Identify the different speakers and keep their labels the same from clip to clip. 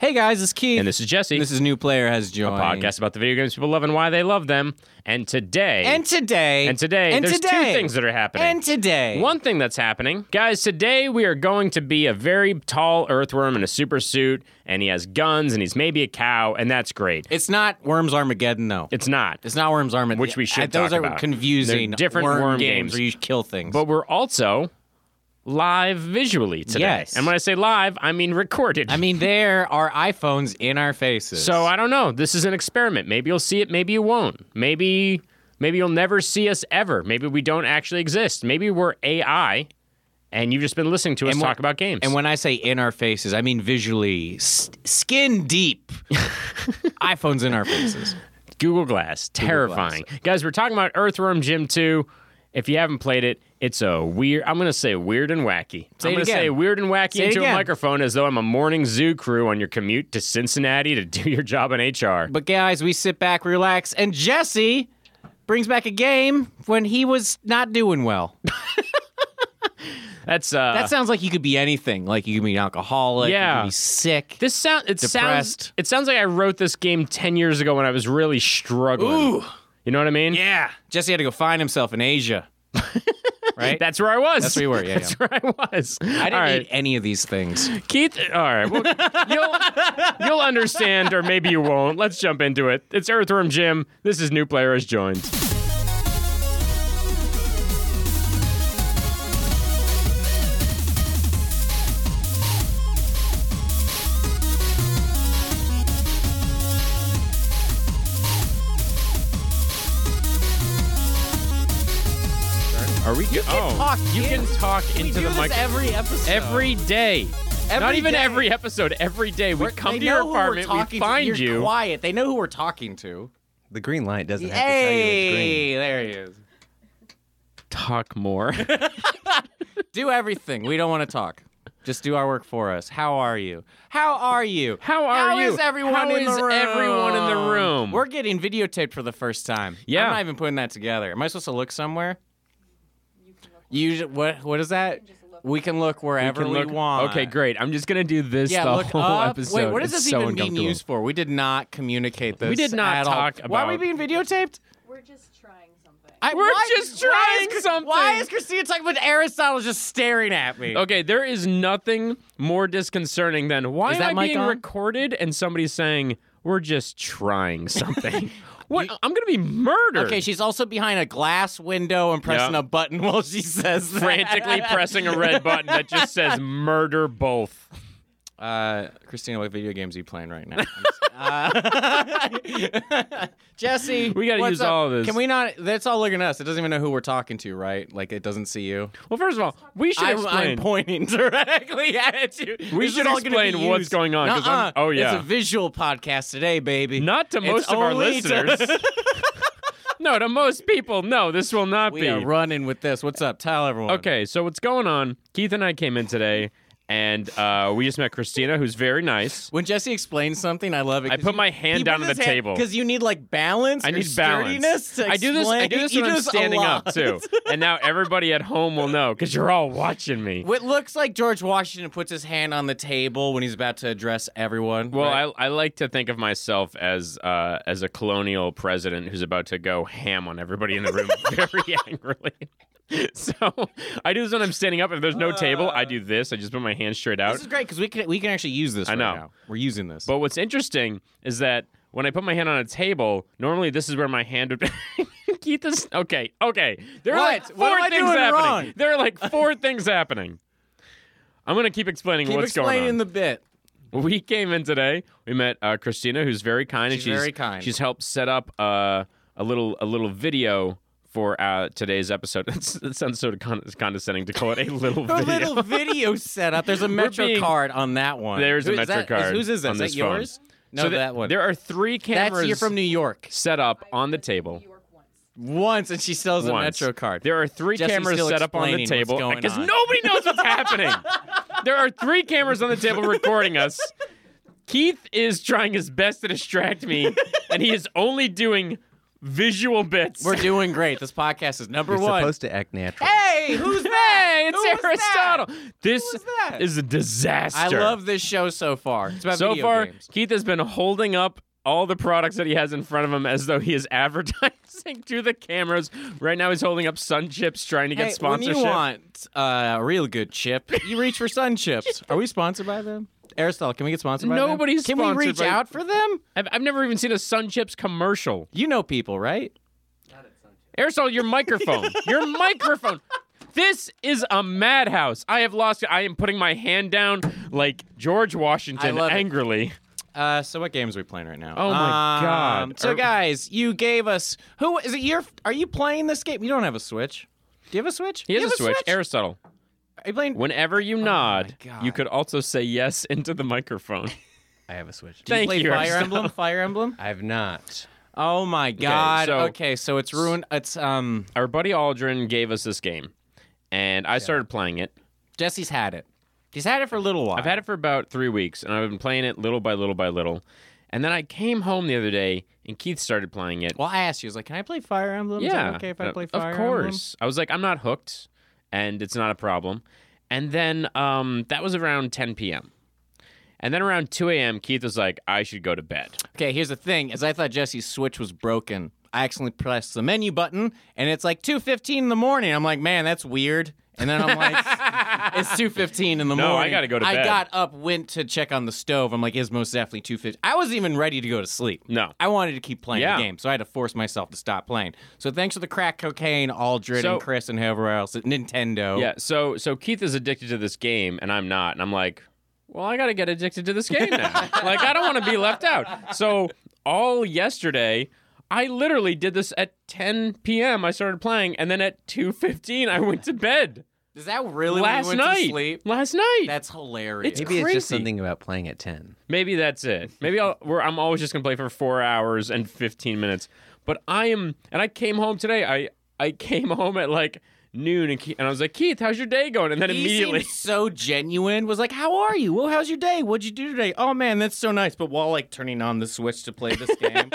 Speaker 1: Hey guys, it's Keith.
Speaker 2: And this is Jesse,
Speaker 1: This is New Player Has
Speaker 2: a
Speaker 1: Joined.
Speaker 2: podcast about the video games people love and why they love them. And today,
Speaker 1: And today.
Speaker 2: and today,
Speaker 1: And
Speaker 2: there's two
Speaker 1: today.
Speaker 2: things that are happening.
Speaker 1: And today.
Speaker 2: One thing that's happening, guys, today we are going to be a very tall earthworm in a super suit, and he has guns, and he's maybe a cow, and that's great.
Speaker 1: It's not Worms Armageddon, though.
Speaker 2: It's not.
Speaker 1: It's not Worms Armageddon.
Speaker 2: Which we should
Speaker 1: I- Those
Speaker 2: talk
Speaker 1: are
Speaker 2: about.
Speaker 1: confusing
Speaker 2: They're different
Speaker 1: worm,
Speaker 2: worm
Speaker 1: games
Speaker 2: games.
Speaker 1: where you kill things.
Speaker 2: But we're also live visually today.
Speaker 1: Yes.
Speaker 2: And when I say live, I mean recorded.
Speaker 1: I mean, there are iPhones in our faces.
Speaker 2: so I don't know. This is an experiment. Maybe you'll see it, maybe you won't. Maybe maybe you'll never see us ever. Maybe we don't actually exist. Maybe we're AI and you've just been listening to us
Speaker 1: And when-
Speaker 2: talk about games.
Speaker 1: And when I say in our faces, I mean visually, s- skin deep. iPhones in our faces.
Speaker 2: Google Glass, terrifying. Guys, we're talking about Earthworm Jim 2. If you haven't played it, it's a weird. I'm gonna say weird and wacky. I'm
Speaker 1: Say it
Speaker 2: gonna
Speaker 1: again.
Speaker 2: say weird and wacky
Speaker 1: Say it
Speaker 2: into a
Speaker 1: again.
Speaker 2: microphone as though I'm a morning zoo crew on your commute to Cincinnati to do your job in HR.
Speaker 1: But guys, we sit back, relax, and Jesse brings back a game when he was not doing well.
Speaker 2: That's uh.
Speaker 1: That sounds like you could be anything. Like you could be an alcoholic. You
Speaker 2: Yeah.
Speaker 1: could be sick.
Speaker 2: this sound. It
Speaker 1: Depressed.
Speaker 2: sounds. It sounds like I wrote this game ten years ago when I was really struggling.
Speaker 1: Ooh.
Speaker 2: You know what I mean?
Speaker 1: yeah. Jesse had to go find himself in Asia. right?
Speaker 2: That's where I was.
Speaker 1: That's where you were, yeah,
Speaker 2: That's where I was.
Speaker 1: I didn't need any of these things.
Speaker 2: Keith, all right, well, you'll, you'll understand, or maybe you won't. Let's jump into it. It's Earthworm Jim. This is new player has joined. Are we? You oh,
Speaker 1: talk,
Speaker 2: you
Speaker 1: kid.
Speaker 2: can talk into the mic
Speaker 1: every episode.
Speaker 2: every day. Not even every episode. Every day we come to your apartment, we find
Speaker 1: You're
Speaker 2: you.
Speaker 1: quiet. They know who we're talking to.
Speaker 3: The green light doesn't have to tell you it's green.
Speaker 1: Hey, there he is.
Speaker 2: Talk more.
Speaker 1: Do everything. We don't want to talk. Just do our work for us. How are you? How are you?
Speaker 2: How are you?
Speaker 1: How is everyone
Speaker 2: How
Speaker 1: in
Speaker 2: is
Speaker 1: the room?
Speaker 2: everyone in the room?
Speaker 1: We're getting videotaped for the first time.
Speaker 2: Yeah.
Speaker 1: I'm not even putting that together. Am I supposed to look somewhere? You ju- what? What is that? We can look wherever we, want.
Speaker 2: Okay, great. I'm just gonna do this
Speaker 1: Yeah,
Speaker 2: the
Speaker 1: look
Speaker 2: whole
Speaker 1: up.
Speaker 2: episode.
Speaker 1: Wait, what is
Speaker 2: It's
Speaker 1: this
Speaker 2: so
Speaker 1: even being
Speaker 2: uncomfortable.
Speaker 1: used for? We did not communicate this.
Speaker 2: We did not
Speaker 1: at
Speaker 2: talk
Speaker 1: all. Why are we
Speaker 2: about-
Speaker 1: being videotaped?
Speaker 4: We're just trying something.
Speaker 1: I,
Speaker 2: We're
Speaker 1: why-
Speaker 2: just
Speaker 1: why is
Speaker 2: trying
Speaker 1: Chris- Why
Speaker 2: something.
Speaker 1: is Christina talking about Aristotle just staring at me?
Speaker 2: Okay, there is nothing more disconcerting than why
Speaker 1: Is
Speaker 2: am
Speaker 1: that
Speaker 2: I
Speaker 1: mic
Speaker 2: being
Speaker 1: on?
Speaker 2: recorded and somebody's saying we're just trying something. what? I'm gonna be murdered.
Speaker 1: Okay, she's also behind a glass window and pressing
Speaker 2: Yeah.
Speaker 1: a button while she says that.
Speaker 2: frantically pressing a red button that just says murder both.
Speaker 1: Uh, Christina, what video games are you playing right now? uh, Jesse,
Speaker 2: We gotta
Speaker 1: what's
Speaker 2: use
Speaker 1: up?
Speaker 2: all of this.
Speaker 1: Can we not? That's all looking at us. It doesn't even know who we're talking to, right? Like it doesn't see you.
Speaker 2: Well, first of all, we should
Speaker 1: I'm,
Speaker 2: explain.
Speaker 1: I'm pointing directly at you.
Speaker 2: We
Speaker 1: This
Speaker 2: should
Speaker 1: is all gonna
Speaker 2: explain
Speaker 1: be
Speaker 2: what's
Speaker 1: used.
Speaker 2: going on, 'cause I'm-
Speaker 1: Nuh-uh.
Speaker 2: oh, yeah.
Speaker 1: it's a visual podcast today, baby.
Speaker 2: Not to
Speaker 1: It's
Speaker 2: most of our
Speaker 1: only to-
Speaker 2: listeners. no, to most people, no, this will not
Speaker 1: we
Speaker 2: be.
Speaker 1: are running with this. What's up? Tell everyone.
Speaker 2: Okay, so what's going on? Keith and I came in today, and uh, we just met Christina, who's very nice.
Speaker 1: When Jesse explains something, I love it.
Speaker 2: I put my hand down on the table.
Speaker 1: because you need like balance.
Speaker 2: I
Speaker 1: or
Speaker 2: need balance.
Speaker 1: sturdiness To
Speaker 2: I do this. I
Speaker 1: explain-
Speaker 2: do this
Speaker 1: You
Speaker 2: when I'm
Speaker 1: this a
Speaker 2: standing up
Speaker 1: lot.
Speaker 2: too, and now everybody at home will know because you're all watching me.
Speaker 1: What looks like George Washington puts his hand on the table when he's about to address everyone.
Speaker 2: Well,
Speaker 1: right?
Speaker 2: I, I like to think of myself as uh, as a colonial president who's about to go ham on everybody in the room very angrily. So I do this when I'm standing up. If there's no table, I do this. I just put my hand straight out.
Speaker 1: this is great because we can we can actually use this.
Speaker 2: I
Speaker 1: right
Speaker 2: know.
Speaker 1: now. we're using this.
Speaker 2: But what's interesting is that when I put my hand on a table, normally this is where my hand would. Keith is okay. Okay, there are like
Speaker 1: What?
Speaker 2: four
Speaker 1: What am I
Speaker 2: things
Speaker 1: doing
Speaker 2: happening.
Speaker 1: wrong?
Speaker 2: There are like four things happening. I'm gonna keep explaining
Speaker 1: keep
Speaker 2: what's
Speaker 1: explaining
Speaker 2: going on.
Speaker 1: the bit.
Speaker 2: we came in today. We met uh, Christina, who's very kind,
Speaker 1: She's
Speaker 2: and she's
Speaker 1: very kind.
Speaker 2: She's helped set up uh, a little a little video. For uh, today's episode, it sounds so con- condescending to call it a little
Speaker 1: The
Speaker 2: video.
Speaker 1: little video setup. There's a Metro
Speaker 2: being-
Speaker 1: card on that one.
Speaker 2: There's a
Speaker 1: Who- is
Speaker 2: Metro
Speaker 1: that- is-
Speaker 2: card
Speaker 1: Whose is that?
Speaker 2: on
Speaker 1: Is
Speaker 2: this
Speaker 1: that yours?
Speaker 2: phone.
Speaker 1: No,
Speaker 2: So th-
Speaker 1: that one.
Speaker 2: There are three cameras.
Speaker 1: That's you're from New York.
Speaker 2: set up on the
Speaker 4: I've been to
Speaker 2: table
Speaker 4: New York once.
Speaker 1: Once, and she sells a
Speaker 2: once.
Speaker 1: Metro card.
Speaker 2: There are three
Speaker 1: Jesse's
Speaker 2: cameras
Speaker 1: still
Speaker 2: set up on the
Speaker 1: explaining
Speaker 2: table
Speaker 1: what's going
Speaker 2: because
Speaker 1: on.
Speaker 2: nobody knows what's happening. There are three cameras on the table recording us. Keith is trying his best to distract me, and he is only doing visual bits.
Speaker 1: We're doing great. This podcast is number
Speaker 3: You're
Speaker 1: one.
Speaker 3: supposed to act natural.
Speaker 1: hey, who's that?
Speaker 2: Hey, it's
Speaker 1: Who was that?
Speaker 2: Aristotle. This
Speaker 1: was that?
Speaker 2: is a disaster.
Speaker 1: I love this show so far. It's about
Speaker 2: So
Speaker 1: video
Speaker 2: far,
Speaker 1: games.
Speaker 2: Keith has been holding up all the products that he has in front of him as though he is advertising to the cameras. Right now, he's holding up Sun Chips, trying to get
Speaker 1: Hey,
Speaker 2: sponsorship.
Speaker 1: When you want uh, a real good chip, you reach for Sun Chips. Are we sponsored by them? Aristotle, can we get sponsored by
Speaker 2: Nobody's
Speaker 1: them? Can
Speaker 2: sponsored
Speaker 1: we reach
Speaker 2: by-
Speaker 1: out for them?
Speaker 2: I've, I've never even seen a Sun Chips commercial.
Speaker 1: You know people, right?
Speaker 2: Aristotle, your microphone. your microphone. This is a madhouse. I have lost. I am putting my hand down like George Washington
Speaker 1: I love it.
Speaker 2: angrily.
Speaker 1: Uh, so what games are we playing right now?
Speaker 2: Oh my God. Er-
Speaker 1: Um, So
Speaker 2: Are-
Speaker 1: guys, you gave us who is it? Your are you playing this game? You don't have a Switch. Do you have a Switch?
Speaker 2: He
Speaker 1: You
Speaker 2: has a
Speaker 1: have
Speaker 2: switch. Aristotle,
Speaker 1: Are you playing?
Speaker 2: whenever you nod,
Speaker 1: Oh God.
Speaker 2: you could also say yes into the microphone.
Speaker 3: I have a switch.
Speaker 1: do you
Speaker 2: Thank
Speaker 1: play
Speaker 2: you,
Speaker 1: Fire
Speaker 2: Aristotle.
Speaker 1: Emblem? Fire Emblem.
Speaker 3: I have not.
Speaker 1: Oh my God.
Speaker 2: so-
Speaker 1: okay, so it's ruined. It's um.
Speaker 2: Our buddy Aldrin gave us this game, and I started playing it.
Speaker 1: Jesse's had it. He's had it for a little while.
Speaker 2: I've had it for about three weeks, and I've been playing it little by little by little. And then I came home the other day, and Keith started playing it.
Speaker 1: Well, I asked you. I was like, "Can I play Fire Emblem? Is
Speaker 2: yeah,
Speaker 1: that okay if I
Speaker 2: uh,
Speaker 1: play Fire
Speaker 2: of
Speaker 1: Emblem?"
Speaker 2: course. I was like, I'm not hooked, and it's not a problem. And then um, that was around 10 p.m. And then around 2 a.m., Keith was like, I should go to bed.
Speaker 1: Okay, here's the thing: is I thought Jesse's Switch was broken. I accidentally pressed the menu button, and it's like 2:15 in the morning. I'm like, man, that's weird. And then I'm like, it's 2:15 in the
Speaker 2: No, I
Speaker 1: morning.
Speaker 2: gotta go to bed.
Speaker 1: I got up, went to check on the stove. I'm like, it's most definitely 2:15. I wasn't even ready to go to sleep.
Speaker 2: No.
Speaker 1: I wanted to keep playing
Speaker 2: Yeah.
Speaker 1: the game, so I had to force myself to stop playing. So thanks for the crack cocaine, Aldrin
Speaker 2: So-
Speaker 1: and Chris and whoever else, at Nintendo.
Speaker 2: Yeah, so so Keith is addicted to this game, and I'm not. And I'm like, well, I got to get addicted to this game now. like, I don't want to be left out. So all yesterday, I literally did this at 10 p.m. I started playing, and then at 2:15, I went to bed
Speaker 1: Is that really when you
Speaker 2: last
Speaker 1: went
Speaker 2: night.
Speaker 1: to sleep?
Speaker 2: Last night.
Speaker 1: That's hilarious.
Speaker 3: Maybe it's just
Speaker 2: Crazy.
Speaker 3: something about playing at ten.
Speaker 2: Maybe that's it. Maybe I'll, we're, I'm always just gonna play for four hours and fifteen minutes. But I am, and I came home today. I I came home at like noon, and, Ke- and I was like, Keith, how's your day going? And then
Speaker 1: He
Speaker 2: immediately,
Speaker 1: seemed so genuine was like how are you well how's your day what'd you do today oh man that's so nice but while like turning on the switch to play this game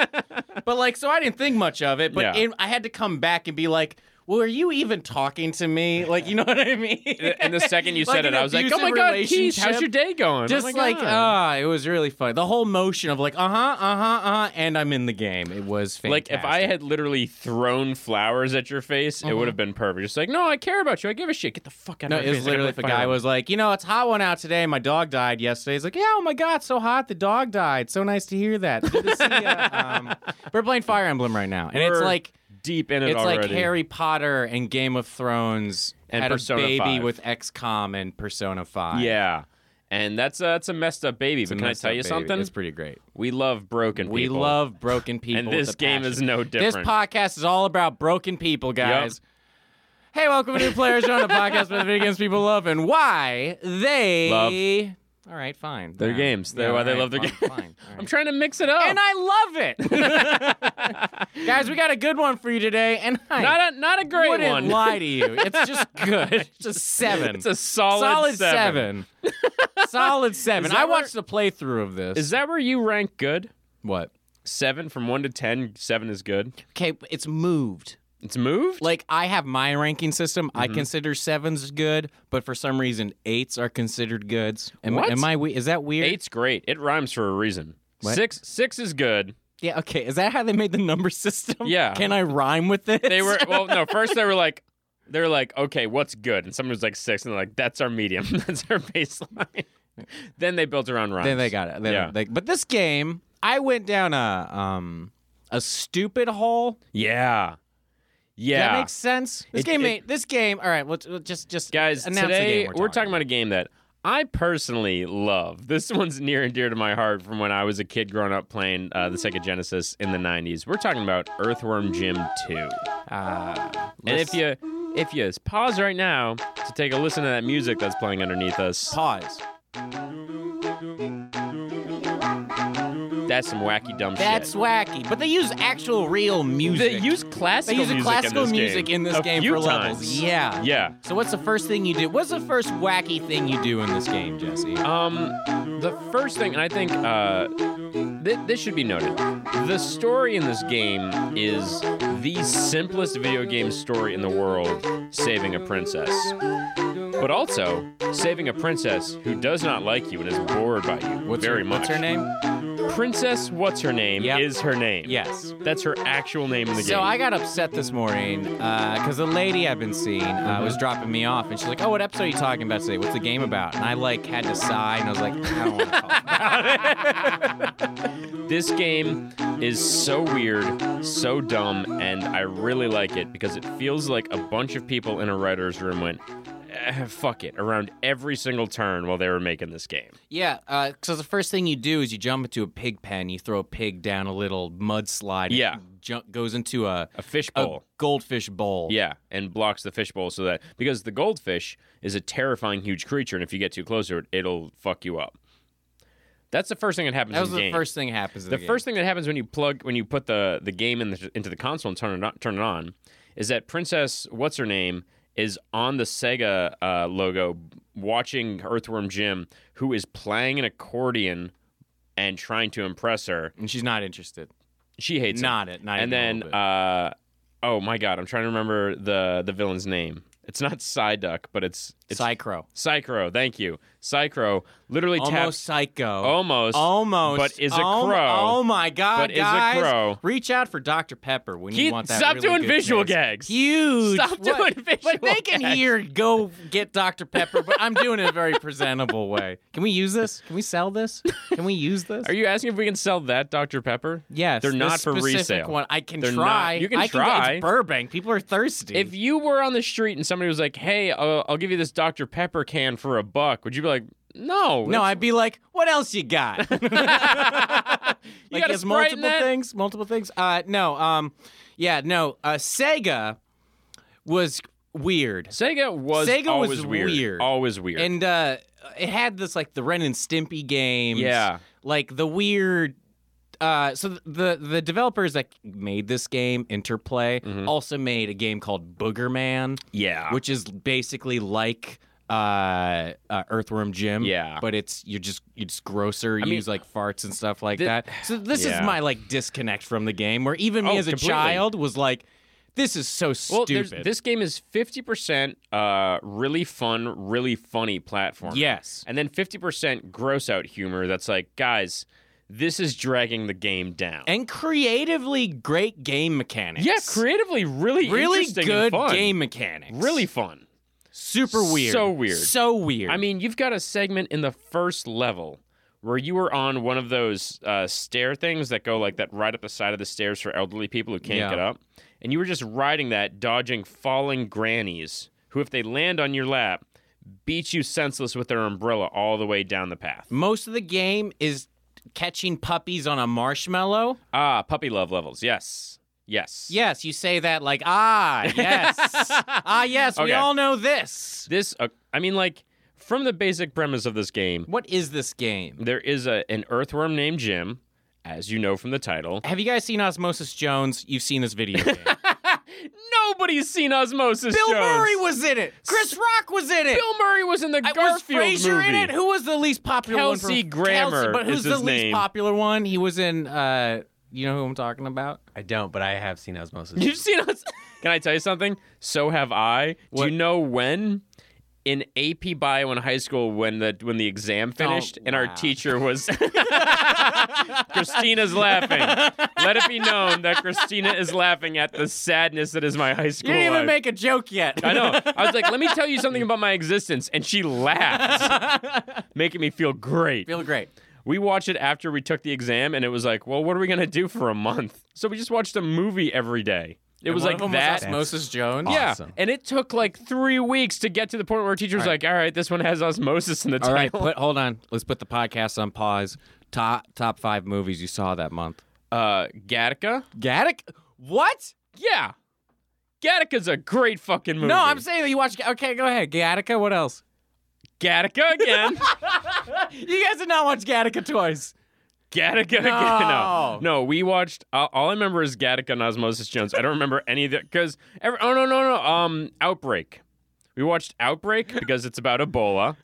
Speaker 1: but like so i didn't think much of it but
Speaker 2: Yeah.
Speaker 1: it, i had to come back and be like well, are you even talking to me? Like, you know what I mean?
Speaker 2: and the second you
Speaker 1: Like
Speaker 2: said
Speaker 1: an
Speaker 2: it, I was like, Oh my
Speaker 1: abusive
Speaker 2: god, Keith,
Speaker 1: relationship.
Speaker 2: how's your day going? Oh
Speaker 1: Just
Speaker 2: my
Speaker 1: like,
Speaker 2: God.
Speaker 1: ah, it was really fun. The whole motion of like, uh huh, uh huh, uh huh, and I'm in the game. It was
Speaker 2: like
Speaker 1: fantastic.
Speaker 2: if I had literally thrown flowers at your face, it would have been perfect. Just like, no, I care about you. I give a shit. Get the fuck out
Speaker 1: No,
Speaker 2: of
Speaker 1: it
Speaker 2: my
Speaker 1: was
Speaker 2: face. I gotta
Speaker 1: literally if a
Speaker 2: play
Speaker 1: guy
Speaker 2: Fire
Speaker 1: was like, you know, it's hot one out today. My dog died yesterday. He's like, yeah, oh my god, so hot. The dog died. So nice to hear that. Good to see ya." Um, we're playing Fire Emblem right now, and it's
Speaker 2: We're
Speaker 1: like
Speaker 2: Emblem. deep in it
Speaker 1: it's
Speaker 2: already.
Speaker 1: like Harry Potter and Game of Thrones
Speaker 2: And
Speaker 1: had
Speaker 2: Persona
Speaker 1: a baby
Speaker 2: 5.
Speaker 1: with XCOM and Persona Five.
Speaker 2: Yeah. And that's a, that's a messed up baby.
Speaker 1: It's a
Speaker 2: but can I
Speaker 1: messed
Speaker 2: tell
Speaker 1: up
Speaker 2: you
Speaker 1: baby.
Speaker 2: something?
Speaker 1: It's pretty great.
Speaker 2: We love broken people.
Speaker 1: We love broken people.
Speaker 2: And
Speaker 1: with
Speaker 2: this
Speaker 1: a
Speaker 2: game is
Speaker 1: passion.
Speaker 2: no different.
Speaker 1: This podcast is all about broken people, guys. Hey, welcome to New Players Show, the podcast about the video games people love and why they All right, fine.
Speaker 2: Their
Speaker 1: Yeah.
Speaker 2: games. They're
Speaker 1: Yeah,
Speaker 2: why they
Speaker 1: all
Speaker 2: love their
Speaker 1: fine,
Speaker 2: games.
Speaker 1: Fine. all
Speaker 2: I'm
Speaker 1: right.
Speaker 2: trying to mix it up.
Speaker 1: And I love it, guys. We got a good one for you today, and I
Speaker 2: not a not a great
Speaker 1: wouldn't
Speaker 2: one.
Speaker 1: lie to you. It's just good. It's just seven.
Speaker 2: It's a solid,
Speaker 1: solid
Speaker 2: seven.
Speaker 1: seven. solid seven.
Speaker 2: that
Speaker 1: I
Speaker 2: where-
Speaker 1: watched the playthrough of this.
Speaker 2: Is that where you rank good?
Speaker 1: what?
Speaker 2: Seven from one to ten. Seven is good.
Speaker 1: Okay, it's moved.
Speaker 2: It's moved.
Speaker 1: Like I have my ranking system. I
Speaker 2: Mm-hmm.
Speaker 1: consider sevens good, but for some reason eights are considered goods. Am,
Speaker 2: What?
Speaker 1: am I? we- Is that weird?
Speaker 2: Eight's great. It rhymes for a reason.
Speaker 1: What?
Speaker 2: Six six is good.
Speaker 1: Yeah. Okay. Is that how they made the number system?
Speaker 2: Yeah.
Speaker 1: Can I rhyme with this?
Speaker 2: They were well no first they were like they were like okay what's good and someone was like six and they're like that's our medium that's our baseline. then they built around rhymes.
Speaker 1: Then they got it. They-
Speaker 2: Yeah.
Speaker 1: they- but this game, I went down a um a stupid hole.
Speaker 2: Yeah. Yeah.
Speaker 1: Does that makes sense. This
Speaker 2: It-
Speaker 1: game.
Speaker 2: it-
Speaker 1: ain't- this game. All right. Let's, let's just just
Speaker 2: Guys,
Speaker 1: announce the
Speaker 2: today
Speaker 1: game
Speaker 2: we're, talking about a game that I personally love. This one's near and dear to my heart from when I was a kid growing up playing uh, the Sega Genesis in the 90s. We're talking about Earthworm Jim 2.
Speaker 1: Ah,
Speaker 2: and if you if you pause right now to take a listen to that music that's playing underneath us,
Speaker 1: pause.
Speaker 2: that's some wacky dumb
Speaker 1: That's
Speaker 2: shit.
Speaker 1: wacky. But they use actual real music.
Speaker 2: They use
Speaker 1: They
Speaker 2: classical
Speaker 1: use
Speaker 2: music
Speaker 1: classical
Speaker 2: in this
Speaker 1: music
Speaker 2: game
Speaker 1: in this
Speaker 2: a
Speaker 1: game
Speaker 2: few
Speaker 1: for levels.
Speaker 2: times.
Speaker 1: Yeah.
Speaker 2: Yeah.
Speaker 1: So what's the first thing you do? What's the first wacky thing you do in this game, Jesse? Oh,
Speaker 2: Um, the first thing, and I think uh, Th- this should be noted. The story in this game is the simplest video game story in the world saving a princess. But also, saving a princess who does not like you and is bored by you
Speaker 1: What's
Speaker 2: very
Speaker 1: her,
Speaker 2: much.
Speaker 1: What's her name?
Speaker 2: Princess, what's her name?
Speaker 1: Yep.
Speaker 2: Is her name.
Speaker 1: Yes.
Speaker 2: That's her actual name in the game.
Speaker 1: So I got upset this morning because the lady I've been seeing uh,
Speaker 2: Uh-huh.
Speaker 1: was dropping me off, and she's like, "Oh, what episode are you talking about today? What's the game about?" And I like had to sigh, and I was like, "I don't want to talk." about
Speaker 2: This game is so weird, so dumb, and I really like it because it feels like a bunch of people in a writer's room went, "Eh, fuck it, around every single turn while they were making this game.
Speaker 1: it." yeah, because the first thing you do is you jump into a pig pen, you throw a pig down a little mudslide, and
Speaker 2: Yeah.
Speaker 1: it ju- goes into a
Speaker 2: A fishbowl.
Speaker 1: a goldfish bowl.
Speaker 2: Yeah, and blocks the fishbowl so that because the goldfish is a terrifying huge creature, and if you get too close to it, it'll fuck you up. That's the first thing that happens
Speaker 1: that was
Speaker 2: in
Speaker 1: the
Speaker 2: the game.
Speaker 1: first thing that happens. In
Speaker 2: the
Speaker 1: the, game.
Speaker 2: first thing that happens when you plug when you put the the game in the, into the console and turn it on, turn it on is that Princess what's her name is on the Sega uh, logo watching Earthworm Jim who is playing an accordion and trying to impress her.
Speaker 1: and she's not interested.
Speaker 2: She hates
Speaker 1: Not it. Not
Speaker 2: it. And
Speaker 1: even a little
Speaker 2: then
Speaker 1: bit.
Speaker 2: uh, oh my god, I'm trying to remember the the villain's name. It's not Psyduck, but it's it's
Speaker 1: psycho,
Speaker 2: Psychro. Thank you. Psychro literally
Speaker 1: almost
Speaker 2: taps
Speaker 1: psycho,
Speaker 2: almost
Speaker 1: Almost,
Speaker 2: but is a
Speaker 1: Oh,
Speaker 2: crow.
Speaker 1: Oh my God,
Speaker 2: But is a
Speaker 1: guys!
Speaker 2: crow.
Speaker 1: Reach out for Dr. Pepper when you
Speaker 2: Keith,
Speaker 1: want that.
Speaker 2: stop
Speaker 1: really
Speaker 2: doing
Speaker 1: good
Speaker 2: visual
Speaker 1: taste.
Speaker 2: gags.
Speaker 1: Huge.
Speaker 2: Stop
Speaker 1: What?
Speaker 2: doing visual
Speaker 1: But they can
Speaker 2: gags.
Speaker 1: hear. Go get Dr. Pepper. But I'm doing it in a very presentable way. Can we use this? Can we sell this? Can we use this?
Speaker 2: Are you asking if we can sell that Dr. Pepper?
Speaker 1: Yes,
Speaker 2: They're
Speaker 1: this
Speaker 2: not for
Speaker 1: specific
Speaker 2: resale.
Speaker 1: One. I can
Speaker 2: They're not-
Speaker 1: try.
Speaker 2: you can
Speaker 1: I Can,
Speaker 2: try.
Speaker 1: it's Burbank. People are thirsty.
Speaker 2: If you were on the street and somebody was like, "Hey, I'll, I'll give you this Dr. Pepper can for a buck," would you be like, "No,
Speaker 1: no, I'd be like, what else you got?
Speaker 2: that's- you
Speaker 1: like
Speaker 2: got a
Speaker 1: it's
Speaker 2: Sprite in
Speaker 1: multiple
Speaker 2: that?"
Speaker 1: things, multiple things. Uh, no, um, yeah, no. Uh, Sega was weird.
Speaker 2: Sega was
Speaker 1: Sega was
Speaker 2: always weird.
Speaker 1: weird.
Speaker 2: always weird.
Speaker 1: And uh, it had this like the Ren and Stimpy games.
Speaker 2: Yeah.
Speaker 1: Like the weird. Uh, so the the developers that made this game, Interplay,
Speaker 2: Mm-hmm.
Speaker 1: also made a game called Booger Man,
Speaker 2: yeah,
Speaker 1: which is basically like uh, uh, Earthworm Jim.
Speaker 2: Yeah.
Speaker 1: But it's you're just you're just grosser. You
Speaker 2: mean-
Speaker 1: use like farts and stuff like
Speaker 2: Thi-
Speaker 1: that. So this
Speaker 2: Yeah.
Speaker 1: is my like disconnect from the game, where even me
Speaker 2: Oh,
Speaker 1: as a
Speaker 2: completely.
Speaker 1: child was like, this is so
Speaker 2: well, there's-
Speaker 1: stupid.
Speaker 2: this game is fifty percent uh, really fun, really funny platform.
Speaker 1: yes.
Speaker 2: and then fifty percent gross out humor. That's like, guys, this is dragging the game down.
Speaker 1: and creatively great game mechanics.
Speaker 2: yeah, creatively, really,
Speaker 1: really
Speaker 2: interesting and
Speaker 1: good
Speaker 2: fun.
Speaker 1: game mechanics.
Speaker 2: really fun.
Speaker 1: super weird.
Speaker 2: so weird.
Speaker 1: So weird.
Speaker 2: I mean, you've got a segment in the first level where you were on one of those uh, stair things that go like that right up the side of the stairs for elderly people who can't
Speaker 1: Yeah.
Speaker 2: get up. And you were just riding that, dodging falling grannies who, if they land on your lap, beat you senseless with their umbrella all the way down the path.
Speaker 1: most of the game is catching puppies on a marshmallow.
Speaker 2: Ah, puppy love levels. Yes. Yes.
Speaker 1: Yes, you say that like ah yes ah yes. We
Speaker 2: Okay.
Speaker 1: all know this.
Speaker 2: This, uh, I mean, like, from the basic premise of this game,
Speaker 1: What is this game?
Speaker 2: there is a, an earthworm named Jim, as you know from the title.
Speaker 1: Have you guys seen Osmosis Jones? You've seen this video game.
Speaker 2: Nobody's seen Osmosis
Speaker 1: Bill
Speaker 2: Jones.
Speaker 1: Murray was in it. Chris Rock was in it.
Speaker 2: Bill Murray was in the
Speaker 1: was
Speaker 2: Garfield
Speaker 1: Frazier
Speaker 2: movie.
Speaker 1: in it? Who was the least popular one?
Speaker 2: Kelsey
Speaker 1: from-
Speaker 2: Grammer
Speaker 1: Kelsey, but who's
Speaker 2: is
Speaker 1: the
Speaker 2: his
Speaker 1: least
Speaker 2: name.
Speaker 1: popular one? He was in. uh You know who I'm talking about?
Speaker 5: I don't, but I have seen Osmosis.
Speaker 2: You've seen us. Can I tell you something? So have I.
Speaker 1: What?
Speaker 2: Do you know when? In AP Bio in high school, when the when the
Speaker 1: Oh,
Speaker 2: exam finished, and our
Speaker 1: laugh.
Speaker 2: teacher was Christina's laughing. Let it be known that Christina is laughing at the sadness that is my high
Speaker 1: You
Speaker 2: school
Speaker 1: didn't even
Speaker 2: life.
Speaker 1: make a joke yet.
Speaker 2: I know. I was like, let me tell you something about my existence, and she laughed, making me feel great.
Speaker 1: Feel great.
Speaker 2: We watched it after we took the exam, and it was like, well, what are we gonna do for a month? So we just watched a movie every day. It was like that.
Speaker 1: Osmosis Jones.
Speaker 2: yeah,
Speaker 5: awesome.
Speaker 2: and it took like three weeks to get to the point where our teacher was like, "All right, this one has osmosis in the
Speaker 1: All right.
Speaker 2: title."
Speaker 1: Put hold on. Let's put the podcast on pause. Top top five movies you saw that month.
Speaker 2: uh, Gattaca.
Speaker 1: Gaddick. What?
Speaker 2: Yeah, Gattaca's a great fucking movie.
Speaker 1: No, I'm saying that you watched. Okay, go ahead. Gattaca. What else?
Speaker 2: Gattaca again.
Speaker 1: You guys did not watch Gattaca twice.
Speaker 2: Gattaca again. No, no, we watched. Uh, all I remember is Gattaca and Osmosis Jones. I don't remember any of that because. Oh no, no, no. Um, Outbreak. We watched Outbreak because it's about Ebola.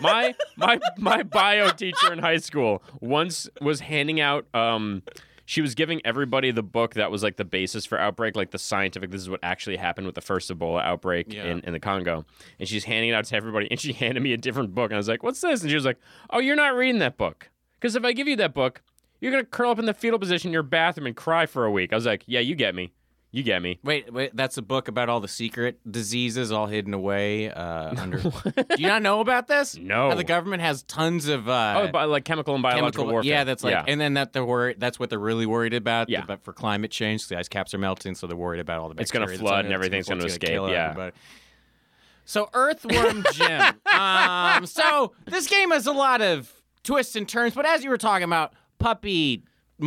Speaker 2: My my my bio teacher in high school once was handing out um she was giving everybody the book that was like the basis for outbreak, like the scientific. This is what actually happened with the first Ebola outbreak
Speaker 1: Yeah.
Speaker 2: in, in the Congo. And she's handing it out to everybody. And she handed me a different book. And I was like, "What's this?" And she was like, "Oh, you're not reading that book. Because if I give you that book, you're gonna curl up in the fetal position in your bathroom and cry for a week." I was like, "Yeah, you get me. You get me."
Speaker 1: Wait, wait, that's a book about all the secret diseases all hidden away uh, under. Do you not know about this?
Speaker 2: No.
Speaker 1: How the government has tons of uh,
Speaker 2: Oh, but like chemical and biological
Speaker 1: chemical
Speaker 2: warfare.
Speaker 1: Yeah, that's like, and then that they're worried. That's what they're really worried about.
Speaker 2: Yeah.
Speaker 1: But for climate change, the ice caps are melting, so they're worried about all the.
Speaker 2: It's gonna
Speaker 1: bacteria that's
Speaker 2: flood
Speaker 1: under
Speaker 2: and
Speaker 1: it,
Speaker 2: everything's
Speaker 1: so it's
Speaker 2: gonna
Speaker 1: kill
Speaker 2: escape, yeah.
Speaker 1: everybody. So Earthworm Jim. um, so this game has a lot of twists and turns, but as you were talking about, puppy.
Speaker 2: Yeah,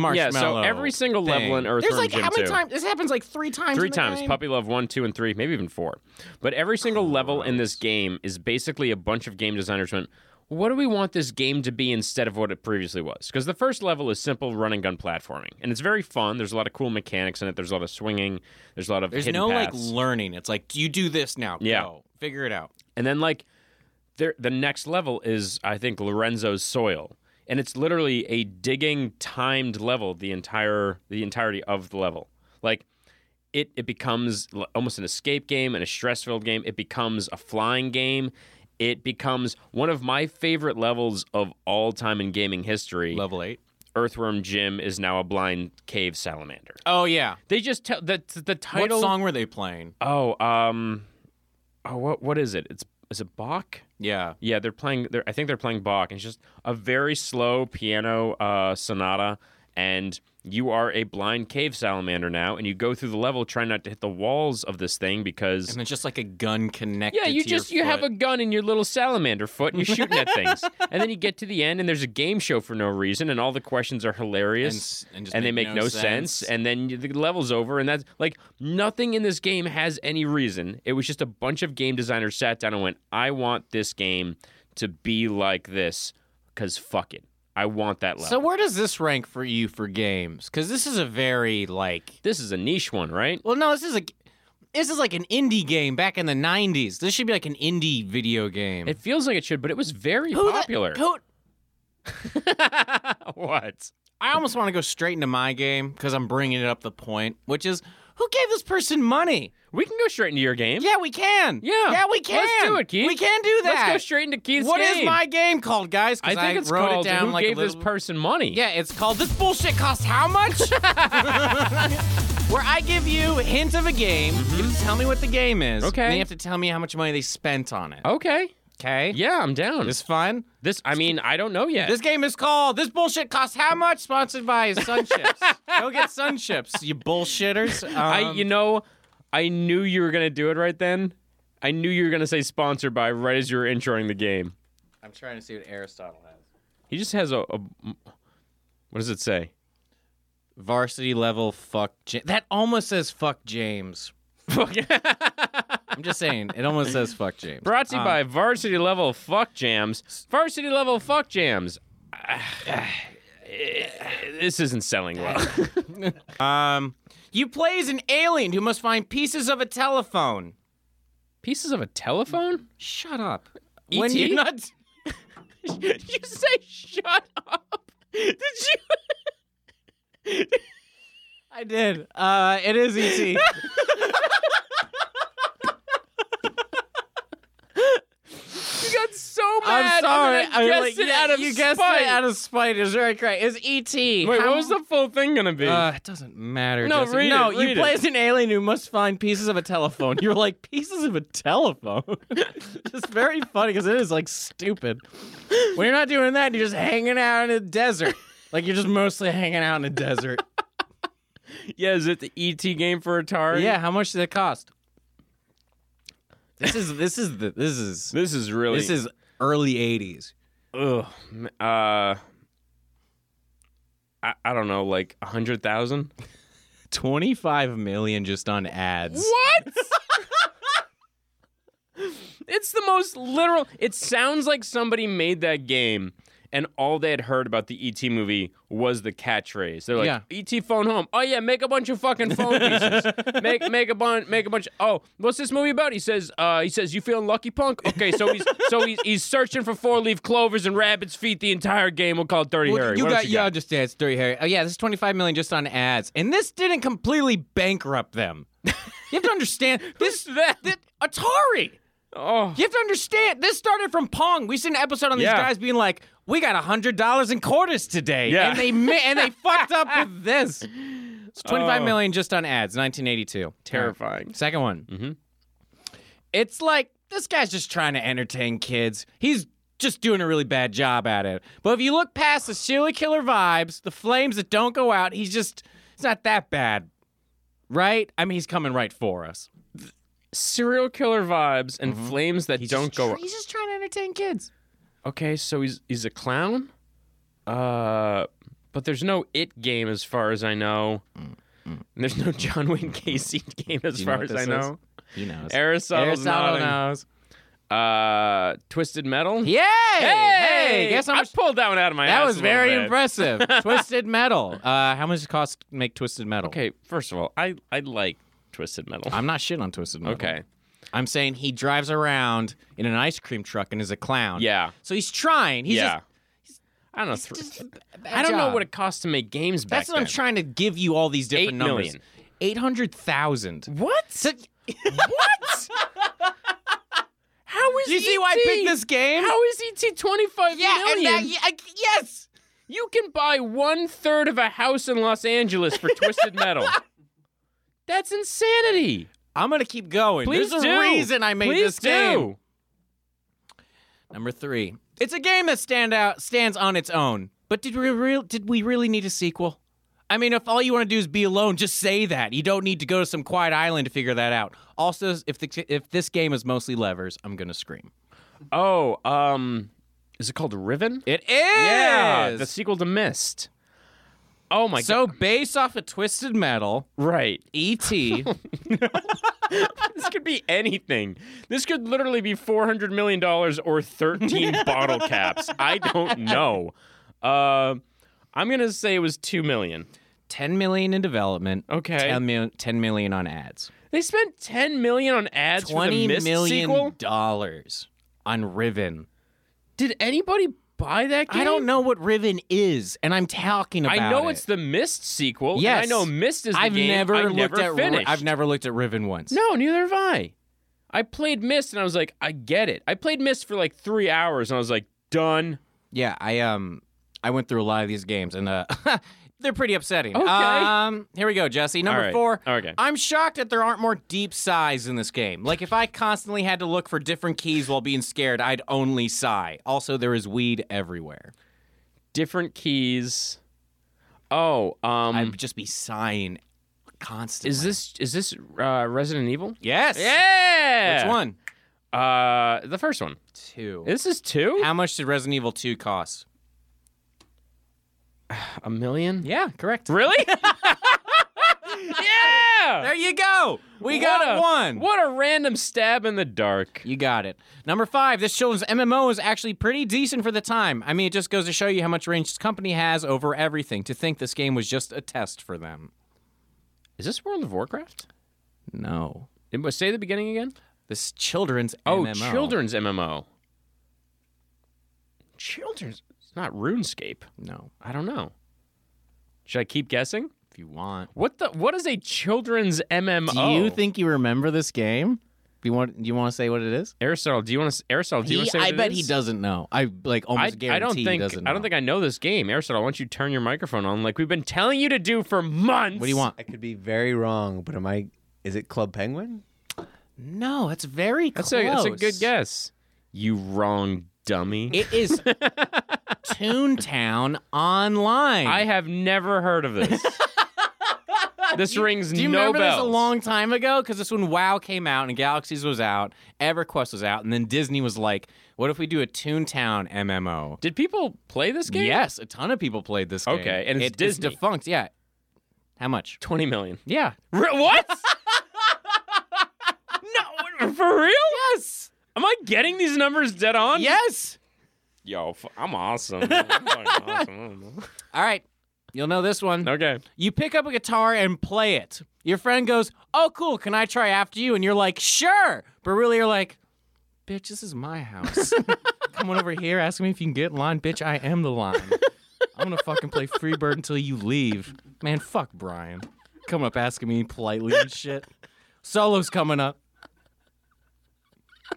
Speaker 2: so
Speaker 1: Marshmallow
Speaker 2: every single
Speaker 1: thing.
Speaker 2: level in
Speaker 1: There's
Speaker 2: Earthworm
Speaker 1: like how
Speaker 2: Jim
Speaker 1: many
Speaker 2: 2?
Speaker 1: times? This happens like three times.
Speaker 2: Three
Speaker 1: in the
Speaker 2: times.
Speaker 1: game?
Speaker 2: Puppy Love 1, 2, and 3, maybe even 4. But every single level in this game is basically a bunch of game designers went, what do we want this game to be instead of what it previously was? Because the first level is simple run and gun platforming. And it's very fun. There's a lot of cool mechanics in it. There's a lot of swinging. There's a lot of
Speaker 1: There's
Speaker 2: hidden
Speaker 1: no like
Speaker 2: paths.
Speaker 1: learning. It's like you do this now.
Speaker 2: Yeah.
Speaker 1: Go. Figure it out.
Speaker 2: And then like there the next level is I think Lorenzo's soil. And it's literally a digging timed level the entire the entirety of the level. Like it it becomes l- almost an escape game and a stress-filled game. It becomes a flying game. It becomes one of my favorite levels of all time in gaming history.
Speaker 1: Level eight.
Speaker 2: Earthworm Jim is now a blind cave salamander.
Speaker 1: Oh yeah.
Speaker 2: They just tell the the title
Speaker 1: What song were they playing?
Speaker 2: Oh, um Oh, what what is it? It's is it Bach?
Speaker 1: Yeah.
Speaker 2: Yeah, they're playing. They're, I think they're playing Bach. And it's just a very slow piano uh, sonata, and you are a blind cave salamander now, and you go through the level trying not to hit the walls of this thing because
Speaker 1: And then just like a gun connected.
Speaker 2: yeah, you
Speaker 1: to your
Speaker 2: just you have a
Speaker 1: foot.
Speaker 2: gun in your little salamander foot, and you're shooting at things, and then you get to the end, and there's a game show for no reason, and all the questions are hilarious.
Speaker 1: And s- and just
Speaker 2: they make
Speaker 1: make no
Speaker 2: no, sense.
Speaker 1: sense.
Speaker 2: and then you- the level's over, and that's like nothing in this game has any reason. It was just a bunch of game designers sat down and went, "I want this game to be like this, cause fuck it, I want that level."
Speaker 1: So where does this rank for you for games? Because this is a very like.
Speaker 2: this is a niche one, right?
Speaker 1: Well, no, this is a. This is like an indie game back in the '90s. This should be like an indie video game.
Speaker 2: It feels like it should, but it was very
Speaker 1: Who the-
Speaker 2: popular.
Speaker 1: who-
Speaker 2: what?
Speaker 1: I almost want to go straight into my game because I'm bringing it up the point, which is who gave this person money?
Speaker 2: We can go straight into your game.
Speaker 1: Yeah, we can.
Speaker 2: Yeah.
Speaker 1: yeah, we can.
Speaker 2: Let's do it, Keith.
Speaker 1: We can do that.
Speaker 2: Let's go straight into Keith's
Speaker 1: What is
Speaker 2: game.
Speaker 1: my game called, guys? 'Cause
Speaker 2: I think it's
Speaker 1: wrote
Speaker 2: called
Speaker 1: it down
Speaker 2: Who
Speaker 1: like a
Speaker 2: Gave This
Speaker 1: little-
Speaker 2: Person Money?
Speaker 1: Yeah, it's called This Bullshit Costs How Much? Where I give you a hint of a game. You have to tell me what the game is.
Speaker 2: Mm-hmm. Okay.
Speaker 1: And then you have to tell me how much money they spent on it.
Speaker 2: Okay.
Speaker 1: Okay.
Speaker 2: Yeah, Uh. I'm down.
Speaker 1: This
Speaker 2: This,
Speaker 1: fun?
Speaker 2: I mean, I don't know yet.
Speaker 1: This game is called This Bullshit Costs How Much? Sponsored by Sun Chips. Go get Sun Chips, you bullshitters. Um,
Speaker 2: I, you know, I knew you were gonna do it right then. I knew you were gonna say sponsored by right as you were introing the game.
Speaker 1: I'm trying to see what Aristotle has.
Speaker 2: He just has a, a what does it say?
Speaker 1: Varsity level fuck Ja- That almost says fuck James. I'm just saying, it almost says fuck James. Um,
Speaker 2: Brought to you by Varsity Level Fuck Jams. Varsity Level Fuck Jams. this isn't selling well.
Speaker 1: Um, you play as an alien who must find pieces of a telephone.
Speaker 2: Pieces of a telephone?
Speaker 1: Shut up.
Speaker 2: E.T.?
Speaker 1: When you not
Speaker 2: Did you say shut up? Did you?
Speaker 1: I did. Uh it is ET.
Speaker 2: You got so
Speaker 1: I'm
Speaker 2: mad.
Speaker 1: sorry.
Speaker 2: and then I
Speaker 1: I,
Speaker 2: guessed
Speaker 1: like,
Speaker 2: it
Speaker 1: yeah,
Speaker 2: out of
Speaker 1: you guessed
Speaker 2: spite.
Speaker 1: it out of spite. Is very correct. Is ET.
Speaker 2: Wait,
Speaker 1: How-
Speaker 2: what was the full thing gonna be?
Speaker 1: Uh, it doesn't matter.
Speaker 2: No,
Speaker 1: Jesse.
Speaker 2: read it,
Speaker 1: no, you
Speaker 2: read
Speaker 1: play
Speaker 2: it.
Speaker 1: as an alien who must find pieces of a telephone. You're like pieces of a telephone. it's very funny because it is like stupid. When you're not doing that, you're just hanging out in the desert. Like you're just mostly hanging out in the desert.
Speaker 2: yeah, is it the ET game for Atari?
Speaker 1: Yeah, how much did it cost? This is this is the this is
Speaker 2: This is really.
Speaker 1: this is early '80s.
Speaker 2: Ugh. m- Uh. I, I don't know, like a hundred thousand.
Speaker 1: 25 million just on ads.
Speaker 2: What? it's the most literal. It sounds like somebody made that game and all they had heard about the ET movie was the catchphrase. They're like,
Speaker 1: Yeah.
Speaker 2: "ET phone home." Oh yeah, make a bunch of fucking phone pieces. make make a bunch. Make a bunch. Oh, what's this movie about? He says. Uh, he says, "You feeling lucky, punk?" Okay, so he's so he's, he's searching for four leaf clovers and rabbits' feet the entire game. We'll call it Dirty Harry.
Speaker 1: you
Speaker 2: What else
Speaker 1: got, you understand it's Dirty Harry. Oh yeah, this is 25 million just on ads, and this didn't completely bankrupt them. you have to understand this.
Speaker 2: that?
Speaker 1: thi- Atari.
Speaker 2: Oh,
Speaker 1: You have to understand this started from Pong. We seen an episode on these
Speaker 2: Yeah.
Speaker 1: guys being like, "We got hundred dollars in quarters today,"
Speaker 2: Yeah.
Speaker 1: and they mi- and they fucked up with this. It's 25
Speaker 2: Oh.
Speaker 1: million just on ads, 1982.
Speaker 2: terrifying.
Speaker 1: Second one.
Speaker 2: Mhm.
Speaker 1: It's like this guy's just trying to entertain kids. He's just doing a really bad job at it. But if you look past the serial killer vibes, the flames that don't go out, he's just it's not that bad. Right? I mean, he's coming right for us.
Speaker 2: serial killer vibes and flames that
Speaker 1: Mm-hmm. He's
Speaker 2: don't
Speaker 1: just
Speaker 2: go.
Speaker 1: tr- he's just trying to entertain kids.
Speaker 2: Okay, so he's he's a clown. Uh, but there's no it game as far as I know.
Speaker 1: Mm,
Speaker 2: And there's no John Wayne Casey game as
Speaker 1: you know
Speaker 2: far
Speaker 1: what
Speaker 2: as I
Speaker 1: this
Speaker 2: know.
Speaker 1: He knows.
Speaker 2: Aristotle's
Speaker 1: Aristotle
Speaker 2: nodding.
Speaker 1: knows.
Speaker 2: Uh, Twisted Metal.
Speaker 1: Yay! Hey, guess how
Speaker 2: I
Speaker 1: much
Speaker 2: pulled that one out of my
Speaker 1: that
Speaker 2: ass
Speaker 1: was
Speaker 2: a little
Speaker 1: very
Speaker 2: bit.
Speaker 1: impressive. Twisted Metal. Uh, how much does it cost to make Twisted Metal?
Speaker 2: Okay, first of all, I I like Twisted Metal.
Speaker 1: I'm not shit on Twisted Metal.
Speaker 2: okay,
Speaker 1: I'm saying he drives around in an ice cream truck and is a clown.
Speaker 2: yeah,
Speaker 1: So he's trying. He's
Speaker 2: yeah. I don't know.
Speaker 1: just,
Speaker 2: thr-
Speaker 1: he's just a bad
Speaker 2: I don't know
Speaker 1: job.
Speaker 2: what it costs to make games back
Speaker 1: That's what I'm
Speaker 2: then.
Speaker 1: trying to give you all these different
Speaker 2: Eight
Speaker 1: numbers.
Speaker 2: million.
Speaker 1: 800,000.
Speaker 2: What?
Speaker 1: So-
Speaker 2: What? How is E
Speaker 1: you see why I picked this game?
Speaker 2: How is ET twenty five
Speaker 1: yeah,
Speaker 2: million?
Speaker 1: and that, yeah, I- yes.
Speaker 2: You can buy one third of a house in Los Angeles for Twisted Metal. That's insanity.
Speaker 1: I'm going to keep going.
Speaker 2: Please
Speaker 1: There's
Speaker 2: do.
Speaker 1: a reason I made
Speaker 2: Please
Speaker 1: this
Speaker 2: do.
Speaker 1: game. Number three. It's a game that stand out stands on its own. But did we real did we really need a sequel? I mean, if all you want to do is be alone, just say that. You don't need to go to some quiet island to figure that out. Also, if the, if this game is mostly levers, I'm gonna scream.
Speaker 2: Oh, um, is it called Riven?
Speaker 1: It is.
Speaker 2: Yeah, the sequel to Mist. Oh my
Speaker 1: so based off of Twisted Metal, E
Speaker 2: god! Right.
Speaker 1: E.T.
Speaker 2: This could be anything. This could literally be four hundred million dollars or thirteen bottle caps. I don't know. Uh, I'm gonna say it was two million.
Speaker 1: 10 million in development.
Speaker 2: Okay.
Speaker 1: 10 mil- 10 million on ads.
Speaker 2: They spent ten million on ads for the
Speaker 1: Twenty
Speaker 2: Mist
Speaker 1: million
Speaker 2: sequel.
Speaker 1: dollars on Riven.
Speaker 2: Did anybody buy that game?
Speaker 1: I don't know what Riven is, and I'm talking about.
Speaker 2: I know
Speaker 1: it.
Speaker 2: it's the Mist sequel. Yeah,
Speaker 1: Yes.
Speaker 2: I know Mist is the
Speaker 1: I've
Speaker 2: game
Speaker 1: never
Speaker 2: I
Speaker 1: looked
Speaker 2: never
Speaker 1: at. Ri-
Speaker 2: finished.
Speaker 1: I've never looked at Riven once.
Speaker 2: No, neither have I. I played Mist and I was like, I get it. I played Mist for like three hours and I was like, done.
Speaker 1: Yeah, I um, I went through a lot of these games, and uh, they're pretty upsetting.
Speaker 2: Okay.
Speaker 1: Um, here we go, Jesse. Number
Speaker 2: All right.
Speaker 1: four.
Speaker 2: Okay.
Speaker 1: I'm shocked that there aren't more deep sighs in this game. Like if I constantly had to look for different keys while being scared, I'd only sigh. Also, there is weed everywhere.
Speaker 2: Different keys. Oh, um,
Speaker 1: I'd just be sighing constantly.
Speaker 2: Is this is this uh, Resident Evil?
Speaker 1: Yes.
Speaker 2: Yeah.
Speaker 1: Which one?
Speaker 2: Uh, the first one.
Speaker 1: Two.
Speaker 2: This is two.
Speaker 1: How much did Resident Evil Two cost?
Speaker 2: A million.
Speaker 1: Yeah, correct.
Speaker 2: Really? yeah.
Speaker 1: There you go. We
Speaker 2: What
Speaker 1: got
Speaker 2: a-
Speaker 1: one.
Speaker 2: What a random stab in the dark.
Speaker 1: You got it. Number five, this children's MMO is actually pretty decent for the time. I mean, it just goes to show you how much range this company has over everything. To think this game was just a test for them.
Speaker 2: Is this World of Warcraft?
Speaker 1: No.
Speaker 2: It was say the beginning again.
Speaker 1: This children's
Speaker 2: Oh,
Speaker 1: MMO.
Speaker 2: children's MMO. Children's. It's not RuneScape.
Speaker 1: No,
Speaker 2: I don't know. Should I keep guessing?
Speaker 1: if you want. Oh.
Speaker 2: What the? What is a children's MMO?
Speaker 1: Do you think you remember this game? Do you want? Do you want to say what it is?
Speaker 2: Aristotle? Do you want to? Aristotle? Do you want to say?
Speaker 1: I
Speaker 2: what it
Speaker 1: bet
Speaker 2: is?
Speaker 1: he doesn't know. I like almost
Speaker 2: I,
Speaker 1: guarantee
Speaker 2: I don't
Speaker 1: he
Speaker 2: think
Speaker 1: doesn't.
Speaker 2: I don't
Speaker 1: know.
Speaker 2: think I know this game, Aristotle. Why don't you turn your microphone on, like we've been telling you to do for months?
Speaker 1: What do you want?
Speaker 3: I could be very wrong, but am I? Is it Club Penguin?
Speaker 1: No, that's very
Speaker 2: That's
Speaker 1: close.
Speaker 2: a that's a good guess. You wrong dummy.
Speaker 1: It is Toontown Online.
Speaker 2: I have never heard of this. this rings
Speaker 1: Do you
Speaker 2: no
Speaker 1: remember
Speaker 2: bells.
Speaker 1: this a long time ago? Because this when WoW came out and Galaxies was out, EverQuest was out, and then Disney was like, "What if we do a Toontown MMO?"
Speaker 2: Did people play this game?
Speaker 1: Yes, a ton of people played this game.
Speaker 2: Okay, and it's
Speaker 1: It-
Speaker 2: Disney.
Speaker 1: defunct. Yeah. How much?
Speaker 2: twenty million.
Speaker 1: Yeah.
Speaker 2: Re- what? no, for real? Yes. Am I getting these numbers dead on?
Speaker 1: Yes.
Speaker 2: yo, f- I'm awesome. I'm fucking awesome. I don't know.
Speaker 1: All right. You'll know this one.
Speaker 2: Okay.
Speaker 1: You pick up a guitar and play it. Your friend goes, Oh, cool. Can I try after you? And you're like, Sure. But really, you're like, Bitch, this is my house. Coming over here asking me if you can get in line. Bitch, I am the line. I'm going to fucking play Freebird until you leave. Man, fuck Brian. Coming up asking me politely and shit. Solo's coming up.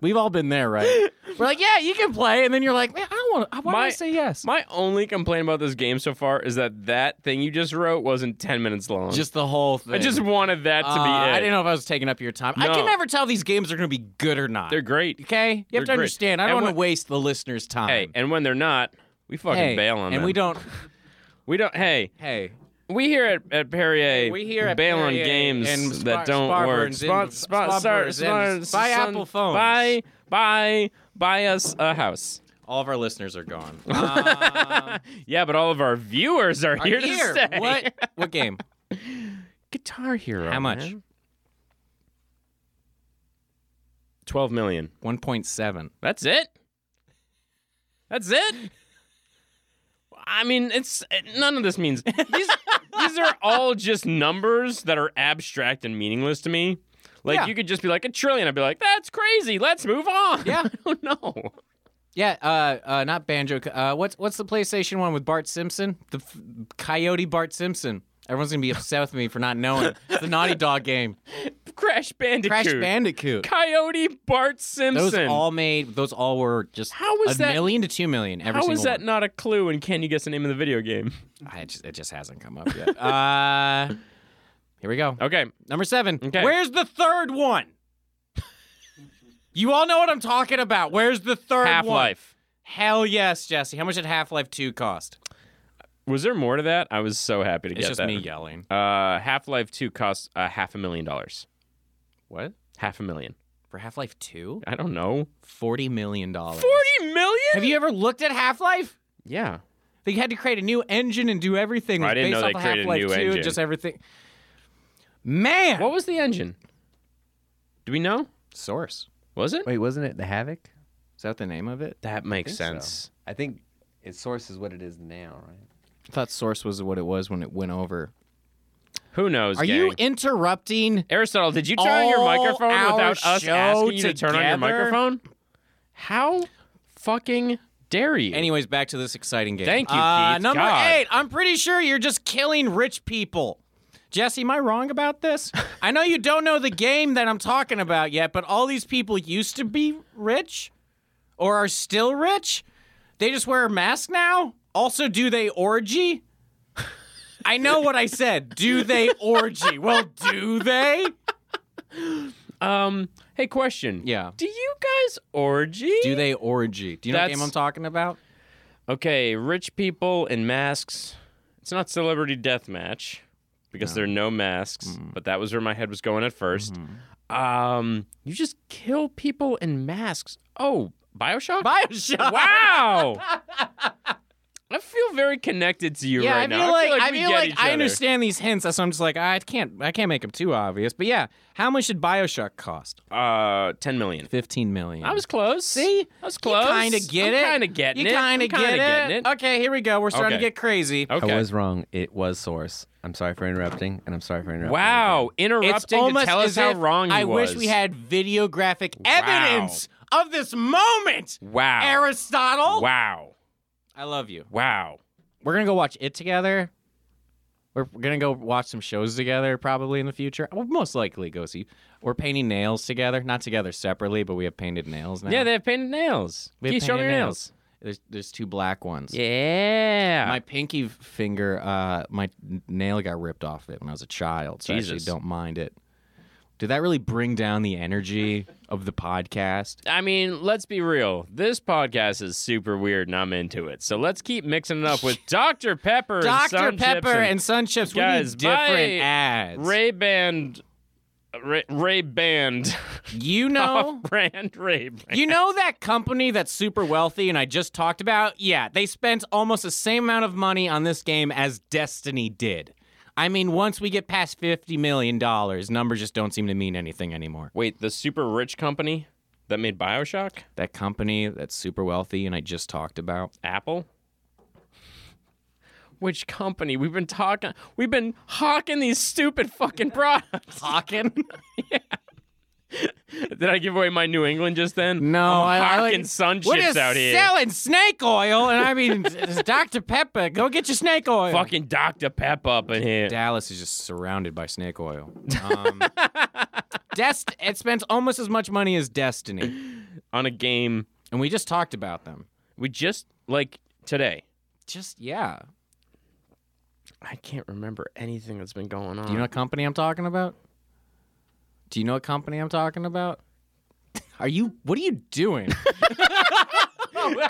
Speaker 1: We've all been there, right? We're like, yeah, you can play, and then you're like, man, I want. to Why did I
Speaker 2: My-
Speaker 1: say yes?
Speaker 2: My only complaint about this game so far is that that thing you just wrote wasn't 10 minutes long.
Speaker 1: just the whole thing.
Speaker 2: I just wanted that to
Speaker 1: Uh,
Speaker 2: be it.
Speaker 1: I didn't know if I was taking up your time. I can
Speaker 2: No.
Speaker 1: never tell these games are going to be good or not.
Speaker 2: They're great.
Speaker 1: okay. You
Speaker 2: they're
Speaker 1: have to
Speaker 2: great.
Speaker 1: understand. I don't
Speaker 2: And
Speaker 1: want to
Speaker 2: what-
Speaker 1: waste the listeners' time.
Speaker 2: Hey, and when they're not, we fucking
Speaker 1: Hey,
Speaker 2: bail on
Speaker 1: and
Speaker 2: them.
Speaker 1: we don't.
Speaker 2: We don't. Hey,
Speaker 1: Hey,
Speaker 2: we here at, at Perrier
Speaker 1: we here at
Speaker 2: bail
Speaker 1: Perrier
Speaker 2: on games
Speaker 1: and Spar-
Speaker 2: that don't work.
Speaker 1: Sparburns and Sparburns
Speaker 2: start-
Speaker 1: and
Speaker 2: start-
Speaker 1: buy
Speaker 2: son-
Speaker 1: Apple phones.
Speaker 2: Buy, buy, buy us a house.
Speaker 1: all of our listeners are gone. Um,
Speaker 2: Yeah, but all of our viewers are,
Speaker 1: are
Speaker 2: here
Speaker 1: here.
Speaker 2: to stay.
Speaker 1: What? What game?
Speaker 2: Guitar Hero.
Speaker 1: How much?
Speaker 2: man. Twelve million.
Speaker 1: One point seven.
Speaker 2: That's it. That's it. I mean, it's none of this means these. these are all just numbers that are abstract and meaningless to me. Like
Speaker 1: Yeah.
Speaker 2: you could just be like a trillion. I'd be like, that's crazy. Let's move on.
Speaker 1: Yeah.
Speaker 2: I don't know.
Speaker 1: Yeah. Uh, uh, not banjo. Uh, what's what's the PlayStation one with Bart Simpson? The f- Coyote Bart Simpson. Everyone's gonna be upset with me for not knowing. it. It's the Naughty Dog game.
Speaker 2: Crash Bandicoot.
Speaker 1: Crash Bandicoot.
Speaker 2: Coyote Bart Simpson.
Speaker 1: Those all made. Those all were just
Speaker 2: How was
Speaker 1: a
Speaker 2: that-
Speaker 1: million to two million. Every
Speaker 2: How
Speaker 1: single
Speaker 2: is that
Speaker 1: One.
Speaker 2: not a clue? And can you guess the name of the video game?
Speaker 1: I just, it just hasn't come up yet. uh, here we go.
Speaker 2: Okay.
Speaker 1: Number seven.
Speaker 2: Okay.
Speaker 1: Where's the third one? you all know what I'm talking about. Where's the third one?
Speaker 2: Half Life.
Speaker 1: Hell yes, Jesse. How much did Half Life Two cost?
Speaker 2: Was there more to that? I was so happy to
Speaker 1: It's
Speaker 2: get
Speaker 1: just
Speaker 2: that.
Speaker 1: me yelling.
Speaker 2: Uh, Half Life Two costs uh, half a million dollars.
Speaker 1: What
Speaker 2: Half a million.
Speaker 1: for Half Life Two?
Speaker 2: I don't know.
Speaker 1: Forty million dollars.
Speaker 2: Forty million?
Speaker 1: Have you ever looked at Half Life?
Speaker 2: Yeah.
Speaker 1: They had to create a new engine and do everything.
Speaker 2: I didn't
Speaker 1: based
Speaker 2: know they
Speaker 1: off of
Speaker 2: created a
Speaker 1: Half-Life
Speaker 2: new
Speaker 1: 2,
Speaker 2: engine.
Speaker 1: Just everything. Man.
Speaker 2: What was the engine? Do we know?
Speaker 1: Source.
Speaker 2: Was it?
Speaker 3: Wait, wasn't it the Havoc?
Speaker 1: Is that the name of it?
Speaker 2: that
Speaker 3: I
Speaker 2: makes
Speaker 3: think so.
Speaker 2: sense.
Speaker 3: I think its source is what it is now, right?
Speaker 1: I thought Source was what it was when it went over.
Speaker 2: Who knows?
Speaker 1: Are you
Speaker 2: gang?
Speaker 1: interrupting?
Speaker 2: Aristotle? Did you turn on your
Speaker 1: All
Speaker 2: microphone
Speaker 1: our
Speaker 2: without us
Speaker 1: show
Speaker 2: asking you to turn on your
Speaker 1: together?
Speaker 2: microphone? How fucking dare you?
Speaker 1: Anyways, back to this exciting game.
Speaker 2: Thank you,
Speaker 1: Uh,
Speaker 2: Keith.
Speaker 1: Number
Speaker 2: God.
Speaker 1: eight. I'm pretty sure you're just killing rich people. Jesse, am I wrong about this? I know you don't know the game that I'm talking about yet, but all these people used to be rich or are still rich. They just wear a mask now. Also, do they orgy? I know what I said. Do they orgy? Well, do they?
Speaker 2: Um. Hey, question.
Speaker 1: Yeah.
Speaker 2: Do you guys orgy?
Speaker 1: Do they orgy? Do you know what
Speaker 2: That's-
Speaker 1: game I'm talking about?
Speaker 2: Okay, rich people in masks. It's not celebrity death match because there are no masks,
Speaker 1: Mm-hmm.
Speaker 2: but that was where my head was going at 1st Um, you just kill people in masks. Oh, BioShock?
Speaker 1: Bioshock.
Speaker 2: wow. I feel very connected to you
Speaker 1: yeah,
Speaker 2: right
Speaker 1: I feel
Speaker 2: now. I
Speaker 1: like
Speaker 2: feel like,
Speaker 1: I,
Speaker 2: we
Speaker 1: feel
Speaker 2: get
Speaker 1: like
Speaker 2: each
Speaker 1: I
Speaker 2: other.
Speaker 1: understand these hints, so I'm just like I can't I can't make them too obvious. But yeah, how much did Bioshock cost?
Speaker 2: Uh, 10 million.
Speaker 1: Fifteen million.
Speaker 2: I was close. See? I was close.
Speaker 1: kind of get it.
Speaker 2: Kind of getting
Speaker 1: you
Speaker 2: it.
Speaker 1: kind of
Speaker 2: I'm kinda
Speaker 1: get
Speaker 2: getting
Speaker 1: it. Okay, here we go. We're starting to
Speaker 2: Okay.
Speaker 1: get crazy.
Speaker 2: Okay.
Speaker 3: I was wrong. It was source. I'm sorry for interrupting, and I'm sorry for interrupting.
Speaker 2: Wow, interrupting
Speaker 1: It's almost
Speaker 2: to tell us
Speaker 1: as
Speaker 2: how
Speaker 1: if
Speaker 2: wrong he
Speaker 1: I
Speaker 2: was.
Speaker 1: wish we had videographic
Speaker 2: Wow.
Speaker 1: evidence of this moment,
Speaker 2: Wow. Oh.
Speaker 1: Aristotle.
Speaker 2: Wow.
Speaker 1: I love you.
Speaker 2: Wow.
Speaker 1: We're gonna go watch it together. We're gonna go watch some shows together, probably in the future. We'll most likely go see. We're painting nails together, not together separately, but we have painted nails now.
Speaker 2: Yeah, they have painted nails.
Speaker 1: we
Speaker 2: Can you
Speaker 1: have
Speaker 2: show me
Speaker 1: painted
Speaker 2: your
Speaker 1: nails.
Speaker 2: nails?
Speaker 1: There's there's two black ones.
Speaker 2: Yeah.
Speaker 1: My pinky f- finger, uh, my n- nail got ripped off it when I was a child, so I
Speaker 2: Jesus.
Speaker 1: actually don't mind it. Did that really bring down the energy of the podcast?
Speaker 2: I mean, let's be real. This podcast is super weird, and I'm into it. So let's keep mixing it up with Dr. Pepper, and
Speaker 1: Dr.
Speaker 2: Sun
Speaker 1: Pepper
Speaker 2: Chips
Speaker 1: and Sun Chips, we
Speaker 2: Guys,
Speaker 1: need different
Speaker 2: my
Speaker 1: ads.
Speaker 2: Ray Band, Ray, Ray Band,
Speaker 1: you
Speaker 2: Oh.
Speaker 1: know,
Speaker 2: brand Ray Band.
Speaker 1: You know that company that's super wealthy and I just talked about? Yeah, they spent almost the same amount of money on this game as Destiny did. I mean, once we get past $50 million, numbers just don't seem to mean anything anymore.
Speaker 2: Wait, the super rich company? that made Bioshock?
Speaker 1: That company that's super wealthy and I just talked about.
Speaker 2: Apple? Which company? We've been talking. We've been hawking these stupid fucking products.
Speaker 1: Hawking?
Speaker 2: Did I give away my New England just then?
Speaker 1: No,
Speaker 2: I'm
Speaker 1: I, I
Speaker 2: hawking
Speaker 1: like
Speaker 2: sun
Speaker 1: We're
Speaker 2: chips
Speaker 1: just
Speaker 2: out here.
Speaker 1: selling snake oil, and I mean it's Dr Pepper. Go get your snake oil.
Speaker 2: Fucking Dr. Pep up in here.
Speaker 1: Dallas is just surrounded by snake oil. Um, Dest- it spends almost as much money as Destiny,
Speaker 2: On a game
Speaker 1: and we just talked about them.
Speaker 2: we just like today.
Speaker 1: Just yeah,
Speaker 2: I can't remember anything that's been going on.
Speaker 1: Do you know what company I'm talking about? Do you know what company I'm talking about? Are you? What are you doing?
Speaker 2: Christina.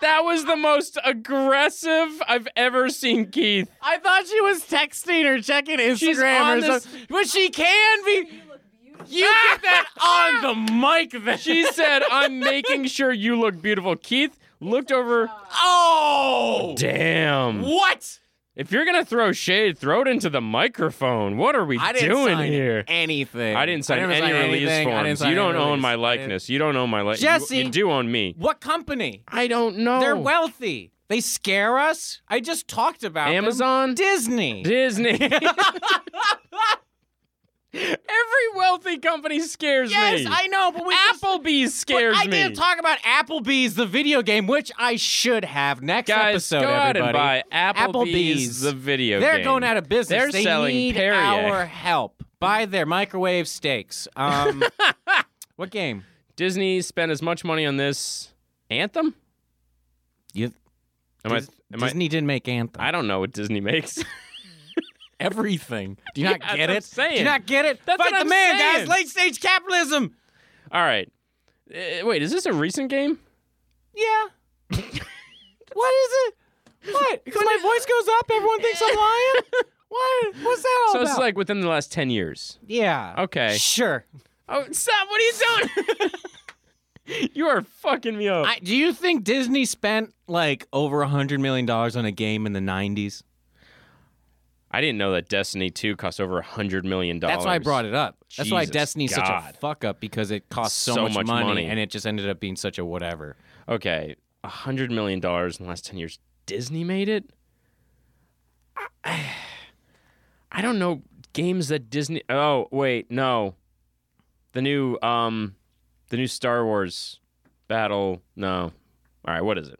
Speaker 2: That was the most aggressive I've ever seen Keith.
Speaker 5: I thought she was texting or checking Instagram
Speaker 2: She's on
Speaker 5: or
Speaker 2: this-
Speaker 5: something. But she can be.
Speaker 6: You look beautiful.
Speaker 5: You get that on the mic then.
Speaker 2: Ah! She said, "I'm making sure you look beautiful." Keith looked over.
Speaker 5: Oh!
Speaker 2: Damn!
Speaker 5: What?
Speaker 2: If you're gonna throw shade, throw it into the microphone. What are we
Speaker 1: I didn't
Speaker 2: doing
Speaker 1: sign
Speaker 2: here?
Speaker 1: anything.
Speaker 2: I didn't sign any release
Speaker 1: anything. I didn't
Speaker 2: forms.
Speaker 1: sign
Speaker 2: You
Speaker 1: any
Speaker 2: don't own
Speaker 1: release.
Speaker 2: my
Speaker 1: I didn't-
Speaker 2: likeness. You don't own my likeness.
Speaker 1: Jesse!
Speaker 2: you, do own me.
Speaker 1: What company?
Speaker 2: I don't know.
Speaker 1: They're wealthy. They scare us. I just talked about them.
Speaker 2: Amazon?
Speaker 1: Disney.
Speaker 2: Disney. Every wealthy company scares
Speaker 1: yes,
Speaker 2: me.
Speaker 1: I know, but we just-
Speaker 2: Applebee's scares
Speaker 1: but I
Speaker 2: me.
Speaker 1: didn't talk about Applebee's, the video game, which I should have next
Speaker 2: Guys,
Speaker 1: episode.
Speaker 2: go out
Speaker 1: everybody.
Speaker 2: and buy Applebee's,
Speaker 1: Applebee's.
Speaker 2: the video
Speaker 1: They're
Speaker 2: game.
Speaker 1: going out of business.
Speaker 2: They're
Speaker 1: They
Speaker 2: selling
Speaker 1: need
Speaker 2: Perrier.
Speaker 1: our help. Buy their microwave steaks. Um, what game?
Speaker 2: Disney spent as much money on this Anthem?
Speaker 1: You-
Speaker 2: Am I?
Speaker 1: Dis-
Speaker 2: Am
Speaker 1: Disney didn't make Anthem.
Speaker 2: I? I don't know what Disney makes.
Speaker 1: Everything. Do you not
Speaker 2: Yeah,
Speaker 1: get
Speaker 2: that's what I'm
Speaker 1: it?
Speaker 2: saying.
Speaker 1: Do you not get it?
Speaker 2: That's
Speaker 1: Fight
Speaker 2: what
Speaker 1: the
Speaker 2: I'm
Speaker 1: man,
Speaker 2: saying.
Speaker 1: guys. Late stage capitalism.
Speaker 2: All right. Uh, wait, is this a recent game?
Speaker 1: Yeah. what is it? What? Because my voice goes up, everyone thinks I'm lying. What? What's that all
Speaker 2: So
Speaker 1: about?
Speaker 2: it's like within the last ten years.
Speaker 1: yeah.
Speaker 2: Okay.
Speaker 1: Sure.
Speaker 2: Oh, stop! What are you doing? you are fucking me up.
Speaker 1: I, do you think Disney spent like over a hundred million dollars on a game in the '90s?
Speaker 2: I didn't know that Destiny 2 cost over a hundred million dollars.
Speaker 1: That's why I brought it up. That's why
Speaker 2: Jesus
Speaker 1: Destiny's such
Speaker 2: God.
Speaker 1: a fuck up because it cost so,
Speaker 2: So
Speaker 1: much,
Speaker 2: much
Speaker 1: money,
Speaker 2: money.
Speaker 1: and it just ended up being such a whatever.
Speaker 2: Okay, a hundred million dollars in the last ten years. Disney made it. I, I don't know games that Disney. Oh wait, no, the new um, the new Star Wars battle. No, all right, what is it?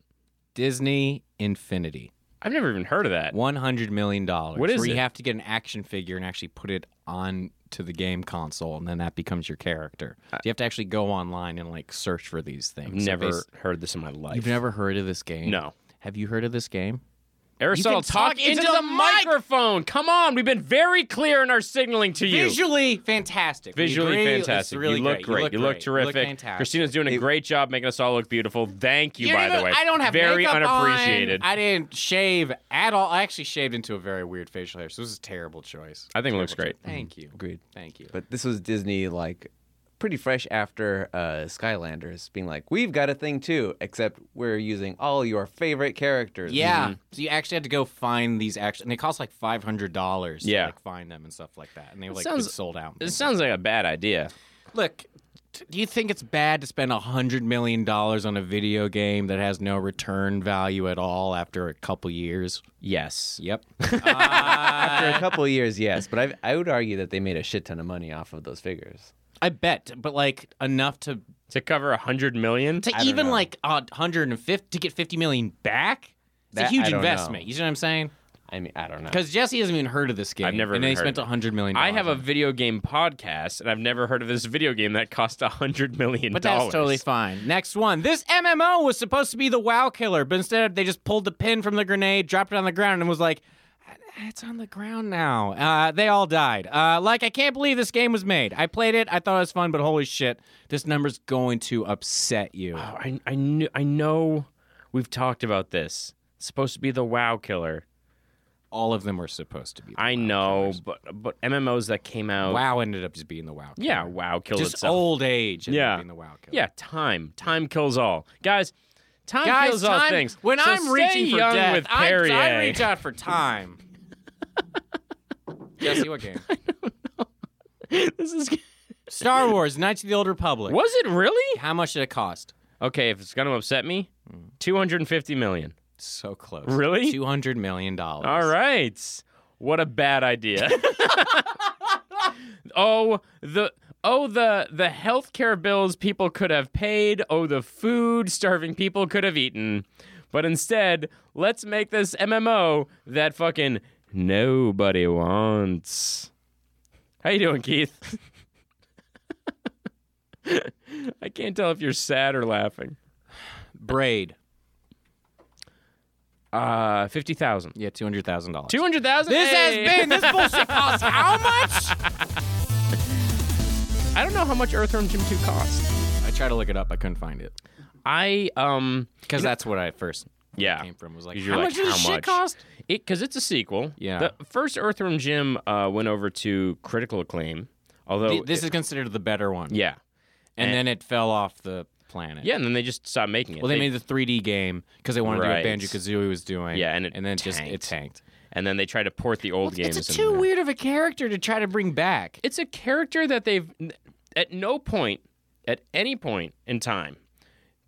Speaker 1: Disney Infinity,
Speaker 2: I've never even heard of that.
Speaker 1: one hundred million dollars.
Speaker 2: What is
Speaker 1: where you
Speaker 2: it?
Speaker 1: have to get an action figure and actually put it on to the game console, and then that becomes your character. So you have to actually go online and like search for these things.
Speaker 2: Uh, I've
Speaker 1: So
Speaker 2: never
Speaker 1: basi-
Speaker 2: heard this in my life.
Speaker 1: You've never heard of this game?
Speaker 2: No.
Speaker 1: Have you heard of this game?
Speaker 2: Aristotle, talk, into, the,
Speaker 1: mic!
Speaker 2: microphone. Come on, we've been very clear in our signaling to you.
Speaker 1: Visually fantastic. We
Speaker 2: Visually
Speaker 1: agree, it's
Speaker 2: fantastic.
Speaker 1: really
Speaker 2: you look great. You look,
Speaker 1: great.
Speaker 2: terrific.
Speaker 1: fantastic.
Speaker 2: Christina's doing a great job making us all look beautiful. Thank you,
Speaker 1: You
Speaker 2: by
Speaker 1: didn't-
Speaker 2: the way.
Speaker 1: I don't have
Speaker 2: very
Speaker 1: makeup
Speaker 2: unappreciated.
Speaker 1: on. I didn't shave at all. I actually shaved into a very weird facial hair, so this is a terrible choice.
Speaker 2: I think it looks great.
Speaker 1: Thank you.
Speaker 3: Agreed.
Speaker 1: Thank you.
Speaker 3: But this was Disney, like, pretty fresh after uh, Skylanders, being like, we've got a thing too, except we're using all your favorite characters.
Speaker 1: yeah.
Speaker 2: Mm-hmm.
Speaker 1: So you actually had to go find these action, and it cost like five hundred dollars.
Speaker 2: Yeah.
Speaker 1: To, like find them and stuff like that, and they were like
Speaker 2: sounds-
Speaker 1: it's sold out.
Speaker 2: This sounds like a bad idea.
Speaker 1: Look, t- do you think it's bad to spend hundred million dollars on a video game that has no return value at all after a couple years?
Speaker 2: Yes.
Speaker 1: Yep.
Speaker 3: After a couple of years, yes, but I, I would argue that they made a shit ton of money off of those figures.
Speaker 1: I bet, but like enough to
Speaker 2: To cover a hundred million.
Speaker 1: to even like a hundred and fifty to get fifty million back. It's a
Speaker 3: That
Speaker 1: huge
Speaker 3: I don't know.
Speaker 1: investment. You see what I'm saying?
Speaker 3: I mean, I don't know.
Speaker 1: Because Jesse hasn't even heard of this game.
Speaker 2: I've never
Speaker 1: And they
Speaker 2: even heard
Speaker 1: spent
Speaker 2: of it.
Speaker 1: a hundred million.
Speaker 2: I have a video game podcast, and I've never heard of this video game that cost a hundred million
Speaker 1: But that's totally fine. Next one. This MMO was supposed to be the WoW killer, but instead they just pulled the pin from the grenade, dropped it on the ground, and was like, "It's on the ground now." Uh, they all died. Uh, like I can't believe this game was made. I played it. I thought it was fun, but holy shit, this number's going to upset you.
Speaker 2: Oh, I I knew I know we've talked about this. It's supposed to be the WoW killer.
Speaker 1: All of them were supposed to be. the
Speaker 2: I
Speaker 1: WoW
Speaker 2: know,
Speaker 1: killers.
Speaker 2: but but MMOs that came out.
Speaker 1: WoW ended up just being the WoW. Killer.
Speaker 2: Yeah, WoW killed
Speaker 1: just
Speaker 2: itself.
Speaker 1: old age. ended up
Speaker 2: Yeah.
Speaker 1: being the WoW killer.
Speaker 2: Yeah, time. Time kills all. Guys, time
Speaker 1: Guys,
Speaker 2: kills all
Speaker 1: time-
Speaker 2: things.
Speaker 1: When
Speaker 2: So
Speaker 1: I'm
Speaker 2: stay
Speaker 1: reaching for
Speaker 2: young
Speaker 1: death,
Speaker 2: with
Speaker 1: I-
Speaker 2: Perrier.
Speaker 1: I, reach out for time. Jesse, what game?
Speaker 2: this is
Speaker 1: Star Wars: Knights of the Old Republic.
Speaker 2: Was it really?
Speaker 1: How much did it cost?
Speaker 2: Okay, if it's gonna upset me,
Speaker 1: Hmm.
Speaker 2: two hundred and fifty million.
Speaker 1: So close.
Speaker 2: Really?
Speaker 1: Two hundred million dollars.
Speaker 2: All right. What a bad idea. oh, the oh the the healthcare bills people could have paid. Oh, the food starving people could have eaten. But instead, let's make this MMO that fucking nobody wants. How you doing, Keith? I can't tell if you're sad or laughing.
Speaker 1: Braid.
Speaker 2: Uh, 50,000.
Speaker 1: Yeah, two hundred thousand dollars.
Speaker 2: 200,000?
Speaker 1: This
Speaker 2: Hey!
Speaker 1: has been this bullshit costs how much?
Speaker 2: I don't know how much Earthworm Jim 2 cost.
Speaker 1: I tried to look it up. I couldn't find it
Speaker 2: I um
Speaker 1: because that's what I first
Speaker 2: yeah.
Speaker 1: came from. Was like,
Speaker 2: 'Cause you're
Speaker 1: how
Speaker 2: like,
Speaker 1: much did this
Speaker 2: how
Speaker 1: shit
Speaker 2: much?
Speaker 1: cost?
Speaker 2: It because it's a sequel.
Speaker 1: Yeah.
Speaker 2: The first Earthworm Jim uh, went over to critical acclaim, although
Speaker 1: Th- this is considered the better one.
Speaker 2: yeah
Speaker 1: and then it fell off the planet.
Speaker 2: yeah, and then they just stopped making it.
Speaker 1: Well, they made the 3D game because they wanted
Speaker 2: Right.
Speaker 1: to do what Banjo Kazooie was doing.
Speaker 2: Yeah, and it
Speaker 1: and then just it
Speaker 2: tanked.
Speaker 1: tanked.
Speaker 2: and then they tried to port the old games.
Speaker 1: it's
Speaker 2: in
Speaker 1: too
Speaker 2: there.
Speaker 1: weird of a character to try to bring back.
Speaker 2: It's a character that they've n- at no point, at any point in time,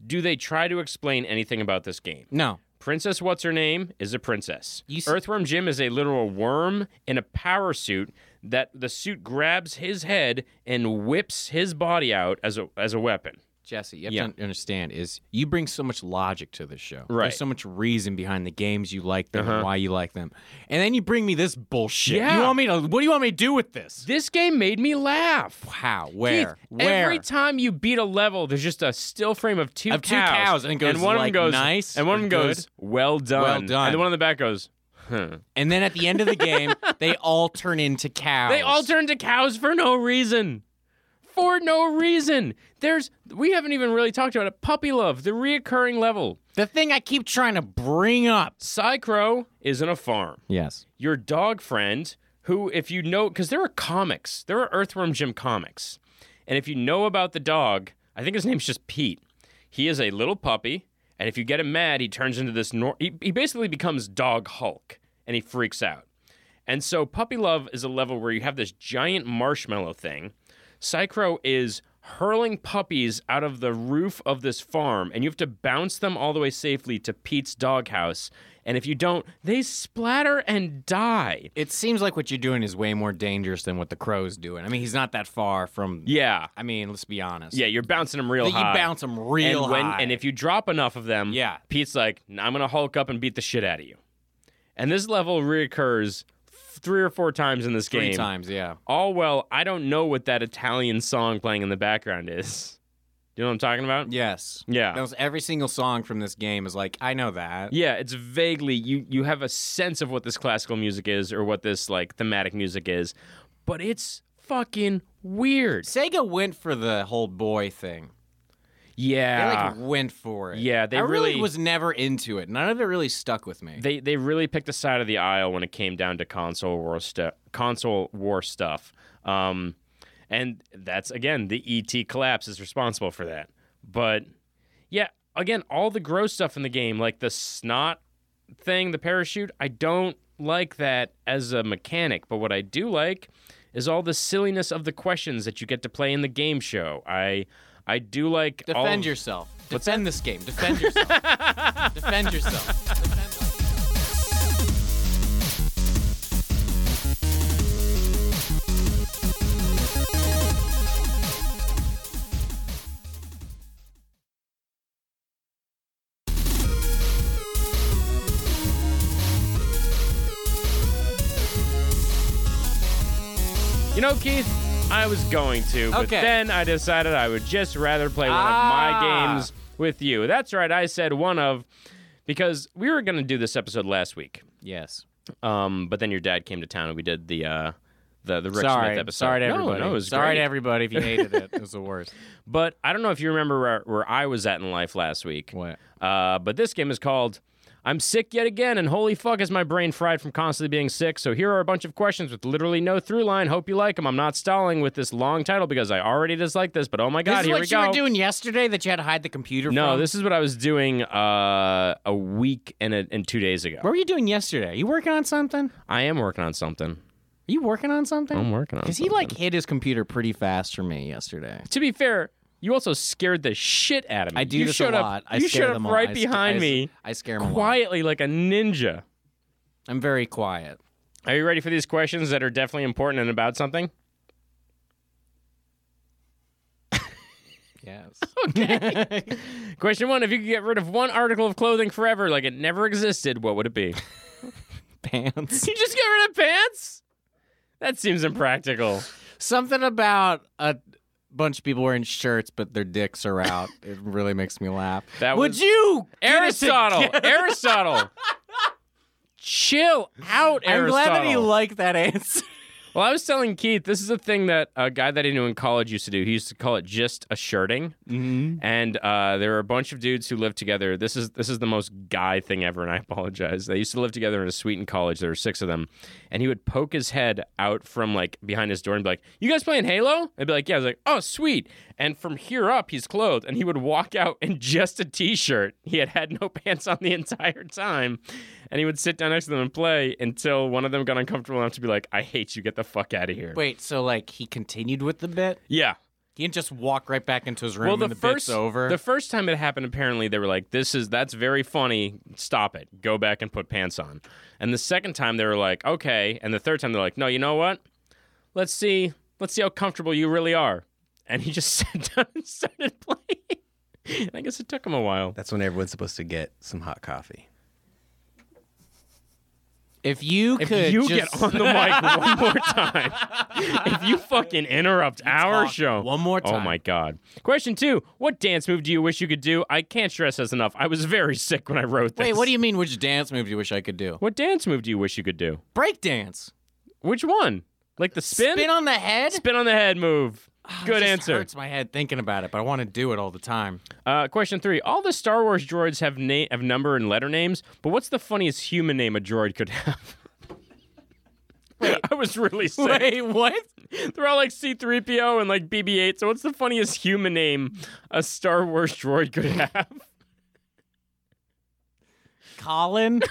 Speaker 2: do they try to explain anything about this game.
Speaker 1: No,
Speaker 2: Princess What's Her Name is a princess.
Speaker 1: You s-
Speaker 2: Earthworm Jim is a literal worm in a power suit that the suit grabs his head and whips his body out as a as a weapon.
Speaker 1: Jesse, you have
Speaker 2: Yeah.
Speaker 1: to un- understand is you bring so much logic to this show.
Speaker 2: Right. Uh-huh.
Speaker 1: There's so much reason behind the games you like them and why you like them. And then you bring me this bullshit.
Speaker 2: Yeah.
Speaker 1: You want me to what do you want me to do with this?
Speaker 2: This game made me laugh.
Speaker 1: How? Where?
Speaker 2: Keith,
Speaker 1: Where?
Speaker 2: Every time you beat a level, there's just a still frame of two
Speaker 1: Of two
Speaker 2: cows,
Speaker 1: cows, and it goes,
Speaker 2: one
Speaker 1: like,
Speaker 2: of them goes
Speaker 1: nice
Speaker 2: and one of
Speaker 1: or
Speaker 2: them goes well done,
Speaker 1: Well done.
Speaker 2: and the one in the back goes. Huh.
Speaker 1: and then at the end of the game, they all turn into cows.
Speaker 2: They all turn to cows for no reason. For no reason. There's we haven't even really talked about it. Puppy love, the reoccurring level.
Speaker 1: the thing I keep trying to bring up.
Speaker 2: Psychro is in a farm.
Speaker 1: Yes.
Speaker 2: Your dog friend, who if you know because there are comics, there are Earthworm Jim comics. And if you know about the dog, I think his name's just Pete. He is a little puppy, and if you get him mad, he turns into this nor- he, he basically becomes dog Hulk and he freaks out. And so Puppy Love is a level where you have this giant marshmallow thing. Psychro is hurling puppies out of the roof of this farm, and you have to bounce them all the way safely to Pete's doghouse. And if you don't, they splatter and die.
Speaker 1: It seems like what you're doing is way more dangerous than what the crow's doing. I mean, he's not that far from.
Speaker 2: Yeah.
Speaker 1: I mean, let's be honest.
Speaker 2: Yeah, you're bouncing them real
Speaker 1: That you
Speaker 2: high.
Speaker 1: bounce them real
Speaker 2: and when,
Speaker 1: high.
Speaker 2: And if you drop enough of them,
Speaker 1: Yeah.
Speaker 2: Pete's like, "Nah, I'm gonna Hulk up and beat the shit out of you. And this level reoccurs three or four times in this
Speaker 1: three
Speaker 2: game.
Speaker 1: times, yeah.
Speaker 2: All well, I don't know what that Italian song playing in the background is. You know what I'm talking about?
Speaker 1: Yes.
Speaker 2: Yeah.
Speaker 1: Almost every single song from this game is like, I know that.
Speaker 2: Yeah, it's vaguely you you have a sense of what this classical music is or what this like thematic music is, but it's fucking weird.
Speaker 1: Sega went for the whole boy thing. They
Speaker 2: Yeah.
Speaker 1: like went for it.
Speaker 2: Yeah, they
Speaker 1: I really,
Speaker 2: really-
Speaker 1: was never into it. None of it really stuck with me.
Speaker 2: they they really picked a side of the aisle when it came down to console war stuff. Console war stuff, um, and that's again the ET collapse is responsible for that. But yeah, again, all the gross stuff in the game, like the snot thing, the parachute, I don't like that as a mechanic. But what I do like is all the silliness of the questions that you get to play in the game show. I I do like all
Speaker 1: Defend
Speaker 2: of-
Speaker 1: yourself. Defend this game. Defend yourself. Defend yourself.
Speaker 2: You know, Keith, I was going to, but
Speaker 1: Okay.
Speaker 2: then I decided I would just rather play one of
Speaker 1: Ah.
Speaker 2: my games with you. That's right, I said one of, because we were going to do this episode last week,
Speaker 1: Yes.
Speaker 2: um, but then your dad came to town and we did the uh, the the Rick
Speaker 1: Sorry.
Speaker 2: Smith episode.
Speaker 1: Sorry to
Speaker 2: No,
Speaker 1: everybody.
Speaker 2: no, it was
Speaker 1: Sorry to
Speaker 2: great.
Speaker 1: everybody if you hated it. It was the worst.
Speaker 2: But I don't know if you remember where, where I was at in life last week.
Speaker 1: What?
Speaker 2: Uh, but this game is called I'm Sick Yet Again, and holy fuck is my brain fried from constantly being sick. So here are a bunch of questions with literally no through line. Hope you like them. I'm not stalling with this long title because I already dislike this, but oh my god,
Speaker 1: this is
Speaker 2: here
Speaker 1: what
Speaker 2: we
Speaker 1: you
Speaker 2: go.
Speaker 1: were doing yesterday that you had to hide the computer
Speaker 2: no,
Speaker 1: from?
Speaker 2: this is what I was doing uh, a week and, a, and two days ago.
Speaker 1: What were you doing yesterday? You working on something?
Speaker 2: I am working on something.
Speaker 1: Are you working on something?
Speaker 2: I'm working on.
Speaker 1: Because he like hid his computer pretty fast from me yesterday.
Speaker 2: To be fair, you also scared the shit out of me.
Speaker 1: I do
Speaker 2: you
Speaker 1: this
Speaker 2: showed
Speaker 1: a lot.
Speaker 2: Up,
Speaker 1: I
Speaker 2: you
Speaker 1: scare
Speaker 2: showed up
Speaker 1: them all.
Speaker 2: right
Speaker 1: I sc-
Speaker 2: behind
Speaker 1: I s-
Speaker 2: me,
Speaker 1: I scare them all.
Speaker 2: quietly like a ninja.
Speaker 1: I'm very quiet.
Speaker 2: Are you ready for these questions that are definitely important and about something?
Speaker 1: Yes.
Speaker 2: Oh, Question one: If you could get rid of one article of clothing forever, like it never existed, what would it be?
Speaker 1: Pants.
Speaker 2: you just get rid of pants? That seems impractical.
Speaker 1: Something about a bunch of people wearing shirts, but their dicks are out. it really makes me laugh.
Speaker 2: That
Speaker 1: Would
Speaker 2: was-
Speaker 1: you? get it
Speaker 2: Aristotle.
Speaker 1: together?
Speaker 2: Aristotle. Chill out,
Speaker 1: I'm
Speaker 2: Aristotle.
Speaker 1: glad that he liked that answer.
Speaker 2: Well, I was telling Keith, this is a thing that a guy that I knew in college used to do. He used to call it just a shirting.
Speaker 1: Mm-hmm.
Speaker 2: And uh, there were a bunch of dudes who lived together. This is this is the most guy thing ever, and I apologize. They used to live together in a suite in college. There were six of them, and he would poke his head out from like behind his door and be like, "You guys playing Halo?" I'd be like, "Yeah." I was like, "Oh, sweet!" And from here up, he's clothed, and he would walk out in just a t-shirt. He had had no pants on the entire time, and he would sit down next to them and play until one of them got uncomfortable enough to be like, "I hate you. Get the fuck out of here."
Speaker 1: Wait, so like he continued with the bit?
Speaker 2: Yeah.
Speaker 1: He didn't just walk right back into his room and the bit's over.
Speaker 2: The first time it happened, apparently they were like, "This is that's very funny. Stop it. Go back and put pants on." And the second time they were like, "Okay," and the third time they're like, "No, you know what? Let's see. Let's see how comfortable you really are." And he just sat down and started playing. And I guess it took him a while.
Speaker 3: That's when everyone's supposed to get some hot coffee.
Speaker 1: if you could
Speaker 2: If you
Speaker 1: just
Speaker 2: get on the mic one more time, if you fucking interrupt our
Speaker 1: talk
Speaker 2: show
Speaker 1: one more
Speaker 2: oh
Speaker 1: time.
Speaker 2: my god. Question two: What dance move do you wish you could do? I can't stress this enough. I was very sick when I wrote this.
Speaker 1: Wait, what do you mean which dance move do you wish I could do?
Speaker 2: What dance move do you wish you could do?
Speaker 1: Break dance.
Speaker 2: Which one? Like the spin?
Speaker 1: Spin on the head?
Speaker 2: Spin on the head move. Good
Speaker 1: It just
Speaker 2: answer.
Speaker 1: Hurts my head thinking about it, but I want to do it all the time.
Speaker 2: Uh, question three: All the Star Wars droids have na- have number and letter names, but what's the funniest human name a droid could have? I was really sick.
Speaker 1: Wait, what?
Speaker 2: They're all like C-3PO and like BB-8. So what's the funniest human name a Star Wars droid could have?
Speaker 1: Colin?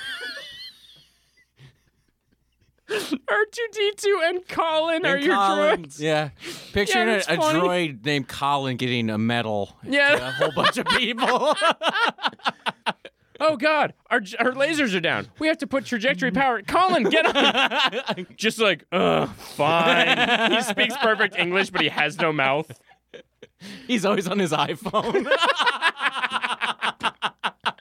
Speaker 2: R2D2 and Colin are
Speaker 1: And
Speaker 2: your
Speaker 1: Colin.
Speaker 2: droids.
Speaker 1: Yeah. Picturing
Speaker 2: Yeah, that's
Speaker 1: a, a
Speaker 2: funny.
Speaker 1: droid named Colin getting a medal.
Speaker 2: Yeah.
Speaker 1: to A whole bunch of people.
Speaker 2: Oh God, our our lasers are down. We have to put trajectory power. Colin, get up! Just like, ugh, fine. He speaks perfect English, but he has no mouth.
Speaker 1: He's always on his iPhone.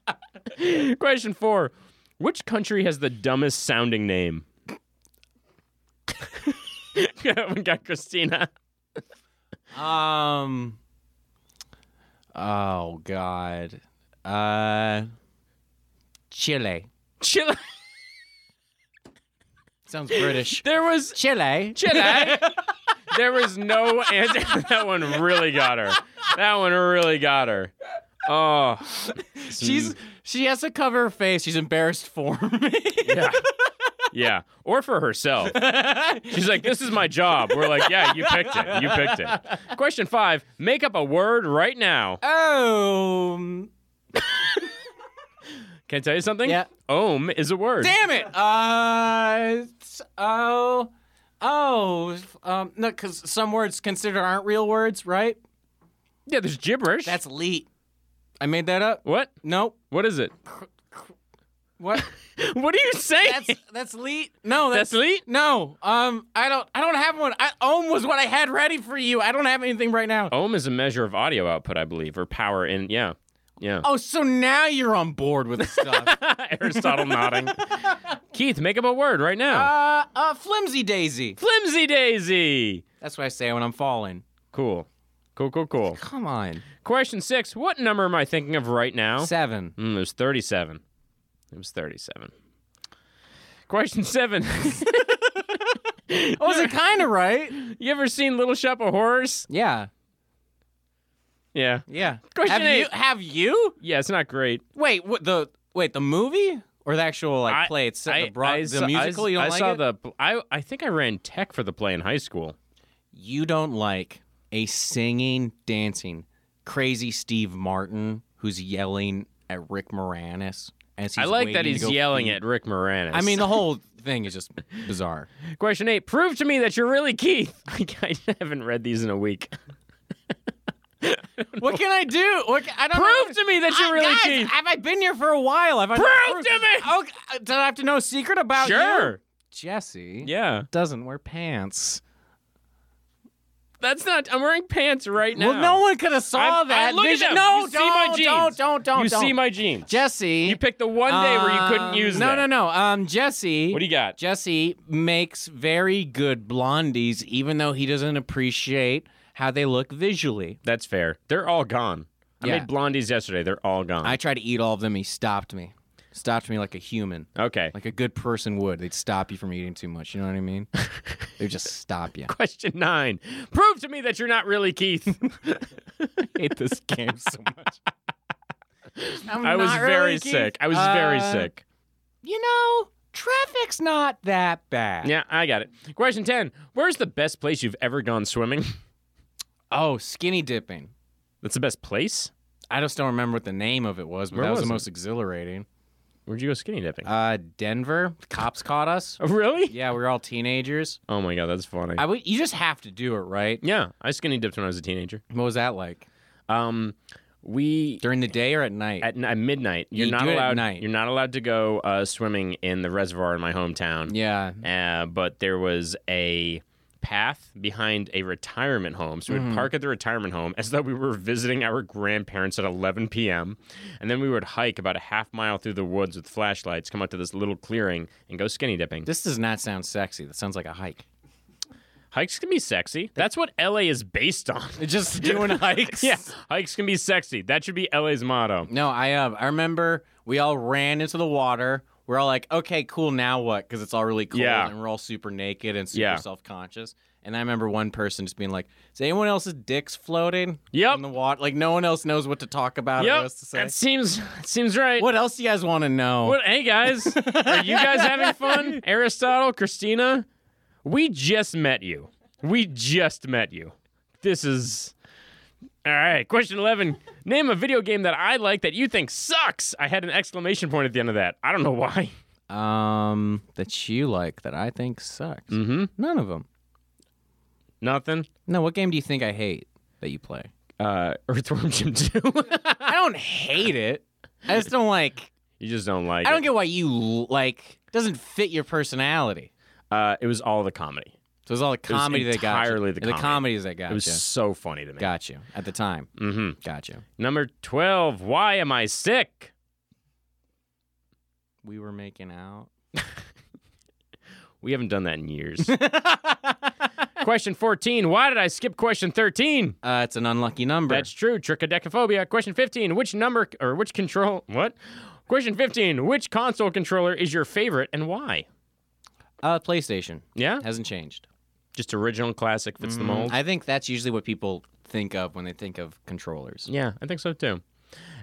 Speaker 2: Question four: Which country has the dumbest sounding name? we got Christina.
Speaker 1: Um. Oh God. Uh. Chile
Speaker 2: Chile.
Speaker 1: sounds British.
Speaker 2: There was
Speaker 1: Chile.
Speaker 2: Chile. there was no answer. That one really got her. That one really got her. Oh,
Speaker 1: She's she has to cover her face. She's embarrassed for me.
Speaker 2: Yeah. Yeah. Or for herself. She's like, this is my job. We're like, yeah, you picked it. You picked it. Question five make up a word right now.
Speaker 1: oh. um,
Speaker 2: Can I tell you something?
Speaker 1: Yeah.
Speaker 2: Ohm is a word.
Speaker 1: Damn it. Uh. it's- Oh. Oh. Um. No, because some words considered aren't real words, right?
Speaker 2: Yeah, there's gibberish.
Speaker 1: That's leet. I made that up.
Speaker 2: What?
Speaker 1: Nope.
Speaker 2: What is it?
Speaker 1: What?
Speaker 2: What are you saying?
Speaker 1: That's that's leet. No,
Speaker 2: That's
Speaker 1: that's,
Speaker 2: leet?
Speaker 1: No, um, I don't. I don't have one. I, ohm was what I had ready for you. I don't have anything right now.
Speaker 2: Ohm is a measure of audio output, I believe, or power in. Yeah. Yeah.
Speaker 1: Oh, so now you're on board with stuff.
Speaker 2: Aristotle nodding. Keith, make up a word right now.
Speaker 1: uh, uh, flimsy daisy.
Speaker 2: Flimsy Daisy.
Speaker 1: That's what I say when I'm falling.
Speaker 2: Cool. Cool, cool, cool.
Speaker 1: Come on,
Speaker 2: Question six. What number am I thinking of right now?
Speaker 1: seven.
Speaker 2: Mm, it was 37. It was 37. Question seven.
Speaker 1: I was Oh, it kind of right?
Speaker 2: you ever seen Little Shop of Horrors?
Speaker 1: Yeah,
Speaker 2: Yeah.
Speaker 1: yeah.
Speaker 2: Question
Speaker 1: have
Speaker 2: eight.
Speaker 1: you? Have you?
Speaker 2: Yeah, it's not great.
Speaker 1: Wait, what the? Wait, the movie or the actual like
Speaker 2: I-
Speaker 1: play? It's set in the, broad,
Speaker 2: I
Speaker 1: the
Speaker 2: saw-
Speaker 1: musical.
Speaker 2: I,
Speaker 1: you don't
Speaker 2: I
Speaker 1: like
Speaker 2: saw
Speaker 1: it?
Speaker 2: the. I I think I ran tech for the play in high school.
Speaker 1: you don't like a singing, dancing, crazy Steve Martin who's yelling at Rick Moranis as he's
Speaker 2: I like
Speaker 1: waiting
Speaker 2: that
Speaker 1: to
Speaker 2: he's
Speaker 1: go
Speaker 2: yelling
Speaker 1: feed-
Speaker 2: at Rick Moranis.
Speaker 1: I mean, the whole thing is just bizarre.
Speaker 2: question eight: Prove to me that you're really Keith. I, I haven't read these in a week.
Speaker 1: what can I do? What ca- I don't
Speaker 2: Prove
Speaker 1: know.
Speaker 2: to me that you're really
Speaker 1: guys,
Speaker 2: Keith.
Speaker 1: Have I been here for a while? Have I
Speaker 2: Prove to me!
Speaker 1: Oh, did I have to know a secret about you?
Speaker 2: Sure.
Speaker 1: Jesse
Speaker 2: Yeah.
Speaker 1: doesn't wear pants.
Speaker 2: That's not. I'm wearing pants right now.
Speaker 1: Well, no one could have saw
Speaker 2: I'm- I
Speaker 1: that.
Speaker 2: look at
Speaker 1: They should-
Speaker 2: them.
Speaker 1: No,
Speaker 2: You see
Speaker 1: don't,
Speaker 2: my jeans.
Speaker 1: don't, don't, don't,
Speaker 2: You
Speaker 1: don't.
Speaker 2: see my jeans.
Speaker 1: Jesse.
Speaker 2: You picked the one day where you couldn't use
Speaker 1: No,
Speaker 2: that.
Speaker 1: no, no. Um, Jesse.
Speaker 2: What do you got?
Speaker 1: Jesse makes very good blondies, even though he doesn't appreciate how they look visually.
Speaker 2: That's fair. They're all gone. I
Speaker 1: Yeah.
Speaker 2: made blondies yesterday. They're all gone.
Speaker 1: I tried to eat all of them. He stopped me. Stopped me like a human,
Speaker 2: okay.
Speaker 1: like a good person would. They'd stop you from eating too much. You know what I mean? They'd just stop you.
Speaker 2: Question nine. Prove to me that you're not really Keith.
Speaker 1: I hate this game so much. I'm
Speaker 2: I was
Speaker 1: not really
Speaker 2: very
Speaker 1: Keith.
Speaker 2: sick. I was very
Speaker 1: Uh,
Speaker 2: sick.
Speaker 1: You know, traffic's not that bad.
Speaker 2: Yeah, I got it. Question 10. Where's the best place you've ever gone swimming?
Speaker 1: Oh, skinny dipping.
Speaker 2: That's the best place?
Speaker 1: I just don't remember what the name of it was, but
Speaker 2: Where
Speaker 1: that was,
Speaker 2: was
Speaker 1: the
Speaker 2: it?
Speaker 1: most exhilarating.
Speaker 2: Where'd you go skinny dipping?
Speaker 1: Uh, Denver. Cops caught us.
Speaker 2: oh, really?
Speaker 1: Yeah, we were all teenagers.
Speaker 2: Oh my God, that's funny.
Speaker 1: I would- you just have to do it, right?
Speaker 2: yeah, I skinny dipped when I was a teenager.
Speaker 1: What was that like?
Speaker 2: Um, we.
Speaker 1: During the day or at night?
Speaker 2: At, n- at midnight, you're
Speaker 1: You
Speaker 2: not
Speaker 1: do it at
Speaker 2: allowed.
Speaker 1: night.
Speaker 2: You're not allowed to go uh, swimming in the reservoir in my hometown.
Speaker 1: yeah.
Speaker 2: uh, but there was a path behind a retirement home. So we'd
Speaker 1: Mm-hmm.
Speaker 2: park at the retirement home as though we were visiting our grandparents at 11 p.m. And then we would hike about a half mile through the woods with flashlights, come out to this little clearing, and go skinny dipping.
Speaker 1: This does not sound sexy. That sounds like a hike.
Speaker 2: Hikes can be sexy. That's what LA is based on.
Speaker 1: Just doing hikes?
Speaker 2: yeah, hikes can be sexy. That should be LA's motto.
Speaker 1: No, I uh, I remember we all ran into the water. We're all like, okay, cool. Now what? Because it's all really cold,
Speaker 2: Yeah.
Speaker 1: and we're all super naked and super
Speaker 2: Yeah.
Speaker 1: self-conscious. And I remember one person just being like, "Is anyone else's dicks floating
Speaker 2: Yep.
Speaker 1: in the water? Like no one else knows what to talk about or what
Speaker 2: Yep,
Speaker 1: else to say.
Speaker 2: that seems that seems right.
Speaker 1: What else do you guys want to know?
Speaker 2: What, hey guys, are you guys having fun? Aristotle, Christina, we just met you. We just met you. This is all right. Question eleven: Name a video game that I like that you think sucks. I had an exclamation point at the end of that. I don't know why.
Speaker 1: Um, that you like that I think sucks.
Speaker 2: Mm-hmm.
Speaker 1: None of them.
Speaker 2: Nothing.
Speaker 1: No, what game do you think I hate that you play?
Speaker 2: Uh, Earthworm Jim Two.
Speaker 1: I don't hate it. I just don't like.
Speaker 2: you just don't like.
Speaker 1: I don't
Speaker 2: it.
Speaker 1: get why you l- like. Doesn't fit your personality.
Speaker 2: Uh, it was all the comedy.
Speaker 1: So it was all the
Speaker 2: was
Speaker 1: comedy that got you.
Speaker 2: entirely the comedy.
Speaker 1: comedies that got
Speaker 2: It was
Speaker 1: you.
Speaker 2: so funny to me.
Speaker 1: Got you at the time.
Speaker 2: Mm-hmm.
Speaker 1: Got you.
Speaker 2: Number twelve. Why am I sick?
Speaker 1: We were making out.
Speaker 2: We haven't done that in years. question 14. Why did I skip question 13?
Speaker 1: Uh, it's an unlucky number.
Speaker 2: That's true. Trichodecaphobia. Question 15. Which number or which control? What? Question 15. Which console controller is your favorite and why?
Speaker 1: uh, PlayStation
Speaker 2: Yeah?
Speaker 1: hasn't changed.
Speaker 2: Just original classic fits the mold.
Speaker 1: I think that's usually what people think of when they think of controllers.
Speaker 2: yeah, I think so too.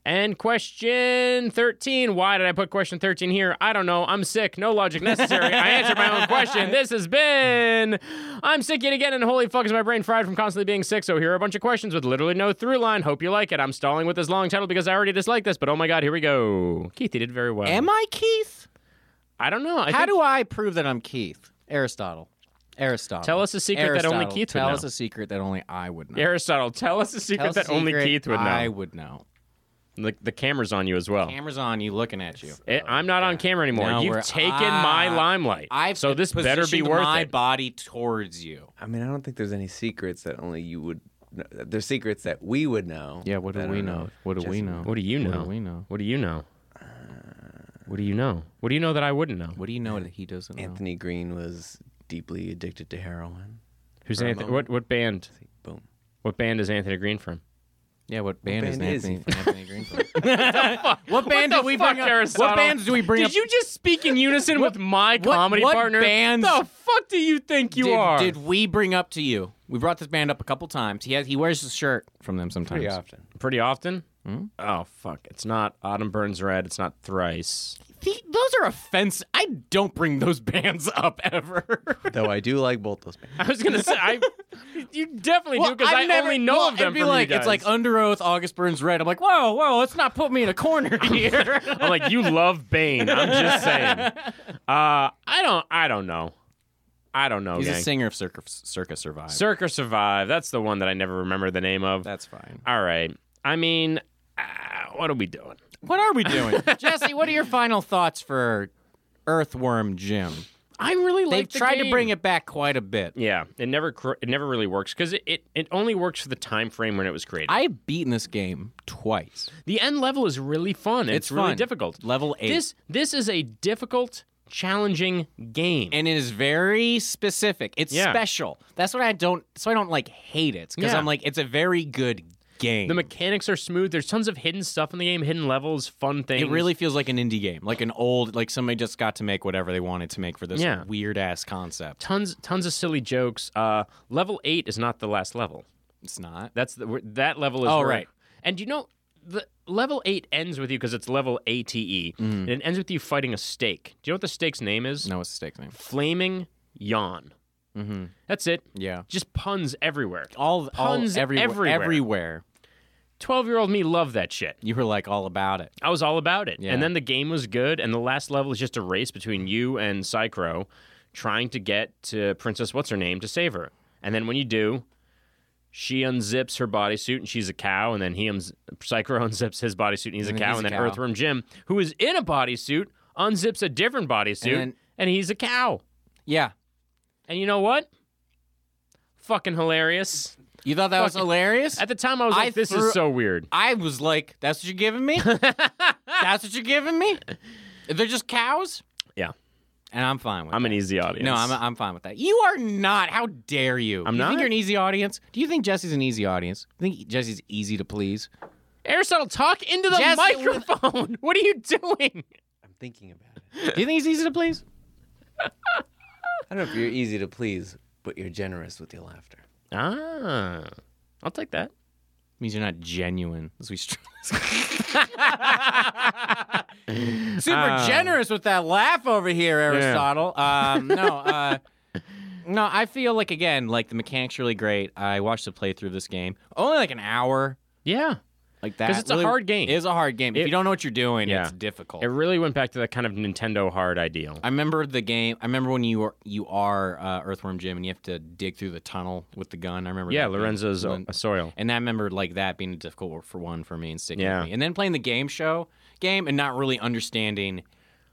Speaker 2: And question 13. Why did I put question 13 here? I don't know. I'm sick. No logic necessary. I answered my own question. This has been I'm sick yet again, and holy fuck is my brain fried from constantly being sick. So here are a bunch of questions with literally no through line. Hope you like it. I'm stalling with this long title because I already dislike this, but oh my god, here we go. Keith, you did very well.
Speaker 1: Am I Keith?
Speaker 2: I don't know. I
Speaker 1: How
Speaker 2: think-
Speaker 1: do I prove that I'm Keith? Aristotle. Aristotle.
Speaker 2: Tell us a secret that only
Speaker 1: Aristotle.
Speaker 2: Keith would
Speaker 1: Tell
Speaker 2: know.
Speaker 1: us a secret that only I would know.
Speaker 2: Aristotle, tell us a
Speaker 1: Tell
Speaker 2: secret
Speaker 1: us a
Speaker 2: that only
Speaker 1: secret
Speaker 2: Keith would know.
Speaker 1: I would know.
Speaker 2: The, the camera's on you as well.
Speaker 1: Camera's on you, looking at you.
Speaker 2: Eh, I'm not on camera anymore.
Speaker 1: No, we're-
Speaker 2: You've taken my
Speaker 1: Ah,
Speaker 2: limelight.
Speaker 1: I've
Speaker 2: so this better be
Speaker 1: positioned
Speaker 2: worth
Speaker 1: my
Speaker 2: it.
Speaker 1: body towards you.
Speaker 3: I mean, I don't think there's any secrets that only you would. Know. There's secrets that we would know. that I don't
Speaker 1: What do
Speaker 3: Jesse-
Speaker 1: know?
Speaker 2: What do you know?
Speaker 1: know?
Speaker 2: What do you know? What do you know? What do you know that I wouldn't know?
Speaker 1: What do you know that he doesn't know?
Speaker 3: Anthony Green was deeply addicted to heroin.
Speaker 2: Who's
Speaker 3: For a
Speaker 2: Anthony? What
Speaker 3: moment.
Speaker 2: what band?
Speaker 3: Boom.
Speaker 2: What band is Anthony Green from?
Speaker 1: Yeah, what band,
Speaker 3: band
Speaker 1: is
Speaker 3: is
Speaker 1: Anthony,
Speaker 3: he
Speaker 1: Anthony Green from? what band
Speaker 2: the
Speaker 1: did we
Speaker 2: fuck,
Speaker 1: bring up?
Speaker 2: Aristotle?
Speaker 1: What bands do we bring
Speaker 2: Did
Speaker 1: up?
Speaker 2: you just speak in unison with my
Speaker 1: what-
Speaker 2: comedy
Speaker 1: what
Speaker 2: partner?
Speaker 1: bands-
Speaker 2: The fuck do you think you
Speaker 1: did,
Speaker 2: are?
Speaker 1: did we bring up to you? We brought this band up a couple times. He has he wears his shirt from them sometimes.
Speaker 3: Pretty often.
Speaker 2: Hmm? Pretty often. Oh fuck! It's not Autumn Burns Red. It's not Thrice.
Speaker 1: the, those are offense. I don't bring those bands up ever.
Speaker 3: Though I do like both those bands.
Speaker 2: I was gonna say I. You definitely do because
Speaker 1: I've
Speaker 2: I only know
Speaker 1: well,
Speaker 2: of them
Speaker 1: It'd be
Speaker 2: from you
Speaker 1: like it's
Speaker 2: guys.
Speaker 1: like Under Oath, August Burns Red. I'm like, whoa, whoa, let's not put me in a corner here.
Speaker 2: I'm like you love Bane. I'm just saying. Uh, I don't. I don't know. I don't know.
Speaker 1: He's a
Speaker 2: gang.
Speaker 1: singer of Circa, Circa Survive.
Speaker 2: Circa Survive. That's the one that I never remember the name of.
Speaker 1: That's fine.
Speaker 2: All right. I mean, uh, what are we doing?
Speaker 1: What are we doing, Jesse? What are your final thoughts for Earthworm Jim?
Speaker 2: I really
Speaker 1: They've tried to bring it back quite a bit.
Speaker 2: Yeah, it never cr- it never really works because it, it it only works for the time frame when it was created.
Speaker 1: I've beaten this game twice.
Speaker 2: the end level is really fun. and It's, really
Speaker 1: fun.
Speaker 2: difficult.
Speaker 1: Level eight.
Speaker 2: This this is a difficult, challenging game.
Speaker 1: and it is very specific. It's
Speaker 2: Yeah.
Speaker 1: special. That's what I don't. So I don't like hate it because
Speaker 2: Yeah.
Speaker 1: I'm like it's a very good game.
Speaker 2: the mechanics are smooth. There's tons of hidden stuff in the game, hidden levels, fun things.
Speaker 1: it really feels like an indie game, like an old, like somebody just got to make whatever they wanted to make for this
Speaker 2: Yeah.
Speaker 1: weird ass concept.
Speaker 2: tons tons of silly jokes. Uh, level eight is not the last level.
Speaker 1: It's not.
Speaker 2: That's the where- that level is.
Speaker 1: Oh,
Speaker 2: where-
Speaker 1: right.
Speaker 2: And you know the level eight ends with you because it's level ATE, and it ends with you fighting a stake. Do you know what the stake's name is?
Speaker 1: Mm-hmm. No, it's a steak name.
Speaker 2: Flaming yawn.
Speaker 1: Mm-hmm.
Speaker 2: That's it.
Speaker 1: Yeah.
Speaker 2: Just puns everywhere.
Speaker 1: All, all
Speaker 2: Puns
Speaker 1: everywhere,
Speaker 2: everywhere.
Speaker 1: everywhere.
Speaker 2: Twelve-year-old me loved that shit.
Speaker 1: You were like all about it.
Speaker 2: I was all about it.
Speaker 1: Yeah.
Speaker 2: And then the game was good, and the last level is just a race between you and Psychro trying to get to Princess What's Her Name to save her. And then when you do, she unzips her bodysuit and she's a cow, and then he uns- Psychro unzips his bodysuit and he's a
Speaker 1: then
Speaker 2: cow,
Speaker 1: he's
Speaker 2: and
Speaker 1: a
Speaker 2: then
Speaker 1: cow.
Speaker 2: Earthworm Jim, who is in a bodysuit, unzips a different bodysuit, and,
Speaker 1: And then-
Speaker 2: he's a cow.
Speaker 1: Yeah.
Speaker 2: And you know what? Fucking hilarious.
Speaker 1: You thought that was
Speaker 2: Fucking-
Speaker 1: hilarious?
Speaker 2: At the time, I was
Speaker 1: I
Speaker 2: like, "This
Speaker 1: threw-
Speaker 2: is so weird."
Speaker 1: I was like, that's what you're giving me? that's what you're giving me? They're just cows?
Speaker 2: Yeah.
Speaker 1: And I'm fine with
Speaker 2: I'm
Speaker 1: that.
Speaker 2: an easy audience.
Speaker 1: No, I'm, I'm fine with that. You are not. How dare you?
Speaker 2: I'm
Speaker 1: you
Speaker 2: not?
Speaker 1: think you're an easy audience? Do you think Jesse's an easy audience? You think Jesse's easy to please?
Speaker 2: Aristotle, talk into the
Speaker 1: Yes, it was-
Speaker 2: microphone. What are you doing?
Speaker 3: I'm thinking about it.
Speaker 1: Do you think he's easy to please?
Speaker 3: I don't know if you're easy to please, but you're generous with your laughter.
Speaker 2: Ah, I'll take that.
Speaker 1: means you're not genuine. As we str- Super generous with that laugh over here, Aristotle. Um, no, uh, no, I feel like again, like the mechanics really great. I watched the playthrough of this game, only like an hour,
Speaker 2: Yeah,
Speaker 1: like that.
Speaker 2: 'Cause it's a hard game.
Speaker 1: It is a hard game. if
Speaker 2: It-
Speaker 1: you don't know what you're doing,
Speaker 2: Yeah.
Speaker 1: it's difficult.
Speaker 2: it really went back to that kind of Nintendo hard ideal.
Speaker 1: I remember the game. I remember when you are you are uh, Earthworm Jim and you have to dig through the tunnel with the gun. I remember.
Speaker 2: yeah,
Speaker 1: that being-
Speaker 2: Lorenzo's a,
Speaker 1: Loren-
Speaker 2: a soil.
Speaker 1: And I remember like that being difficult for one for me and sticking
Speaker 2: Yeah.
Speaker 1: with me. And then playing the game show game and not really understanding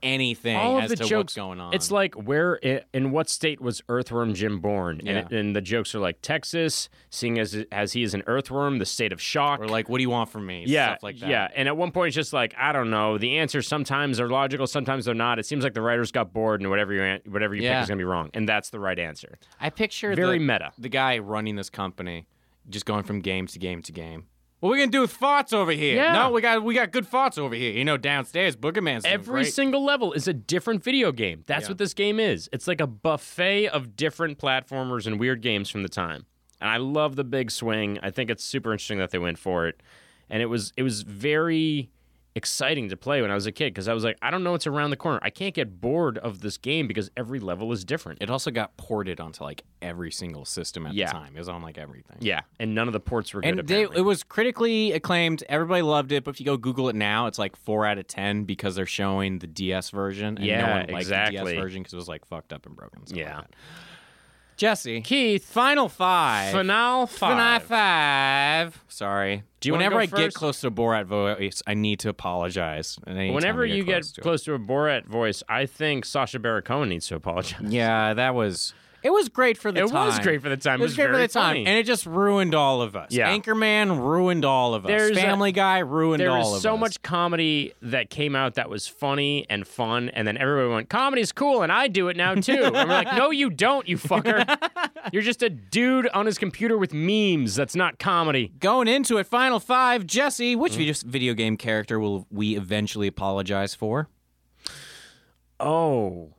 Speaker 1: anything
Speaker 2: All
Speaker 1: as
Speaker 2: of the
Speaker 1: to
Speaker 2: jokes
Speaker 1: what's going on.
Speaker 2: It's like where it, in what state was Earthworm Jim born?
Speaker 1: Yeah.
Speaker 2: And, it, and the jokes are like Texas, seeing as as he is an earthworm, the state of shock.
Speaker 1: or like, what do you want from me?
Speaker 2: yeah,
Speaker 1: Stuff like that.
Speaker 2: yeah. And at one point, it's just like I don't know. The answers sometimes are logical, sometimes they're not. It seems like the writers got bored, and whatever you an- whatever you
Speaker 1: Yeah.
Speaker 2: pick is gonna be wrong, and that's the right answer.
Speaker 1: I picture
Speaker 2: Very
Speaker 1: the,
Speaker 2: meta.
Speaker 1: the guy running this company just going from game to game to game. What we gonna do with farts over here?
Speaker 2: Yeah.
Speaker 1: No, we got we got good farts over here. You know, downstairs, Boogerman's doing
Speaker 2: Every
Speaker 1: great.
Speaker 2: single level is a different video game. That's what this game is. It's like a buffet of different platformers and weird games from the time. And I love the big swing. I think it's super interesting that they went for it. And it was it was very exciting to play when I was a kid because I was like, I don't know what's around the corner. I can't get bored of this game because every level is different.
Speaker 1: It also got ported onto like every single system at
Speaker 2: Yeah.
Speaker 1: the time. It was on like everything.
Speaker 2: yeah, and none of the ports were good.
Speaker 1: And they,
Speaker 2: apparently.
Speaker 1: it was critically acclaimed. Everybody loved it. But if you go Google it now, it's like four out of ten because they're showing the DS version. And no
Speaker 2: Yeah,
Speaker 1: one liked the
Speaker 2: exactly.
Speaker 1: DS version because it was like fucked up and broken. and stuff like
Speaker 2: Yeah.
Speaker 1: that. Jesse,
Speaker 2: Keith,
Speaker 1: final five.
Speaker 2: Final
Speaker 1: Final
Speaker 2: Five.
Speaker 1: five. Sorry.
Speaker 2: Do you wanna
Speaker 1: Whenever
Speaker 2: go
Speaker 1: I get
Speaker 2: first?
Speaker 1: close to a Borat voice, I need to apologize. And anytime
Speaker 2: Whenever
Speaker 1: I
Speaker 2: you get
Speaker 1: to it.
Speaker 2: close to a Borat voice, I think Sasha Baron Cohen needs to apologize.
Speaker 1: yeah, that was. It was great for the
Speaker 2: It
Speaker 1: time.
Speaker 2: was great for the time.
Speaker 1: It was great for
Speaker 2: very
Speaker 1: the time,
Speaker 2: funny.
Speaker 1: and it just ruined all of us.
Speaker 2: Yeah.
Speaker 1: Anchorman ruined all of us.
Speaker 2: There's a-
Speaker 1: Family Guy ruined
Speaker 2: There
Speaker 1: all
Speaker 2: was
Speaker 1: of us.
Speaker 2: so much comedy that came out that was funny and fun, and then everybody went, "Comedy's cool," and I do it now too. and we're like, "No, you don't, you fucker! You're just a dude on his computer with memes. That's not comedy."
Speaker 1: Going into it, final five, Jesse. Which video, video game character will we eventually apologize for?
Speaker 2: Oh,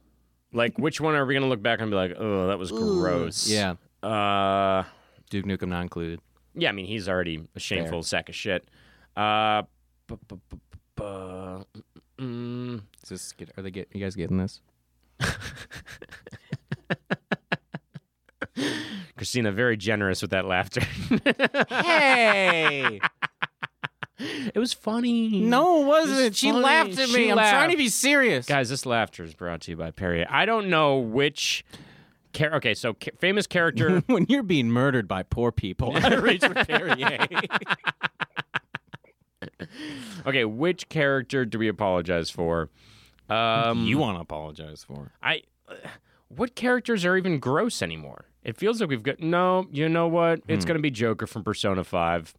Speaker 2: like which one are we gonna look back and be like, "Oh, that was gross."
Speaker 1: Yeah,
Speaker 2: Uh,
Speaker 1: Duke Nukem not included.
Speaker 2: yeah. I mean, he's already a shameful sack of shit. Uh, bu- bu- bu- bu- bu- mm,
Speaker 1: Is this get, are they get you guys getting this?
Speaker 2: Christina, very generous with that laughter.
Speaker 1: Hey,
Speaker 2: it was funny.
Speaker 1: no, it wasn't.
Speaker 2: It's
Speaker 1: She
Speaker 2: funny.
Speaker 1: laughed at me.
Speaker 2: She
Speaker 1: I'm trying to
Speaker 2: laughed.
Speaker 1: be serious.
Speaker 2: Guys, this laughter is brought to you by Perrier. I don't know which. Char- okay, so ca- famous character.
Speaker 1: when you're being murdered by poor people, I reach for Perrier.
Speaker 2: Okay, which character do we apologize for? Um,
Speaker 1: you want to apologize for?
Speaker 2: I. What characters are even gross anymore? It feels like we've got no. You know what?
Speaker 1: Hmm.
Speaker 2: It's going to be Joker from Persona Five.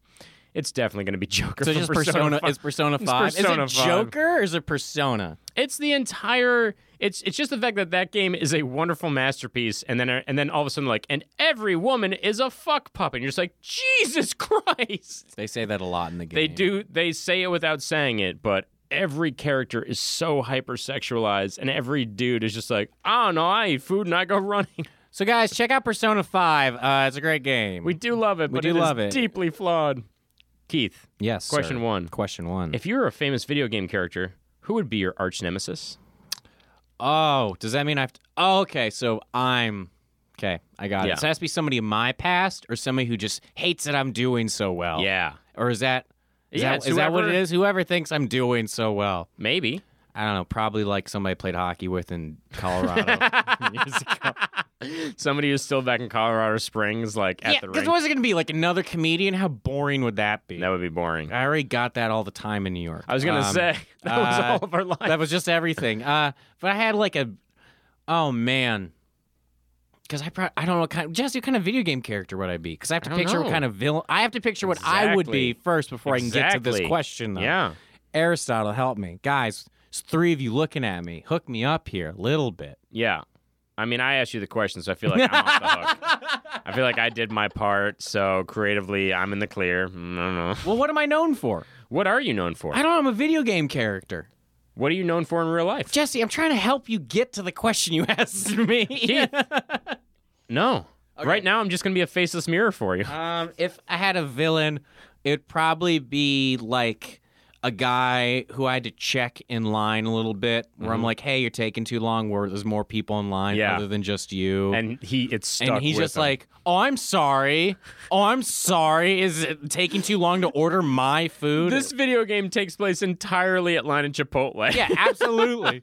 Speaker 2: It's definitely going to be Joker.
Speaker 1: So
Speaker 2: from
Speaker 1: just Persona,
Speaker 2: Five.
Speaker 1: is Persona
Speaker 2: It's
Speaker 1: Five.
Speaker 2: Persona
Speaker 1: is it
Speaker 2: 5.
Speaker 1: Joker or is it Persona?
Speaker 2: It's the entire. It's it's just the fact that that game is a wonderful masterpiece, and then and then all of a sudden like, and every woman is a fuck puppet. And you're just like, Jesus Christ!
Speaker 1: They say that a lot in the game.
Speaker 2: They do. They say it without saying it, but every character is so hypersexualized, and every dude is just like, I don't know, I eat food and I go running.
Speaker 1: So guys, check out Persona Five. Uh, it's a great game.
Speaker 2: We do love it,
Speaker 1: We
Speaker 2: but
Speaker 1: do
Speaker 2: it is
Speaker 1: love it.
Speaker 2: deeply flawed. Keith,
Speaker 1: yes.
Speaker 2: question
Speaker 1: sir.
Speaker 2: one:
Speaker 1: Question one.
Speaker 2: If you were a famous video game character, who would be your arch nemesis?
Speaker 1: Oh, does that mean I have to? Oh, okay, so I'm. Okay, I got
Speaker 2: Yeah.
Speaker 1: it. So it has to be somebody in my past or somebody who just hates that I'm doing so well.
Speaker 2: Yeah,
Speaker 1: Or is that. Is,
Speaker 2: Yeah,
Speaker 1: that,
Speaker 2: it's
Speaker 1: is that what it
Speaker 2: whoever-
Speaker 1: is? Whoever thinks I'm doing so well.
Speaker 2: maybe.
Speaker 1: I don't know. Probably like somebody I played hockey with in Colorado.
Speaker 2: years ago. Somebody who's still back in Colorado Springs, like at
Speaker 1: yeah,
Speaker 2: the
Speaker 1: because
Speaker 2: rink.
Speaker 1: what is it going to be? Like another comedian? How boring would that be?
Speaker 2: that would be boring.
Speaker 1: I already got that all the time in New York.
Speaker 2: I was gonna
Speaker 1: Uh, Um,
Speaker 2: say that was
Speaker 1: uh,
Speaker 2: all of our lives.
Speaker 1: that was just everything. Uh, but I had like a, oh man, because I pro- I don't know what kind. Jesse, what kind of video game character would I be? Because I have to
Speaker 2: I don't
Speaker 1: picture what
Speaker 2: know.
Speaker 1: kind of villain. I have to picture what I would be
Speaker 2: Exactly.
Speaker 1: first before I can get to
Speaker 2: Exactly.
Speaker 1: this question. Though.
Speaker 2: yeah,
Speaker 1: Aristotle, help me, guys. It's three of you looking at me. Hook me up here a little bit.
Speaker 2: yeah. I mean, I asked you the question, so I feel like I'm off the hook. I feel like I did my part, so creatively, I'm in the clear. Mm, I don't know.
Speaker 1: Well, what am I known for?
Speaker 2: What are you known for?
Speaker 1: I don't know. I'm a video game character.
Speaker 2: What are you known for in real life?
Speaker 1: Jesse, I'm trying to help you get to the question you asked me.
Speaker 2: no. Right now, I'm just gonna be a faceless mirror for you.
Speaker 1: Um, if I had a villain, it'd probably be like a guy who I had to check in line a little bit, where I'm like, "Hey, you're taking too long." Where there's more people in line
Speaker 2: Mm-hmm. Yeah.
Speaker 1: other than just you,
Speaker 2: and he, it's stuck.
Speaker 1: And he's
Speaker 2: with
Speaker 1: just
Speaker 2: him.
Speaker 1: like, "Oh, I'm sorry. Oh, I'm sorry. Is it taking too long to order my food?"
Speaker 2: this video game takes place entirely at line and Chipotle.
Speaker 1: yeah, absolutely.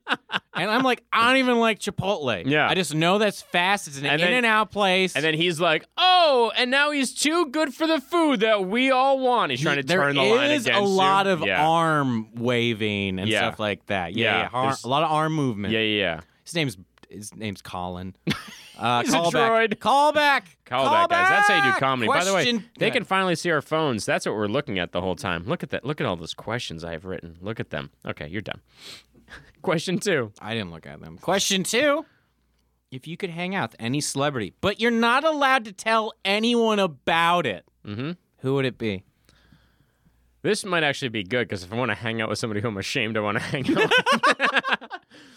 Speaker 1: and I'm like, I don't even like Chipotle.
Speaker 2: Yeah.
Speaker 1: I just know that's fast. It's an
Speaker 2: And
Speaker 1: in
Speaker 2: then-
Speaker 1: and out place.
Speaker 2: And then he's like, "Oh!" And now he's too good for the food that we all want. He's trying to
Speaker 1: There
Speaker 2: turn the line
Speaker 1: is
Speaker 2: against
Speaker 1: a lot of
Speaker 2: you. yeah.
Speaker 1: arm waving and
Speaker 2: Yeah.
Speaker 1: stuff like that. Yeah,
Speaker 2: Yeah,
Speaker 1: yeah, har-
Speaker 2: there's-
Speaker 1: a lot of arm movement.
Speaker 2: Yeah, yeah,
Speaker 1: His name's his name's Colin. Uh,
Speaker 2: He's a
Speaker 1: call back.
Speaker 2: droid.
Speaker 1: Call back.
Speaker 2: Call, that, guys. That's how you do
Speaker 1: back.
Speaker 2: comedy. By the way,
Speaker 1: Question-
Speaker 2: they can finally see our phones. That's what we're looking at the whole time. Look at that. Look at all those questions I have written. Look at them. Okay, you're done. Question two.
Speaker 1: I didn't look at them. Question two: If you could hang out with any celebrity, but you're not allowed to tell anyone about it,
Speaker 2: Mhm.
Speaker 1: who would it be?
Speaker 2: This might actually be good because if I want to hang out with somebody who I'm ashamed I want to hang out with.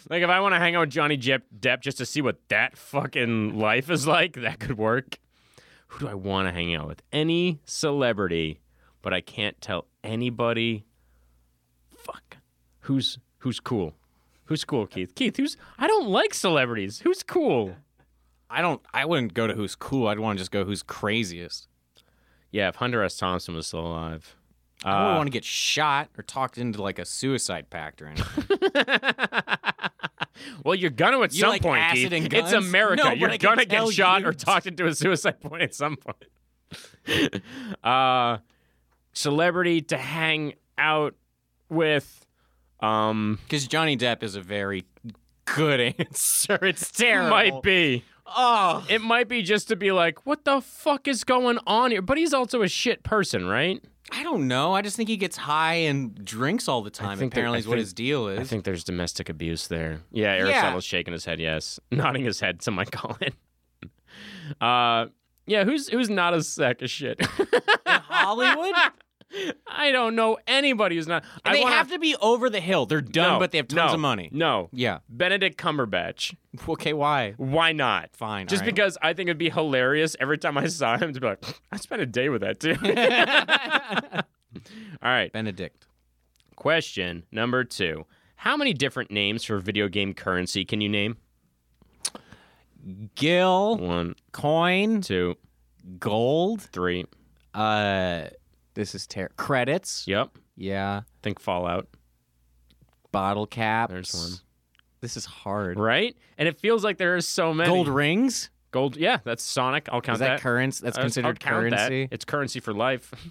Speaker 2: like if I want to hang out with Johnny Jep- Depp just to see what that fucking life is like, that could work. Who do I want to hang out with? Any celebrity, but I can't tell anybody. Fuck. Who's who's cool? Who's cool, Keith? Keith, who's I don't like celebrities. Who's cool?
Speaker 1: I don't. I wouldn't go to who's cool. I'd want to just go who's craziest.
Speaker 2: Yeah, if Hunter S. Thompson was still alive.
Speaker 1: I wouldn't
Speaker 2: Uh,
Speaker 1: want to get shot or talked into like a suicide pact or anything.
Speaker 2: Well, you're gonna at
Speaker 1: You
Speaker 2: some
Speaker 1: like
Speaker 2: point,
Speaker 1: acid
Speaker 2: Keith.
Speaker 1: and
Speaker 2: It's
Speaker 1: guns?
Speaker 2: America.
Speaker 1: No, but
Speaker 2: you're
Speaker 1: I can
Speaker 2: gonna get
Speaker 1: tell
Speaker 2: shot
Speaker 1: you-
Speaker 2: or talked into a suicide point at some point. uh, celebrity to hang out with. Um,
Speaker 1: Because Johnny Depp is a very good answer. It's terrible.
Speaker 2: might be.
Speaker 1: Oh,
Speaker 2: It might be just to be like, what the fuck is going on here? But he's also a shit person, right?
Speaker 1: I don't know. I just think he gets high and drinks all the time.
Speaker 2: think that-
Speaker 1: Apparently,
Speaker 2: I
Speaker 1: is what
Speaker 2: think-
Speaker 1: his deal
Speaker 2: I
Speaker 1: is.
Speaker 2: think there's domestic abuse there. Yeah, Aristotle's shaking his head, yes, nodding his head to my Colin. Uh, yeah, who's who's not a sack of shit?
Speaker 1: In Hollywood,
Speaker 2: I don't know anybody who's not. I
Speaker 1: they
Speaker 2: wanna-
Speaker 1: have to be over the hill. They're dumb,
Speaker 2: No,
Speaker 1: but they have tons
Speaker 2: no,
Speaker 1: of money.
Speaker 2: No,
Speaker 1: Yeah.
Speaker 2: Benedict Cumberbatch.
Speaker 1: Okay. Why?
Speaker 2: Why not?
Speaker 1: Fine.
Speaker 2: Just
Speaker 1: all right.
Speaker 2: because I think it'd be hilarious every time I saw him to be like, I spent a day with that dude. All right,
Speaker 1: Benedict.
Speaker 2: question number two: How many different names for video game currency can you name?
Speaker 1: Gil,
Speaker 2: One,
Speaker 1: coin,
Speaker 2: two,
Speaker 1: gold,
Speaker 2: three.
Speaker 1: uh,
Speaker 5: This is terrible.
Speaker 1: credits.
Speaker 2: Yep.
Speaker 1: Yeah.
Speaker 2: Think Fallout.
Speaker 1: Bottle caps.
Speaker 2: There's one.
Speaker 5: This is hard.
Speaker 2: Right? And it feels like there are so many.
Speaker 1: Gold rings.
Speaker 2: Gold. Yeah, that's Sonic. I'll count
Speaker 1: Is that, currency? That's
Speaker 2: I'll-
Speaker 1: considered
Speaker 2: I'll count that.
Speaker 1: currency.
Speaker 2: It's currency for life.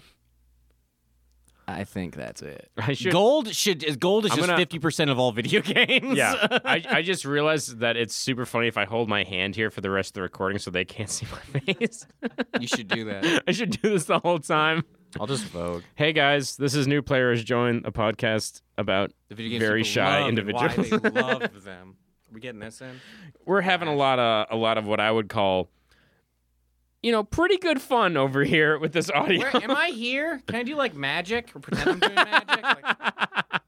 Speaker 1: I think that's it.
Speaker 2: I should.
Speaker 1: Gold should is gold is
Speaker 2: I'm
Speaker 1: just
Speaker 2: gonna-
Speaker 1: fifty percent of all video games.
Speaker 2: Yeah, I, I just realized that it's super funny if I hold my hand here for the rest of the recording so they can't see my face.
Speaker 3: You should do that.
Speaker 2: I should do this the whole time.
Speaker 3: I'll just vogue.
Speaker 2: Hey guys, this is New Players Join, a podcast about
Speaker 1: the
Speaker 2: video games Very people shy love and why individuals. they
Speaker 1: love them. we getting this in?
Speaker 2: we're having a lot of a lot of what I would call, you know, pretty good fun over here with this audio.
Speaker 1: Where, am I here? Can I do like magic or pretend I'm doing magic? Like...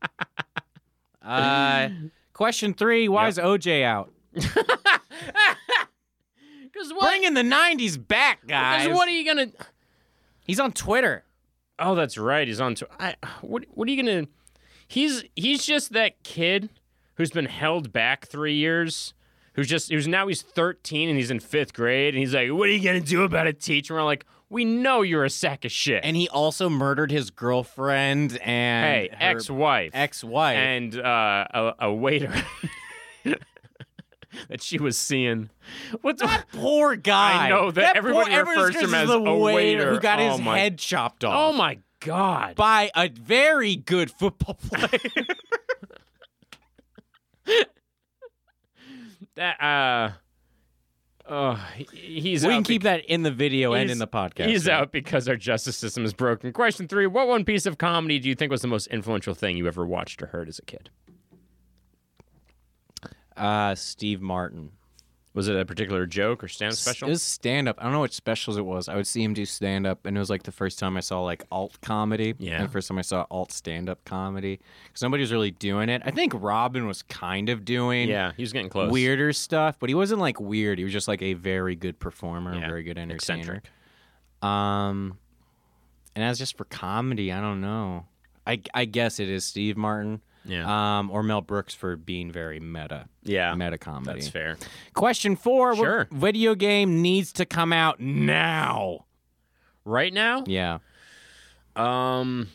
Speaker 1: Uh, question three: Why is OJ out?
Speaker 2: Because
Speaker 1: Bringing the '90s back, guys.
Speaker 2: what are you gonna?
Speaker 1: He's on Twitter.
Speaker 2: Oh, that's right. He's on. Tw- I, what What are you gonna? He's he's just that kid who's been held back three years. Who's just who's now he's thirteen and he's in fifth grade and he's like, what are you gonna do about it, teacher? And we're like, we know you're a sack of shit.
Speaker 1: And he also murdered his girlfriend
Speaker 2: hey,
Speaker 1: and her
Speaker 2: ex-wife,
Speaker 1: ex-wife.
Speaker 2: and uh, a, a waiter that she was seeing. What's
Speaker 1: that poor guy.
Speaker 2: I know that everybody
Speaker 1: poor, everyone's
Speaker 2: refers to him
Speaker 1: just
Speaker 2: as
Speaker 1: the
Speaker 2: a waiter.
Speaker 1: who got
Speaker 2: Oh
Speaker 1: his
Speaker 2: my-
Speaker 1: head chopped
Speaker 2: Oh
Speaker 1: off
Speaker 2: my god!
Speaker 1: by a very good football player.
Speaker 2: That uh, oh, he- he's
Speaker 1: we
Speaker 2: out
Speaker 1: can keep that in the video and
Speaker 2: He's-
Speaker 1: in the
Speaker 2: be-
Speaker 1: podcast.
Speaker 2: he's
Speaker 1: yeah.
Speaker 2: out because our justice system is broken. Question three: What one piece of comedy do you think was the most influential thing you ever watched or heard as a kid?
Speaker 1: Uh, Steve Martin.
Speaker 2: Was it a particular joke or stand special?
Speaker 1: It was stand up. I don't know which specials it was. I would see him do stand up, and it was like the first time I saw like alt comedy.
Speaker 2: Yeah.
Speaker 1: And the first time I saw alt stand up comedy. Somebody was really doing it. I think Robin was kind of doing
Speaker 2: yeah, he was getting close.
Speaker 1: weirder stuff, but he wasn't like weird. He was just like a very good performer,
Speaker 2: Yeah.
Speaker 1: very good entertainer.
Speaker 2: Eccentric.
Speaker 1: Um, and as just for comedy, I don't know. I, I guess it is Steve Martin.
Speaker 2: Yeah.
Speaker 1: Um, or Mel Brooks for being very meta.
Speaker 2: Yeah,
Speaker 1: Meta comedy.
Speaker 2: that's fair.
Speaker 1: Question four. what
Speaker 2: Sure.
Speaker 1: video game needs to come out now.
Speaker 2: Right now,
Speaker 1: Yeah.
Speaker 2: Um,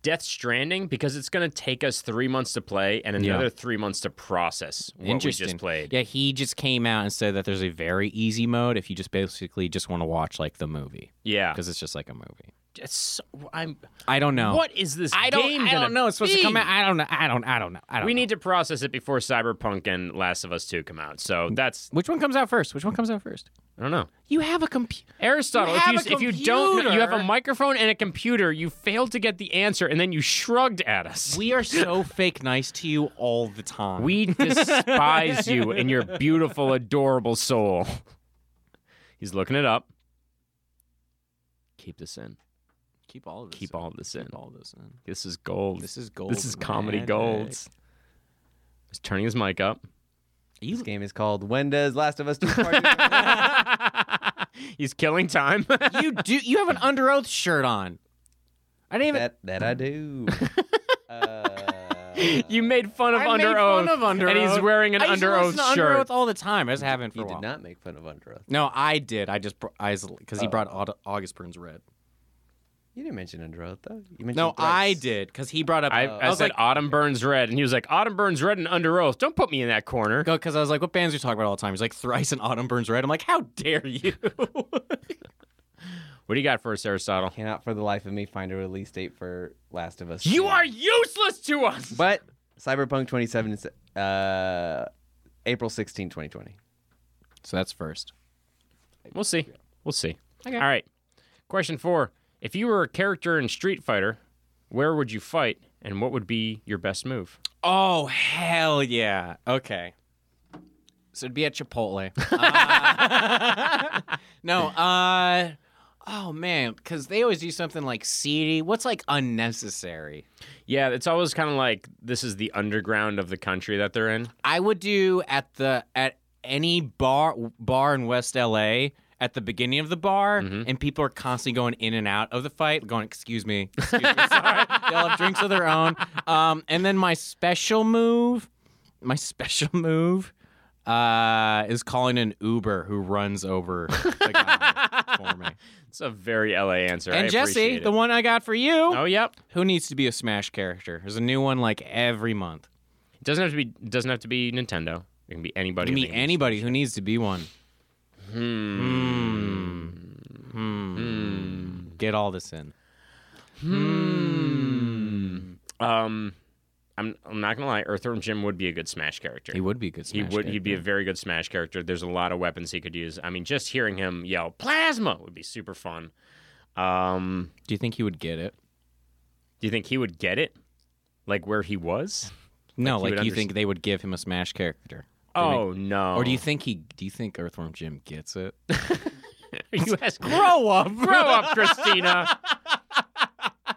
Speaker 2: Death Stranding because it's going to take us three months to play and
Speaker 1: Yeah.
Speaker 2: another three months to process what we
Speaker 1: Interesting.
Speaker 2: just played.
Speaker 1: Yeah, he just came out and said that there's a very easy mode if you just basically just want to watch like the movie
Speaker 2: Yeah,
Speaker 1: because it's just like a movie.
Speaker 2: it's so, I'm.
Speaker 1: I don't know.
Speaker 2: What is this?
Speaker 1: Oh. I don't.
Speaker 2: Game
Speaker 1: I
Speaker 2: gonna
Speaker 1: don't know. It's supposed to come
Speaker 2: be?
Speaker 1: out. I don't know. I don't. I don't know. I don't.
Speaker 2: We
Speaker 1: know.
Speaker 2: need to process it before Cyberpunk and Last of Us Two come out.
Speaker 1: Mm.
Speaker 2: So that's
Speaker 1: Which one comes out first? Which one comes out first?
Speaker 2: I don't know.
Speaker 1: You have a computer.
Speaker 2: Aristotle,
Speaker 1: You
Speaker 2: if
Speaker 1: have
Speaker 2: you
Speaker 1: a
Speaker 2: if you don't, know- you have a
Speaker 1: computer.
Speaker 2: microphone and a computer. You failed to get the answer, and then you shrugged at us.
Speaker 1: We are so fake nice to you all the time.
Speaker 2: We despise you and your beautiful, adorable soul. He's looking it up. Keep this in.
Speaker 1: keep all of this.
Speaker 2: Keep all of this in.
Speaker 1: all this in.
Speaker 2: This is gold.
Speaker 1: This is gold.
Speaker 2: This is comedy
Speaker 1: man.
Speaker 2: golds. He's turning his mic up.
Speaker 3: This game is called When Does Last of Us Two Part Two?
Speaker 2: He's killing time.
Speaker 1: you do. You have an under oath shirt on. I didn't even.
Speaker 3: that that I do. Uh,
Speaker 2: you made fun of
Speaker 1: I
Speaker 2: Under
Speaker 1: made
Speaker 2: Oath.
Speaker 1: fun of Under
Speaker 2: and he's
Speaker 1: Oath.
Speaker 2: wearing an
Speaker 1: I used to
Speaker 2: Under Oath
Speaker 1: listen to
Speaker 2: shirt.
Speaker 1: Under oath all the time. I just haven't for
Speaker 3: you
Speaker 1: a while.
Speaker 3: did not make fun of Under Oath.
Speaker 1: No, I did. I just br- I because he brought Aud- August Burns Red.
Speaker 3: You didn't mention Under Oath though. You mentioned
Speaker 1: No, I
Speaker 3: Thrice.
Speaker 1: did because he brought up.
Speaker 2: I, Uh, I
Speaker 1: was
Speaker 2: said
Speaker 1: like,
Speaker 2: Autumn Burns Red, and he was like, Autumn Burns Red and Under Oath. Don't put me in that corner.
Speaker 1: because I was like, what bands are you talking about all the time? He's like, Thrice and Autumn Burns Red. I'm like, how dare you?
Speaker 2: What do you got for us, Aristotle?
Speaker 3: Cannot for the life of me find a release date for Last of Us.
Speaker 2: You
Speaker 3: 2.
Speaker 2: are useless to us.
Speaker 3: But Cyberpunk 27 is uh, April 16, 2020.
Speaker 1: so that's first.
Speaker 2: We'll see. We'll see. All right. Question four. If you were a character in Street Fighter, where would you fight and what would be your best move?
Speaker 1: Oh hell yeah! Okay, so it'd be at Chipotle. Uh, no, uh, oh man, because they always do something like seedy. What's like unnecessary?
Speaker 2: Yeah, it's always kind of like this is the underground of the country that they're in.
Speaker 1: I would do at the at any bar bar in West LA at the beginning of the bar,
Speaker 2: Mm-hmm.
Speaker 1: and people are constantly going in and out of the fight, going, "Excuse me, excuse me, sorry." they all have drinks of their own. Um, and then my special move, my special move, uh, is calling an Uber who runs over the guy for me.
Speaker 2: It's a very LA answer.
Speaker 1: And
Speaker 2: I appreciate
Speaker 1: Jesse,
Speaker 2: it.
Speaker 1: the one I got for you,
Speaker 2: Oh, yep.
Speaker 1: who needs to be a Smash character. There's a new one like every month.
Speaker 2: It doesn't have to be. Doesn't have to be Nintendo. It can be anybody.
Speaker 1: Give
Speaker 2: I
Speaker 1: me
Speaker 2: think it is.
Speaker 1: anybody who needs to be one. Hmm. Hmm. Get all this in.
Speaker 2: Um, I'm. I'm not gonna lie. Earthworm Jim would be a good Smash character.
Speaker 1: He would be a good
Speaker 2: He
Speaker 1: Smash.
Speaker 2: would. He'd be a very good Smash character. There's a lot of weapons he could use. I mean, just hearing him yell "plasma" would be super fun. Um,
Speaker 1: Do you think he would get it?
Speaker 2: do you think he would get it? Like where he was?
Speaker 1: No,
Speaker 2: he
Speaker 1: like,
Speaker 2: would
Speaker 1: do you
Speaker 2: underst-
Speaker 1: think they would give him a Smash character? Do you think-
Speaker 2: Oh no.
Speaker 1: Or do you think he? Do you think Earthworm Jim gets it?
Speaker 2: you ask?
Speaker 1: Grow up.
Speaker 2: Grow up, Christina.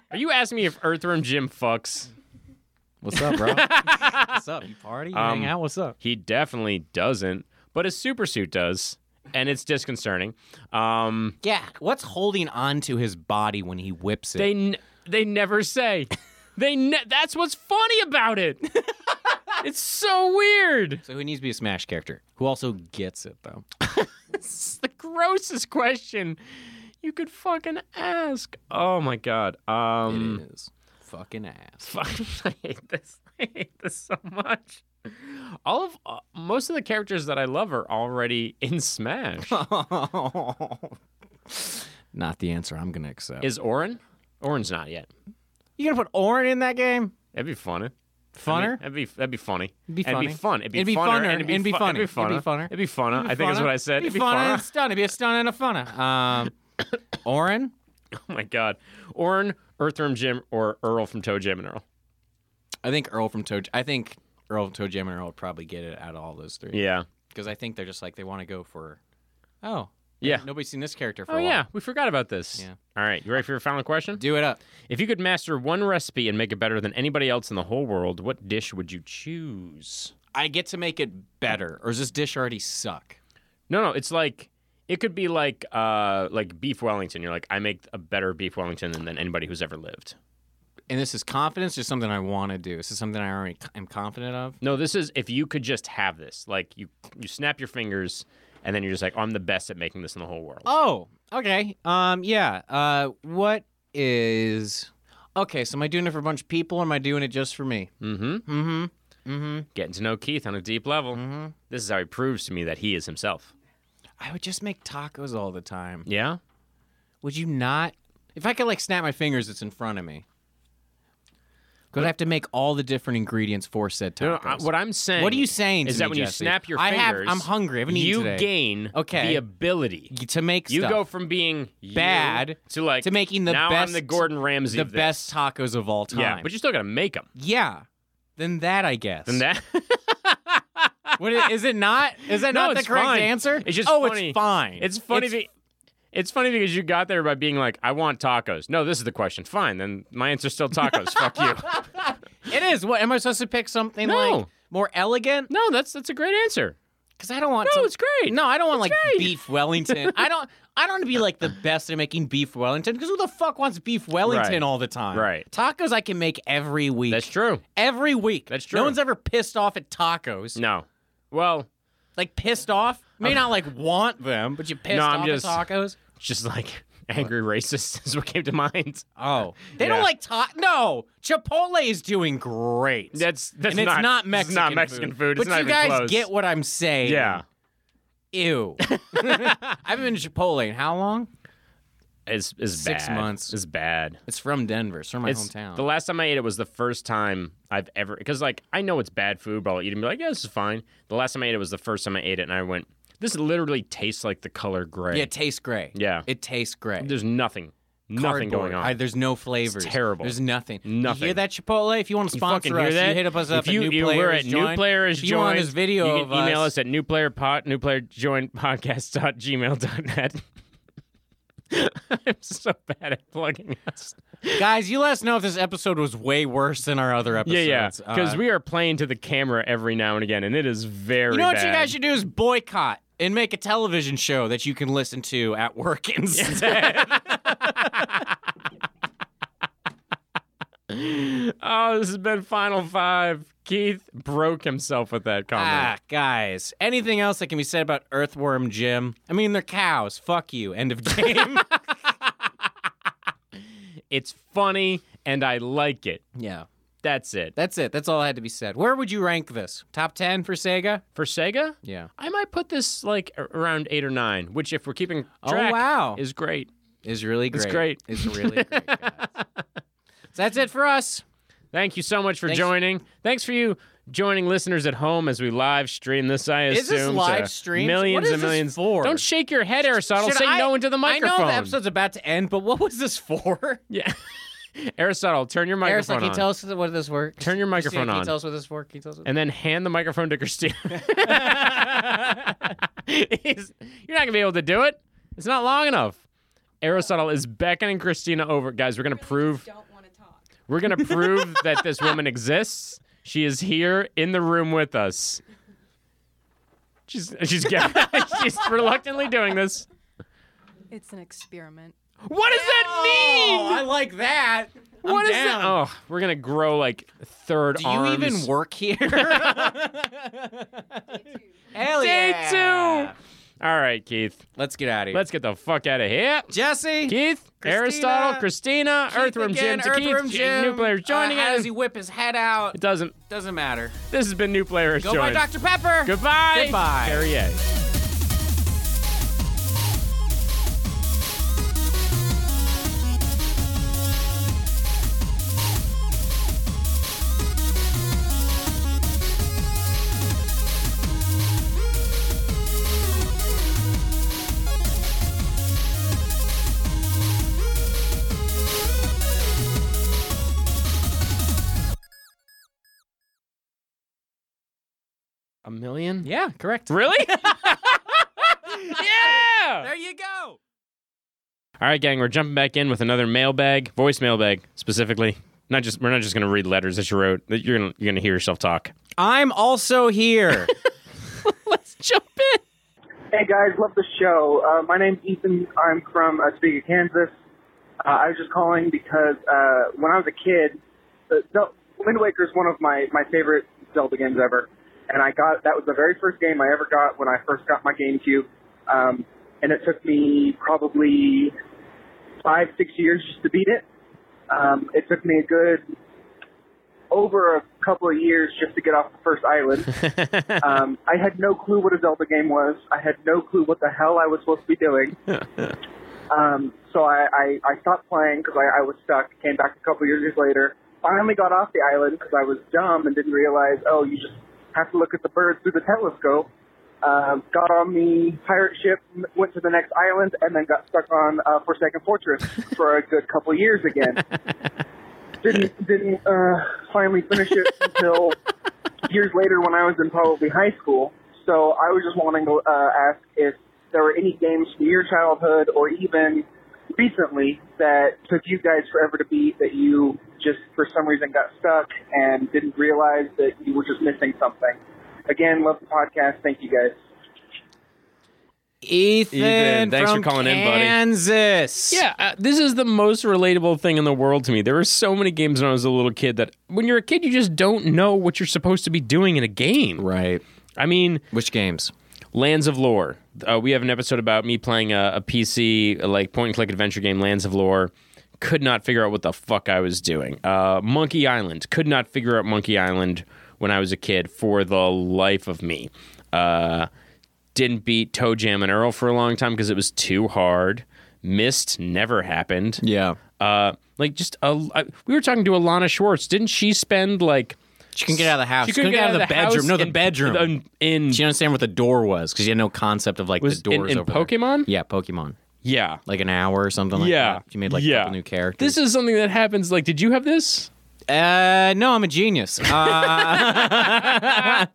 Speaker 2: Are you asking me if Earthworm Jim fucks?
Speaker 1: What's up, bro? What's up? You party? You
Speaker 2: Um,
Speaker 1: hang out? What's up?
Speaker 2: He definitely doesn't, but his super suit does, and it's disconcerting. Um,
Speaker 1: Yeah. What's holding on to his body when he whips it?
Speaker 2: they n- they never say. They ne- that's what's funny about it. it's so weird.
Speaker 1: so who needs to be a Smash character? Who also gets it though?
Speaker 2: It's the grossest question you could fucking ask. Oh my god. Um,
Speaker 1: It is fucking ass.
Speaker 2: Fuck, I hate this. I hate this so much. All of uh, most of the characters that I love are already in Smash.
Speaker 1: Not the answer I'm gonna accept.
Speaker 2: Is Orin? Orin's not yet.
Speaker 1: you gonna put Orin in that game?
Speaker 2: That'd be funny. I mean,
Speaker 1: Funner?
Speaker 2: that'd be that'd be funny. It'd
Speaker 1: be
Speaker 2: It'd be
Speaker 1: funny.
Speaker 2: fun. It'd be,
Speaker 1: It'd be
Speaker 2: funner,
Speaker 1: funner,
Speaker 2: and
Speaker 1: it'd be
Speaker 2: fu-
Speaker 1: funny.
Speaker 2: It'd be funner.
Speaker 1: It'd be funner.
Speaker 2: It'd be funner. Uh, I think that's what I said.
Speaker 1: It'd be fun and
Speaker 2: funner.
Speaker 1: a stun. It'd be a stun and a funner. Um, Orin,
Speaker 2: Oh my god. Orin, Earthworm Jim, or Earl from Toe Jam and Earl.
Speaker 1: I think Earl from Toe. I think Earl from Toe Jam and Earl would probably get it out of all those three.
Speaker 2: Yeah.
Speaker 1: Because I think they're just like they want to go for. Oh.
Speaker 2: Yeah.
Speaker 1: Nobody's seen this character for
Speaker 2: Oh
Speaker 1: a while.
Speaker 2: yeah, we forgot about this.
Speaker 1: Yeah.
Speaker 2: All right, you ready for your final question?
Speaker 1: Do it up.
Speaker 2: If you could master one recipe and make it better than anybody else in the whole world, what dish would you choose?
Speaker 1: I get to make it better, or does this dish already suck?
Speaker 2: No, no, it's like it could be like uh like beef Wellington. You're like, I make a better beef Wellington than, than anybody who's ever lived.
Speaker 1: And this is confidence, just something I want to do. This is something I already am confident of.
Speaker 2: No, this is if you could just have this. Like you you snap your fingers and then you're just like, I'm the best at making this in the whole world.
Speaker 1: Oh, okay. Um, yeah. Uh, what is? Okay, so am I doing it for a bunch of people, or am I doing it just for me?
Speaker 2: Mm-hmm.
Speaker 1: Mm-hmm. Mm-hmm.
Speaker 2: Getting to know Keith on a deep level.
Speaker 1: Mhm.
Speaker 2: This is how he proves to me that he is himself.
Speaker 1: I would just make tacos all the time.
Speaker 2: Yeah?
Speaker 1: Would you not? If I could like snap my fingers, it's in front of me. Could I have to make all the different ingredients for said
Speaker 2: No, no,
Speaker 1: tacos?
Speaker 2: I- what I'm saying
Speaker 1: What are you saying?
Speaker 2: is
Speaker 1: to
Speaker 2: that
Speaker 1: me,
Speaker 2: when you
Speaker 1: Jesse?
Speaker 2: snap your
Speaker 1: I have.
Speaker 2: fingers,
Speaker 1: I'm hungry. I haven't
Speaker 2: you
Speaker 1: eaten today.
Speaker 2: gain
Speaker 1: Okay.
Speaker 2: the ability
Speaker 1: to make
Speaker 2: You
Speaker 1: stuff,
Speaker 2: go from being you
Speaker 1: Bad
Speaker 2: to like
Speaker 1: to making the
Speaker 2: now I'm
Speaker 1: best-
Speaker 2: the Gordon Ramsay,
Speaker 1: the
Speaker 2: of this.
Speaker 1: best tacos of all time.
Speaker 2: Yeah, but you still gotta make them.
Speaker 1: yeah. Then that I guess.
Speaker 2: And that
Speaker 1: What is, is it not? Is that
Speaker 2: No,
Speaker 1: not the
Speaker 2: it's
Speaker 1: correct
Speaker 2: fine.
Speaker 1: answer?
Speaker 2: It's just
Speaker 1: oh,
Speaker 2: funny.
Speaker 1: it's fine.
Speaker 2: it's funny. be- It's, funny because you got there by being like, "I want tacos." No, this is the question. Fine, then my answer's still tacos. Fuck you.
Speaker 1: It is. What am I supposed to pick something
Speaker 2: No.
Speaker 1: like more elegant?
Speaker 2: No, that's that's a great answer.
Speaker 1: Because I don't want.
Speaker 2: No,
Speaker 1: some-
Speaker 2: it's great.
Speaker 1: No, I don't want like beef Wellington. I don't. I don't want to be like the best at making beef Wellington. Because who the fuck wants beef Wellington
Speaker 2: Right.
Speaker 1: all the time?
Speaker 2: Right.
Speaker 1: Tacos I can make every week.
Speaker 2: that's true.
Speaker 1: Every week.
Speaker 2: That's true.
Speaker 1: No one's ever pissed off at tacos.
Speaker 2: No, well,
Speaker 1: Like pissed off. May not like want them, but you pissed
Speaker 2: No, I'm
Speaker 1: off
Speaker 2: just-
Speaker 1: at tacos.
Speaker 2: it's just like angry racist is what came to mind.
Speaker 1: Oh, they
Speaker 2: Yeah.
Speaker 1: don't like ta. No, Chipotle is doing great.
Speaker 2: That's that's
Speaker 1: and it's not,
Speaker 2: it's
Speaker 1: Mexican.
Speaker 2: not Mexican food. It's
Speaker 1: but
Speaker 2: not
Speaker 1: you
Speaker 2: even
Speaker 1: guys
Speaker 2: close.
Speaker 1: get what I'm saying.
Speaker 2: Yeah,
Speaker 1: Ew. I haven't been to Chipotle in how long?
Speaker 2: it's, it's
Speaker 1: Six
Speaker 2: bad.
Speaker 1: months.
Speaker 2: It's bad.
Speaker 1: It's from Denver. It's from my
Speaker 2: It's-
Speaker 1: hometown.
Speaker 2: The last time I ate it was the first time I've ever because like I know it's bad food, but I'll eat it and be like, yeah, this is fine. The last time I ate it was the first time I ate it, and I went, this literally tastes like the color gray.
Speaker 1: yeah, it tastes great.
Speaker 2: Yeah.
Speaker 1: It tastes great.
Speaker 2: There's nothing, nothing
Speaker 1: Cardboard.
Speaker 2: going on.
Speaker 1: I- there's no flavors.
Speaker 2: terrible.
Speaker 1: There's nothing.
Speaker 2: Nothing.
Speaker 1: You hear that Chipotle? If you want to sponsor
Speaker 2: fucking hear
Speaker 1: us,
Speaker 2: that?
Speaker 1: you hit up us up
Speaker 2: if you,
Speaker 1: at New
Speaker 2: you-
Speaker 1: Player
Speaker 2: we're
Speaker 1: is
Speaker 2: at New
Speaker 1: Joined.
Speaker 2: Player is
Speaker 1: If you want
Speaker 2: Joined,
Speaker 1: this video
Speaker 2: you
Speaker 1: of
Speaker 2: can email
Speaker 1: us,
Speaker 2: us, at newplayerpod newplayerjoinpodcast.gmail.net. I'm so bad at plugging us.
Speaker 1: guys, you let us know if this episode was way worse than our other
Speaker 2: Yeah,
Speaker 1: episodes.
Speaker 2: yeah.
Speaker 1: Uh,
Speaker 2: Because we are playing to the camera every now and again, and it is very
Speaker 1: You know what
Speaker 2: bad.
Speaker 1: you guys should do is boycott. and make a television show that you can listen to at work instead.
Speaker 2: Oh, this has been Final Five. Keith broke himself with that
Speaker 1: ah,
Speaker 2: comment.
Speaker 1: guys. Anything else that can be said about Earthworm Jim? I mean, they're cows. Fuck you. End of game.
Speaker 2: It's funny and I like it.
Speaker 1: yeah.
Speaker 2: That's it.
Speaker 1: That's it. That's all that had to be said. Where would you rank this? Top 10 for Sega?
Speaker 2: For Sega,
Speaker 1: Yeah.
Speaker 2: I might put this like a- around eight or nine, which, if we're keeping track,
Speaker 1: oh, wow.
Speaker 2: is great.
Speaker 1: is really
Speaker 2: It's
Speaker 1: great.
Speaker 2: great.
Speaker 1: It's really great. guys. so that's it for us.
Speaker 2: Thank you so much for joining. Thanks for you joining listeners at home as we live stream this. I
Speaker 1: Is
Speaker 2: assume
Speaker 1: this
Speaker 2: to
Speaker 1: live streamed?
Speaker 2: Millions
Speaker 1: What is
Speaker 2: and
Speaker 1: this
Speaker 2: millions.
Speaker 1: for?
Speaker 2: Don't shake your head, Aristotle.
Speaker 1: Should
Speaker 2: Say
Speaker 1: I-
Speaker 2: no into the microphone.
Speaker 1: I know the episode's about to end, but what was this for?
Speaker 2: Yeah. Aristotle, turn your microphone
Speaker 1: Aristotle, can you
Speaker 2: on.
Speaker 1: tell us what this work?
Speaker 2: Turn your microphone
Speaker 1: Can
Speaker 2: on.
Speaker 1: you tell us what this work? Can you tell us? What
Speaker 2: and then hand the microphone to Christina. He's- you're not gonna be able to do it. It's not long enough. Aristotle is beckoning Christina over. Guys, we're gonna prove
Speaker 6: Don't want to talk.
Speaker 2: we're gonna prove that this woman exists. She is here in the room with us. She's she's get- she's reluctantly doing this.
Speaker 6: It's an experiment.
Speaker 2: What does
Speaker 1: Oh,
Speaker 2: that mean?
Speaker 1: I like that.
Speaker 2: What is that? Oh, we're gonna grow like third
Speaker 1: Do you
Speaker 2: arms.
Speaker 1: even work here? Hell
Speaker 2: Day
Speaker 1: yeah.
Speaker 2: two. All right, Keith.
Speaker 1: Let's get out of here.
Speaker 2: Let's get the fuck out of here.
Speaker 1: Jesse.
Speaker 2: Keith,
Speaker 1: Christina.
Speaker 2: Aristotle, Christina, Earthworm Jim, to Keith,
Speaker 1: Earthworm Jim.
Speaker 2: New players joining
Speaker 1: uh, How
Speaker 2: us.
Speaker 1: does he whip his head out?
Speaker 2: It doesn't.
Speaker 1: Doesn't matter.
Speaker 2: This has been New Players
Speaker 1: Go by
Speaker 2: joining.
Speaker 1: Dr. Pepper.
Speaker 2: Goodbye.
Speaker 1: Goodbye.
Speaker 2: Perrier. A million?
Speaker 1: Yeah, correct.
Speaker 2: Really? yeah!
Speaker 1: There you go.
Speaker 2: All right, gang, we're jumping back in with another mailbag, voice mailbag specifically. Not just we're not just gonna read letters that you wrote. That you're gonna you're gonna hear yourself talk.
Speaker 1: I'm also here.
Speaker 2: Let's jump in.
Speaker 7: Hey guys, love the show. Uh, my name's Ethan. I'm from uh, Topeka, Kansas. Uh, I was just calling because uh, when I was a kid, the, Zel- Wind Waker is one of my my favorite Zelda games ever, and I got that was the very first game I ever got when I first got my GameCube, um, and it took me probably five six years just to beat it. Um, it took me a good over a couple of years just to get off the first island. um, I had no clue what a Zelda game was. I had no clue what the hell I was supposed to be doing. um, so I, I, I stopped playing because I, I was stuck. Came back a couple of years later. Finally got off the island because I was dumb and didn't realize. Oh, you just have to look at the birds through the telescope. Um, got on the pirate ship, m- went to the next island, and then got stuck on uh, Forsaken Fortress for a good couple of years again didn't didn't uh, finally finish it until years later when I was in probably high school. So I was just wanting to uh, ask if there were any games from your childhood or even recently that took you guys forever to beat that you just for some reason got stuck and didn't realize that you were just missing something. Again, love the podcast. Thank you guys.
Speaker 1: Ethan,
Speaker 3: Ethan, thanks for
Speaker 1: from
Speaker 3: calling in, buddy.
Speaker 1: Kansas.
Speaker 2: Yeah, uh, this is the most relatable thing in the world to me. There were so many games when I was a little kid that when you're a kid, you just don't know what you're supposed to be doing in a game.
Speaker 1: Right.
Speaker 2: I mean,
Speaker 1: Which games?
Speaker 2: Lands of Lore. Uh, we have an episode about me playing a, a PC uh, like point and click adventure game, Lands of Lore. Could not figure out what the fuck I was doing. Uh, Monkey Island. Could not figure out Monkey Island when I was a kid for the life of me. Uh, didn't beat Toe Jam and Earl for a long time because it was too hard. Missed never happened.
Speaker 1: Yeah.
Speaker 2: Uh, like just a, I, we were talking to Alana Schwartz. Didn't she spend like
Speaker 1: She couldn't get out of the house.
Speaker 2: She couldn't get out of the
Speaker 1: bedroom.
Speaker 2: house
Speaker 1: No, the
Speaker 2: in-
Speaker 1: bedroom.
Speaker 2: in, in
Speaker 1: she didn't understand what the door was because she had no concept of like
Speaker 2: was
Speaker 1: the doors
Speaker 2: in, in
Speaker 1: over there.
Speaker 2: Pokemon?
Speaker 1: Yeah, Pokemon.
Speaker 2: Yeah.
Speaker 1: Like an hour or something like
Speaker 2: Yeah.
Speaker 1: that. She made like
Speaker 2: Yeah.
Speaker 1: a couple new characters.
Speaker 2: This is something that happens. Like, did you have this?
Speaker 1: Uh, no, I'm a genius. Uh,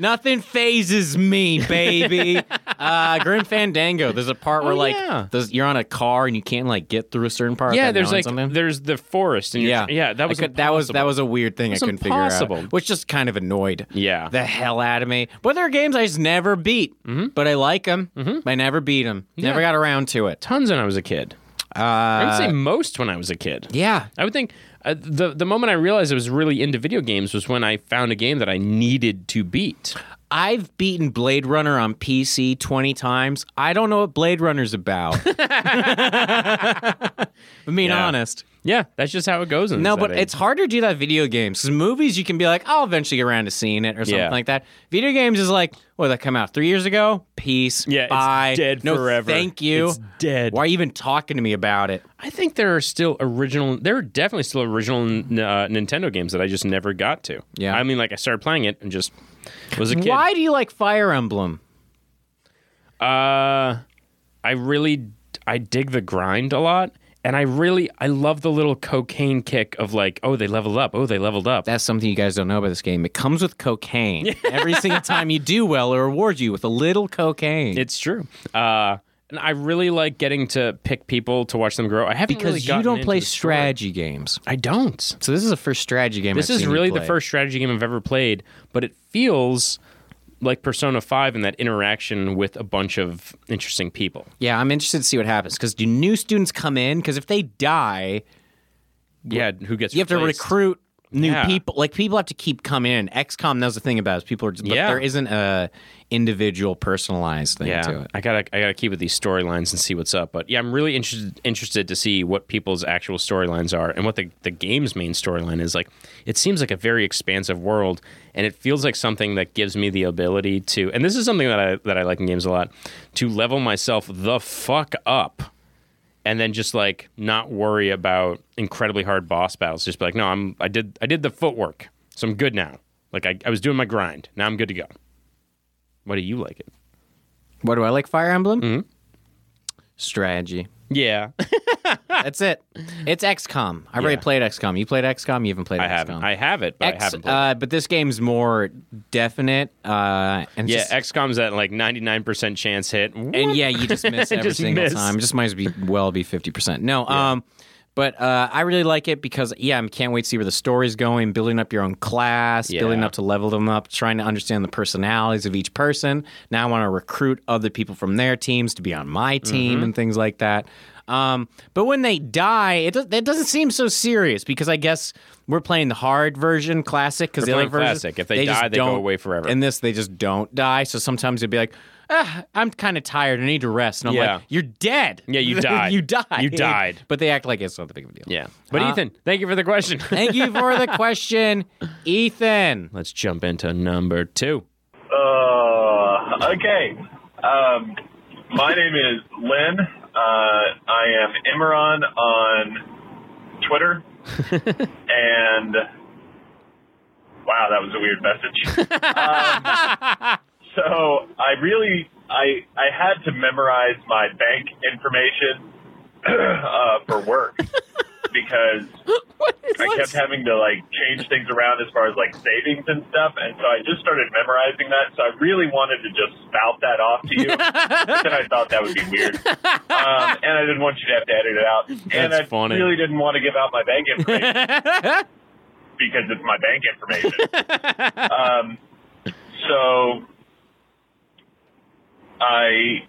Speaker 1: Nothing phases me, baby. uh, Grim Fandango. There's a part where
Speaker 5: Oh,
Speaker 1: like
Speaker 5: yeah.
Speaker 1: there's, you're on a car and you can't like get through a certain part.
Speaker 2: yeah,
Speaker 1: without
Speaker 2: there's
Speaker 1: knowing
Speaker 2: like
Speaker 1: something.
Speaker 2: there's the forest, and you're,
Speaker 1: yeah,
Speaker 2: yeah, yeah,
Speaker 1: I
Speaker 2: that was
Speaker 1: could- that was that
Speaker 2: impossible.
Speaker 1: was a weird thing
Speaker 2: It was
Speaker 1: I couldn't
Speaker 2: impossible.
Speaker 1: figure out, which just kind of annoyed
Speaker 2: yeah. Mm-hmm.
Speaker 1: the hell out of me. But there are games I just never beat, but I like them. I never beat them. Never got around to it.
Speaker 2: Tons when I was a kid. I would say most when I was a kid.
Speaker 1: Uh, Yeah,
Speaker 2: I would think uh, the the moment I realized I was really into video games was when I found a game that I needed to beat.
Speaker 1: I've beaten Blade Runner on PC 20 times. I don't know what Blade Runner's about. I'm being
Speaker 2: Yeah.
Speaker 1: honest.
Speaker 2: Yeah, that's just how it goes. In
Speaker 1: No,
Speaker 2: this, I
Speaker 1: but
Speaker 2: think.
Speaker 1: it's hard to do that video games. 'Cause movies, you can be like, I'll eventually get around to seeing it or something
Speaker 2: Yeah.
Speaker 1: like that. Video games is like, well, that come out three years ago. Peace.
Speaker 2: Yeah, it's
Speaker 1: bye.
Speaker 2: dead
Speaker 1: no,
Speaker 2: forever.
Speaker 1: Thank you.
Speaker 2: It's dead.
Speaker 1: Why are you even talking to me about it?
Speaker 2: I think there are still original. There are definitely still original uh, Nintendo games that I just never got to.
Speaker 1: Yeah.
Speaker 2: I mean, like I started playing it and just was a kid.
Speaker 1: Why do you like Fire Emblem?
Speaker 2: Uh, I really I dig the grind a lot, and I really I love the little cocaine kick of like, oh, they leveled up. Oh, they leveled up.
Speaker 1: That's something you guys don't know about this game. It comes with cocaine. Every single time you do well, it rewards you with a little cocaine.
Speaker 2: It's true. Uh, and I really like getting to pick people to watch them grow. I haven't
Speaker 1: because
Speaker 2: really
Speaker 1: you
Speaker 2: gotten
Speaker 1: don't
Speaker 2: into
Speaker 1: play
Speaker 2: the story.
Speaker 1: strategy games.
Speaker 2: I don't.
Speaker 1: So this is the first strategy game.
Speaker 2: This
Speaker 1: I've
Speaker 2: is
Speaker 1: seen you
Speaker 2: really the
Speaker 1: play.
Speaker 2: first strategy game I've ever played, but it feels like Persona 5 and that interaction with a bunch of interesting people.
Speaker 1: Yeah, I'm interested to see what happens because do new students come in? Because if they die,
Speaker 2: Yeah, who gets
Speaker 1: you have to
Speaker 2: replaced.
Speaker 1: recruit new
Speaker 2: Yeah.
Speaker 1: people. Like people have to keep coming in. XCOM. That was the thing about it, is people are. Just, but
Speaker 2: Yeah.
Speaker 1: there isn't a individual personalized thing
Speaker 2: yeah,
Speaker 1: to it.
Speaker 2: I gotta I gotta keep with these storylines and see what's up. But yeah, I'm really interested interested to see what people's actual storylines are and what the, the game's main storyline is. Like it seems like a very expansive world and it feels like something that gives me the ability to and this is something that I that I like in games a lot, to level myself the fuck up and then just like not worry about incredibly hard boss battles. Just be like, no, I'm I did I did the footwork. So I'm good now. Like I, I was doing my grind. Now I'm good to go. Why do you like it?
Speaker 1: What do I like? Fire Emblem.
Speaker 2: Mm-hmm.
Speaker 1: Strategy.
Speaker 2: Yeah.
Speaker 1: That's it. It's XCOM. I already
Speaker 2: Yeah.
Speaker 1: played XCOM. You played XCOM. You haven't played.
Speaker 2: I
Speaker 1: XCOM.
Speaker 2: haven't. I have it, but I I
Speaker 1: X-
Speaker 2: haven't played.
Speaker 1: uh, but this game's more definite. Uh, and
Speaker 2: it.
Speaker 1: just-
Speaker 2: yeah, XCOM's at like 99% chance hit.
Speaker 1: and yeah, you just miss
Speaker 2: I
Speaker 1: every
Speaker 2: just
Speaker 1: single
Speaker 2: miss.
Speaker 1: time. Just might as be well be fifty percent. No, um, but uh, I really like it because yeah, I can't wait to see where the story's going. Building up your own class, building
Speaker 2: Yeah.
Speaker 1: up to level them up, trying to understand the personalities of each person. Now I want to recruit other people from their teams to be on my team
Speaker 2: Mm-hmm.
Speaker 1: and things like that. Um, but when they die, it, does, it doesn't seem so serious because I guess we're playing the hard version, classic. Because
Speaker 2: We're
Speaker 1: the other
Speaker 2: playing
Speaker 1: version,
Speaker 2: classic. If they
Speaker 1: just
Speaker 2: die, they go
Speaker 1: don't-
Speaker 2: away forever.
Speaker 1: In this, they just don't die. So sometimes you'd be like, ah, I'm kind of tired. I need to rest. And I'm
Speaker 2: Yeah.
Speaker 1: like, you're dead.
Speaker 2: Yeah, you died.
Speaker 1: you died.
Speaker 2: You died.
Speaker 1: But they act like it's not the big of a deal.
Speaker 2: Yeah. But Ethan, thank you for the question.
Speaker 1: Thank you for the question, Ethan.
Speaker 2: Let's jump into number two.
Speaker 8: Uh, okay. Um, my name is Lynn. Uh, I am Imran on Twitter. and wow, that was a weird message. Um, so I really, I, I had to memorize my bank information uh, for work because I kept having to like change things around as far as like savings and stuff, and so I just started memorizing that. So I really wanted to just spout that off to you, but then I thought that would be weird, um, and I didn't want you to have to edit it out, and
Speaker 2: That's
Speaker 8: I
Speaker 2: funny.
Speaker 8: really didn't want to give out my bank information because it's my bank information. um, so I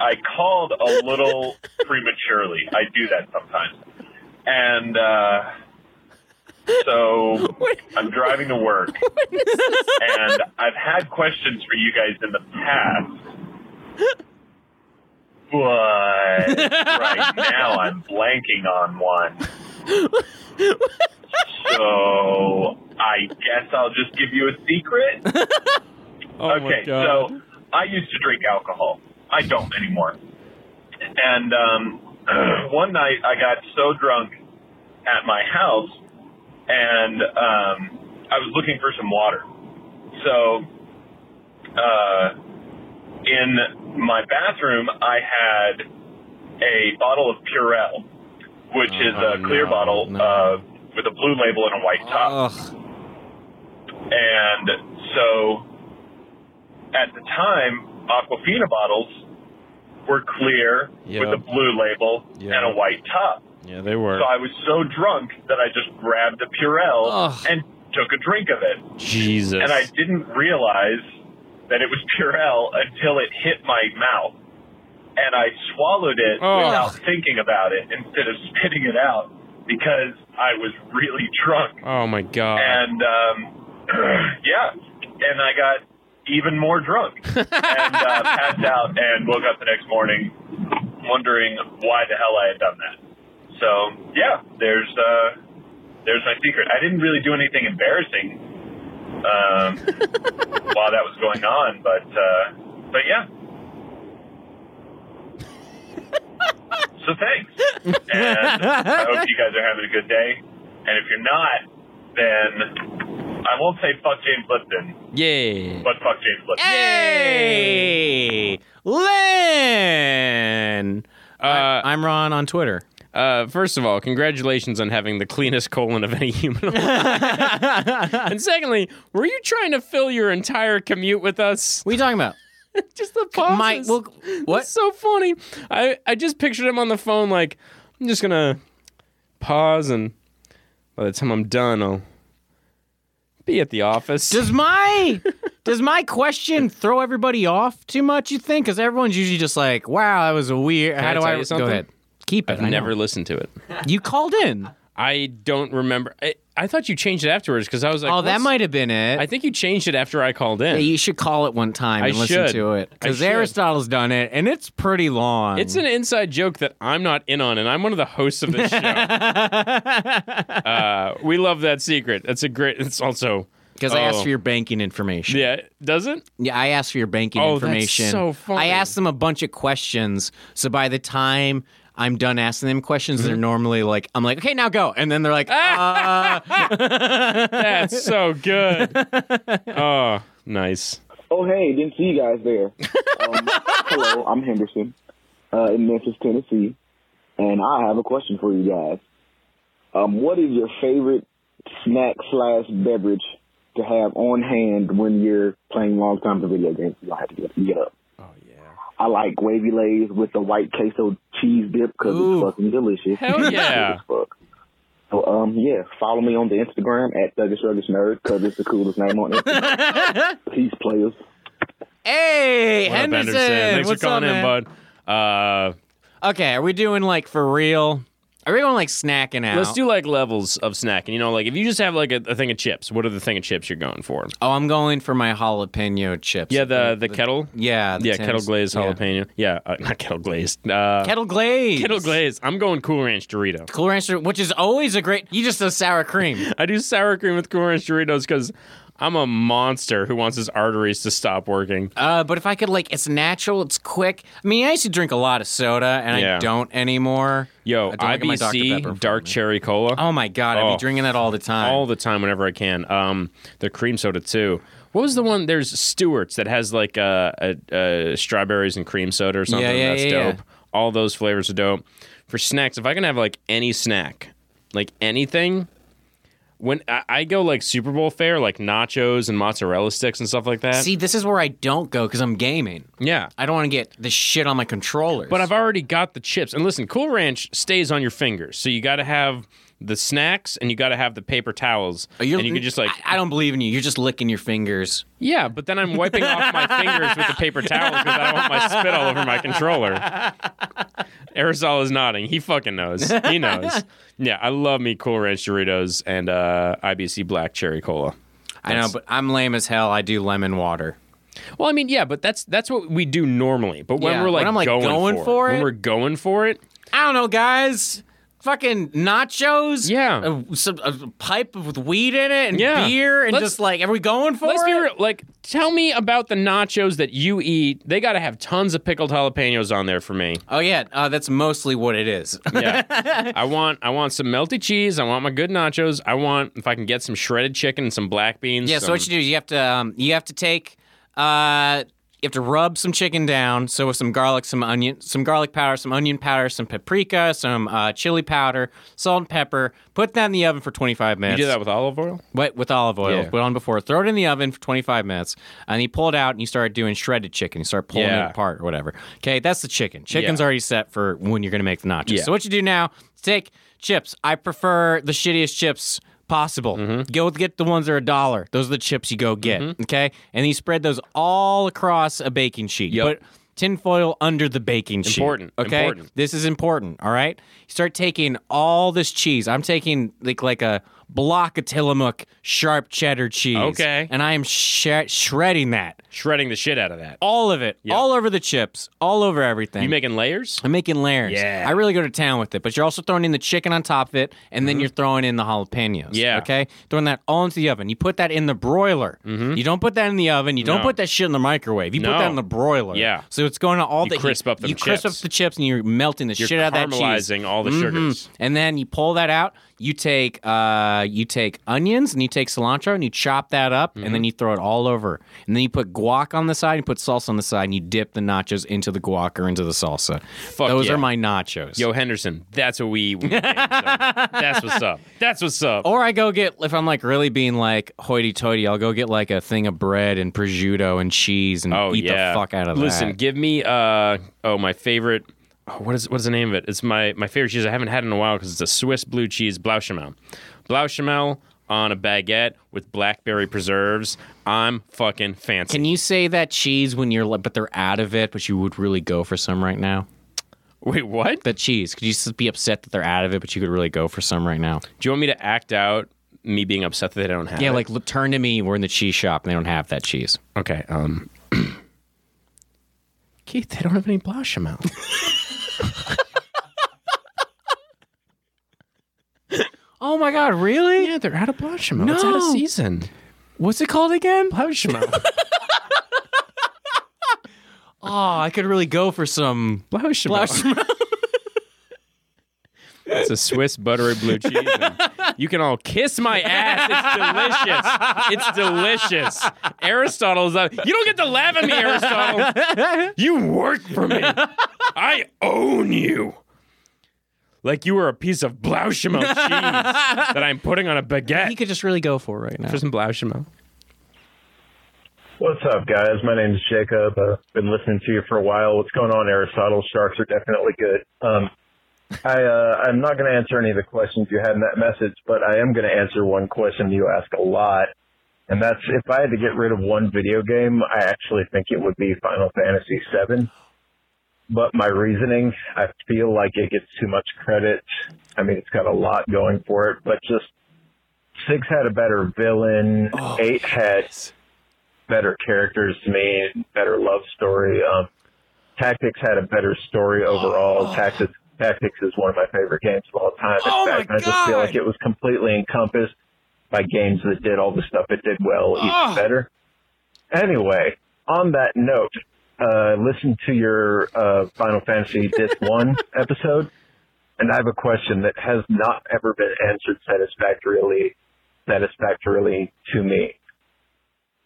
Speaker 8: I called a little prematurely. I do that sometimes. And uh, so I'm driving to work. And I've had questions for you guys in the past. But right now I'm blanking on one. So I guess I'll just give you a secret
Speaker 2: Oh
Speaker 8: okay, so I used to drink alcohol. I don't anymore. And um, one night I got so drunk at my house, and um, I was looking for some water. So uh, in my bathroom, I had a bottle of Purell, which is a clear
Speaker 1: no,
Speaker 8: bottle
Speaker 1: no.
Speaker 8: uh, with
Speaker 2: Oh.
Speaker 8: a blue label and a white top
Speaker 1: Ugh.
Speaker 8: and so at the time, Aquafina bottles were clear
Speaker 2: Yeah.
Speaker 8: with a blue label
Speaker 2: Yeah.
Speaker 8: and a white top.
Speaker 2: Yeah, they were.
Speaker 8: So I was so drunk that I just grabbed a Purell
Speaker 2: Ugh.
Speaker 8: and took a drink of it.
Speaker 2: Jesus.
Speaker 8: And I didn't realize that it was Purell until it hit my mouth. And I swallowed it without thinking about it instead of spitting it out because I was really drunk.
Speaker 2: oh my god.
Speaker 8: And um, yeah, and I got even more drunk and uh, passed out and woke up the next morning wondering why the hell I had done that. So yeah, there's uh, there's my secret. I didn't really do anything embarrassing um, while that was going on, but uh, but yeah. So thanks, and I hope you guys are having a good day. And if you're not, then I won't say fuck James Lipton,
Speaker 2: yeah.
Speaker 8: but fuck James Lipton.
Speaker 1: Hey, Lynn.
Speaker 2: Uh,
Speaker 1: I'm Ron on Twitter.
Speaker 2: uh, first of all, congratulations on having the cleanest colon of any human. alive. and secondly, were you trying to fill your entire commute with us?
Speaker 1: What are you talking about?
Speaker 2: just the pauses.
Speaker 1: My- well, what?
Speaker 2: That's so funny. I I just pictured him on the phone like I'm just gonna pause and by the time I'm done I'll be at the office.
Speaker 1: Does my does my question throw everybody off too much? You think? Because everyone's usually just like, "Wow, that was a weird." How
Speaker 2: I
Speaker 1: do
Speaker 2: tell
Speaker 1: I
Speaker 2: you
Speaker 1: go
Speaker 2: something?
Speaker 1: ahead? Keep
Speaker 2: I've
Speaker 1: it. I know.
Speaker 2: never listened to it.
Speaker 1: You called in.
Speaker 2: I don't remember. I, I thought you changed it afterwards because I was like,
Speaker 1: oh, that
Speaker 2: what's-
Speaker 1: might have been it.
Speaker 2: I think you changed it after I called
Speaker 1: Yeah,
Speaker 2: in.
Speaker 1: you should call it one time
Speaker 2: I
Speaker 1: and listen
Speaker 2: should.
Speaker 1: to it
Speaker 2: I
Speaker 1: because
Speaker 2: should.
Speaker 1: Aristotle's done it, and it's pretty long.
Speaker 2: it's an inside joke that I'm not in on, and I'm one of the hosts of this show. uh, we love that secret. That's a great. It's also
Speaker 1: because I asked
Speaker 2: oh.
Speaker 1: for your banking information.
Speaker 2: yeah. Does it?
Speaker 1: Yeah, I asked for your banking
Speaker 2: Oh, that's
Speaker 1: information.
Speaker 2: so funny.
Speaker 1: I asked them a bunch of questions. So by the time I'm done asking them questions,
Speaker 2: Mm-hmm.
Speaker 1: they're normally like, I'm like, okay, now go. And then they're like,
Speaker 2: Ah!
Speaker 1: uh,
Speaker 2: That's so good. Oh, nice.
Speaker 9: Oh, hey, didn't see you guys there. Um, hello, I'm Henderson uh, in Memphis, Tennessee, and I have a question for you guys. Um, what is your favorite snack slash beverage to have on hand when you're playing long times of video games? You don't have to get, get up. Oh, yeah. I like wavy lays with the white queso cheese dip because
Speaker 1: Ooh.
Speaker 9: it's fucking delicious.
Speaker 2: Hell yeah.
Speaker 9: As fuck. So, um, yeah, follow me on the Instagram at Thuggish Ruggish Nerd because it's the coolest name on Instagram. Peace, players.
Speaker 2: What
Speaker 1: hey,
Speaker 2: up,
Speaker 1: Henderson.
Speaker 2: Thanks
Speaker 1: what's
Speaker 2: for calling
Speaker 1: up,
Speaker 2: in,
Speaker 1: man?
Speaker 2: bud. Uh,
Speaker 1: Okay, are we doing like for real? Are we going like snacking out?
Speaker 2: let's do like levels of snacking. You know, like if you just have like a, a thing of chips, what are the thing of chips you're going for?
Speaker 1: Oh, I'm going for my jalapeno chips.
Speaker 2: Yeah, the the, kettle.
Speaker 1: yeah, the
Speaker 2: yeah,
Speaker 1: Tim's.
Speaker 2: kettle glazed
Speaker 1: Yeah.
Speaker 2: jalapeno. Yeah, uh, not kettle glazed. Uh,
Speaker 1: kettle glazed,
Speaker 2: kettle glazed. I'm going Cool Ranch Dorito.
Speaker 1: Cool Ranch, which is always a great. You just a sour cream.
Speaker 2: I do sour cream with Cool Ranch Doritos because I'm a monster who wants his arteries to stop working.
Speaker 1: Uh, but if I could, like, it's natural, it's quick. I mean, I used to drink a lot of soda, and
Speaker 2: Yeah.
Speaker 1: I don't anymore.
Speaker 2: Yo,
Speaker 1: I don't look at my Dr. Pepper
Speaker 2: IBC
Speaker 1: for
Speaker 2: dark
Speaker 1: me.
Speaker 2: cherry cola.
Speaker 1: Oh my god, I'd
Speaker 2: Oh.
Speaker 1: be drinking that all the time.
Speaker 2: all the time whenever I can. Um, the cream soda too. What was the one? There's Stewart's that has like uh, a, uh strawberries and cream soda or something.
Speaker 1: Yeah, yeah,
Speaker 2: That's
Speaker 1: yeah, yeah.
Speaker 2: dope. All those flavors are dope. For snacks, if I can have like any snack, like anything, when I, I go like Super Bowl fare, like nachos and mozzarella sticks and stuff like that.
Speaker 1: See, this is where I don't go because I'm gaming.
Speaker 2: yeah.
Speaker 1: I don't want to get the shit on my controllers.
Speaker 2: But I've already got the chips. And listen, Cool Ranch stays on your fingers, so you got to have the snacks and you got to have the paper towels,
Speaker 1: Are you-
Speaker 2: and you can just like
Speaker 1: I, I don't believe in you. You're just licking your fingers.
Speaker 2: Yeah, but then I'm wiping off my fingers with the paper towels because I don't want my spit all over my controller. Aerosol is nodding. He fucking knows. He knows. Yeah, I love me Cool Ranch Doritos and uh, IBC Black Cherry Cola.
Speaker 1: I know, but I'm lame as hell. I do lemon water.
Speaker 2: Well, I mean, yeah, but that's that's what we do normally. But when
Speaker 1: Yeah,
Speaker 2: we're like,
Speaker 1: when I'm, like,
Speaker 2: going,
Speaker 1: going for
Speaker 2: when
Speaker 1: it-
Speaker 2: we're going for it,
Speaker 1: I don't know, guys. Fucking nachos.
Speaker 2: Yeah.
Speaker 1: A, some, a pipe with weed in it and
Speaker 2: Yeah.
Speaker 1: beer and
Speaker 2: Let's-
Speaker 1: just like, are we going for
Speaker 2: let's
Speaker 1: it?
Speaker 2: be real. Like, tell me about the nachos that you eat. They got to have tons of pickled jalapenos on there for me.
Speaker 1: oh, yeah. Uh, that's mostly what it is.
Speaker 2: Yeah. I want I want some melty cheese. I want my good nachos. I want if I can get some shredded chicken and some black beans.
Speaker 1: Yeah. So what you do is you have to um, you have to take uh, You have to rub some chicken down. So with some garlic, some onion, some garlic powder, some onion powder, some paprika, some uh, chili powder, salt and pepper. Put that in the oven for 25 minutes.
Speaker 2: You do that with olive oil?
Speaker 1: Wet with olive oil.
Speaker 2: Yeah.
Speaker 1: Put on before. Throw it in the oven for 25 minutes, and you pull it out and you start doing shredded chicken. You start pulling
Speaker 2: Yeah.
Speaker 1: it apart or whatever. Okay, that's the chicken. Chicken's
Speaker 2: Yeah.
Speaker 1: already set for when you're gonna make the nachos.
Speaker 2: Yeah.
Speaker 1: So what you do now? is Take chips. I prefer the shittiest chips possible.
Speaker 2: Mm-hmm.
Speaker 1: Go get the ones that are a dollar. Those are the chips you go get. Okay, and you spread those all across a baking sheet.
Speaker 2: Yep.
Speaker 1: Put tinfoil under the baking sheet.
Speaker 2: Important,
Speaker 1: Okay,
Speaker 2: important.
Speaker 1: this is important, all right? You start taking all this cheese. I'm taking like like a block of Tillamook sharp cheddar cheese.
Speaker 2: Okay.
Speaker 1: And I am sh- shredding that.
Speaker 2: Shredding the shit out of that.
Speaker 1: All of it. All over the chips. All over everything.
Speaker 2: You making layers?
Speaker 1: I'm making layers.
Speaker 2: Yeah.
Speaker 1: I really go to town with it, but you're also throwing in the chicken on top of it, and then you're throwing in the jalapenos.
Speaker 2: Mm-hmm. Yeah.
Speaker 1: Okay? Throwing that all into the oven. You put that in the broiler. You don't put that in the oven. You don't
Speaker 2: Mm-hmm. No.
Speaker 1: put that shit in the microwave. You put
Speaker 2: No.
Speaker 1: that in the broiler.
Speaker 2: Yeah.
Speaker 1: So it's going to all
Speaker 2: You
Speaker 1: the
Speaker 2: crisp up them
Speaker 1: You crisp up
Speaker 2: chips.
Speaker 1: the chips, and you're melting the
Speaker 2: You're
Speaker 1: shit out of that cheese.
Speaker 2: caramelizing all the
Speaker 1: Mhm.
Speaker 2: sugars.
Speaker 1: And then you pull that out. You take uh, you take onions and you take cilantro and you chop that up and
Speaker 2: Mm-hmm.
Speaker 1: then you throw it all over. And then you put guac on the side and put salsa on the side and you dip the nachos into the guac or into the salsa.
Speaker 2: Fuck
Speaker 1: Those
Speaker 2: yeah.
Speaker 1: are my nachos.
Speaker 2: Yo, Henderson, that's what we. we get, so that's what's up. That's what's up.
Speaker 1: Or I go get if I'm like really being like hoity-toity, I'll go get like a thing of bread and prosciutto and cheese and
Speaker 2: Oh
Speaker 1: eat
Speaker 2: yeah,
Speaker 1: the fuck out of
Speaker 2: Listen,
Speaker 1: that.
Speaker 2: give me uh oh my favorite. Oh, what is what's the name of it? It's my my favorite cheese I haven't had in a while because it's a Swiss blue cheese blauschimel. Blauschimel on a baguette with blackberry preserves. I'm fucking fancy.
Speaker 1: Can you say that cheese when you're like, but they're out of it, but you would really go for some right now?
Speaker 2: Wait, what?
Speaker 1: That cheese. Could you just be upset that they're out of it, but you could really go for some right now?
Speaker 2: Do you want me to act out me being upset that they don't have?
Speaker 1: Yeah,
Speaker 2: it?
Speaker 1: like look, turn to me. We're in the cheese shop and they don't have that cheese.
Speaker 2: okay. Um, Keith, they don't have any blauschimel.
Speaker 1: Oh my god, really?
Speaker 2: yeah, they're out of blauschimel. It's out of
Speaker 1: No.
Speaker 2: season.
Speaker 1: What's it called again?
Speaker 2: Blauschimel.
Speaker 1: Oh, I could really go for some.
Speaker 2: Blauschimel. It's a Swiss buttery blue cheese. You can all kiss my ass. It's delicious. It's delicious. Aristotle's up. You don't get to laugh at me, Aristotle. You work for me. I own you. Like you were a piece of Blauschimel cheese that I'm putting on a baguette.
Speaker 1: He could just really go for right now.
Speaker 2: for some Blauschimel.
Speaker 10: What's up, guys? My name's Jacob. Uh, been listening to you for a while. What's going on, Aristotle? Sharks are definitely good. Um, I, uh, I'm not going to answer any of the questions you had in that message, but I am going to answer one question you ask a lot. And that's if I had to get rid of one video game, I actually think it would be Final Fantasy VII. But my reasoning, I feel like it gets too much credit. I mean, it's got a lot going for it, but just six had a better villain,
Speaker 1: Oh,
Speaker 10: eight had better characters to me, better love story. Um, Tactics had a better story overall. Tactics Tactics is one of my favorite games of all time. In
Speaker 1: Oh
Speaker 10: fact,
Speaker 1: my
Speaker 10: I just feel
Speaker 1: God.
Speaker 10: like it was completely encompassed by games that did all the stuff it did well even
Speaker 1: Oh.
Speaker 10: better. Anyway, on that note, uh, listen to your uh, Final Fantasy Disc One episode, and I have a question that has not ever been answered satisfactorily, satisfactorily to me.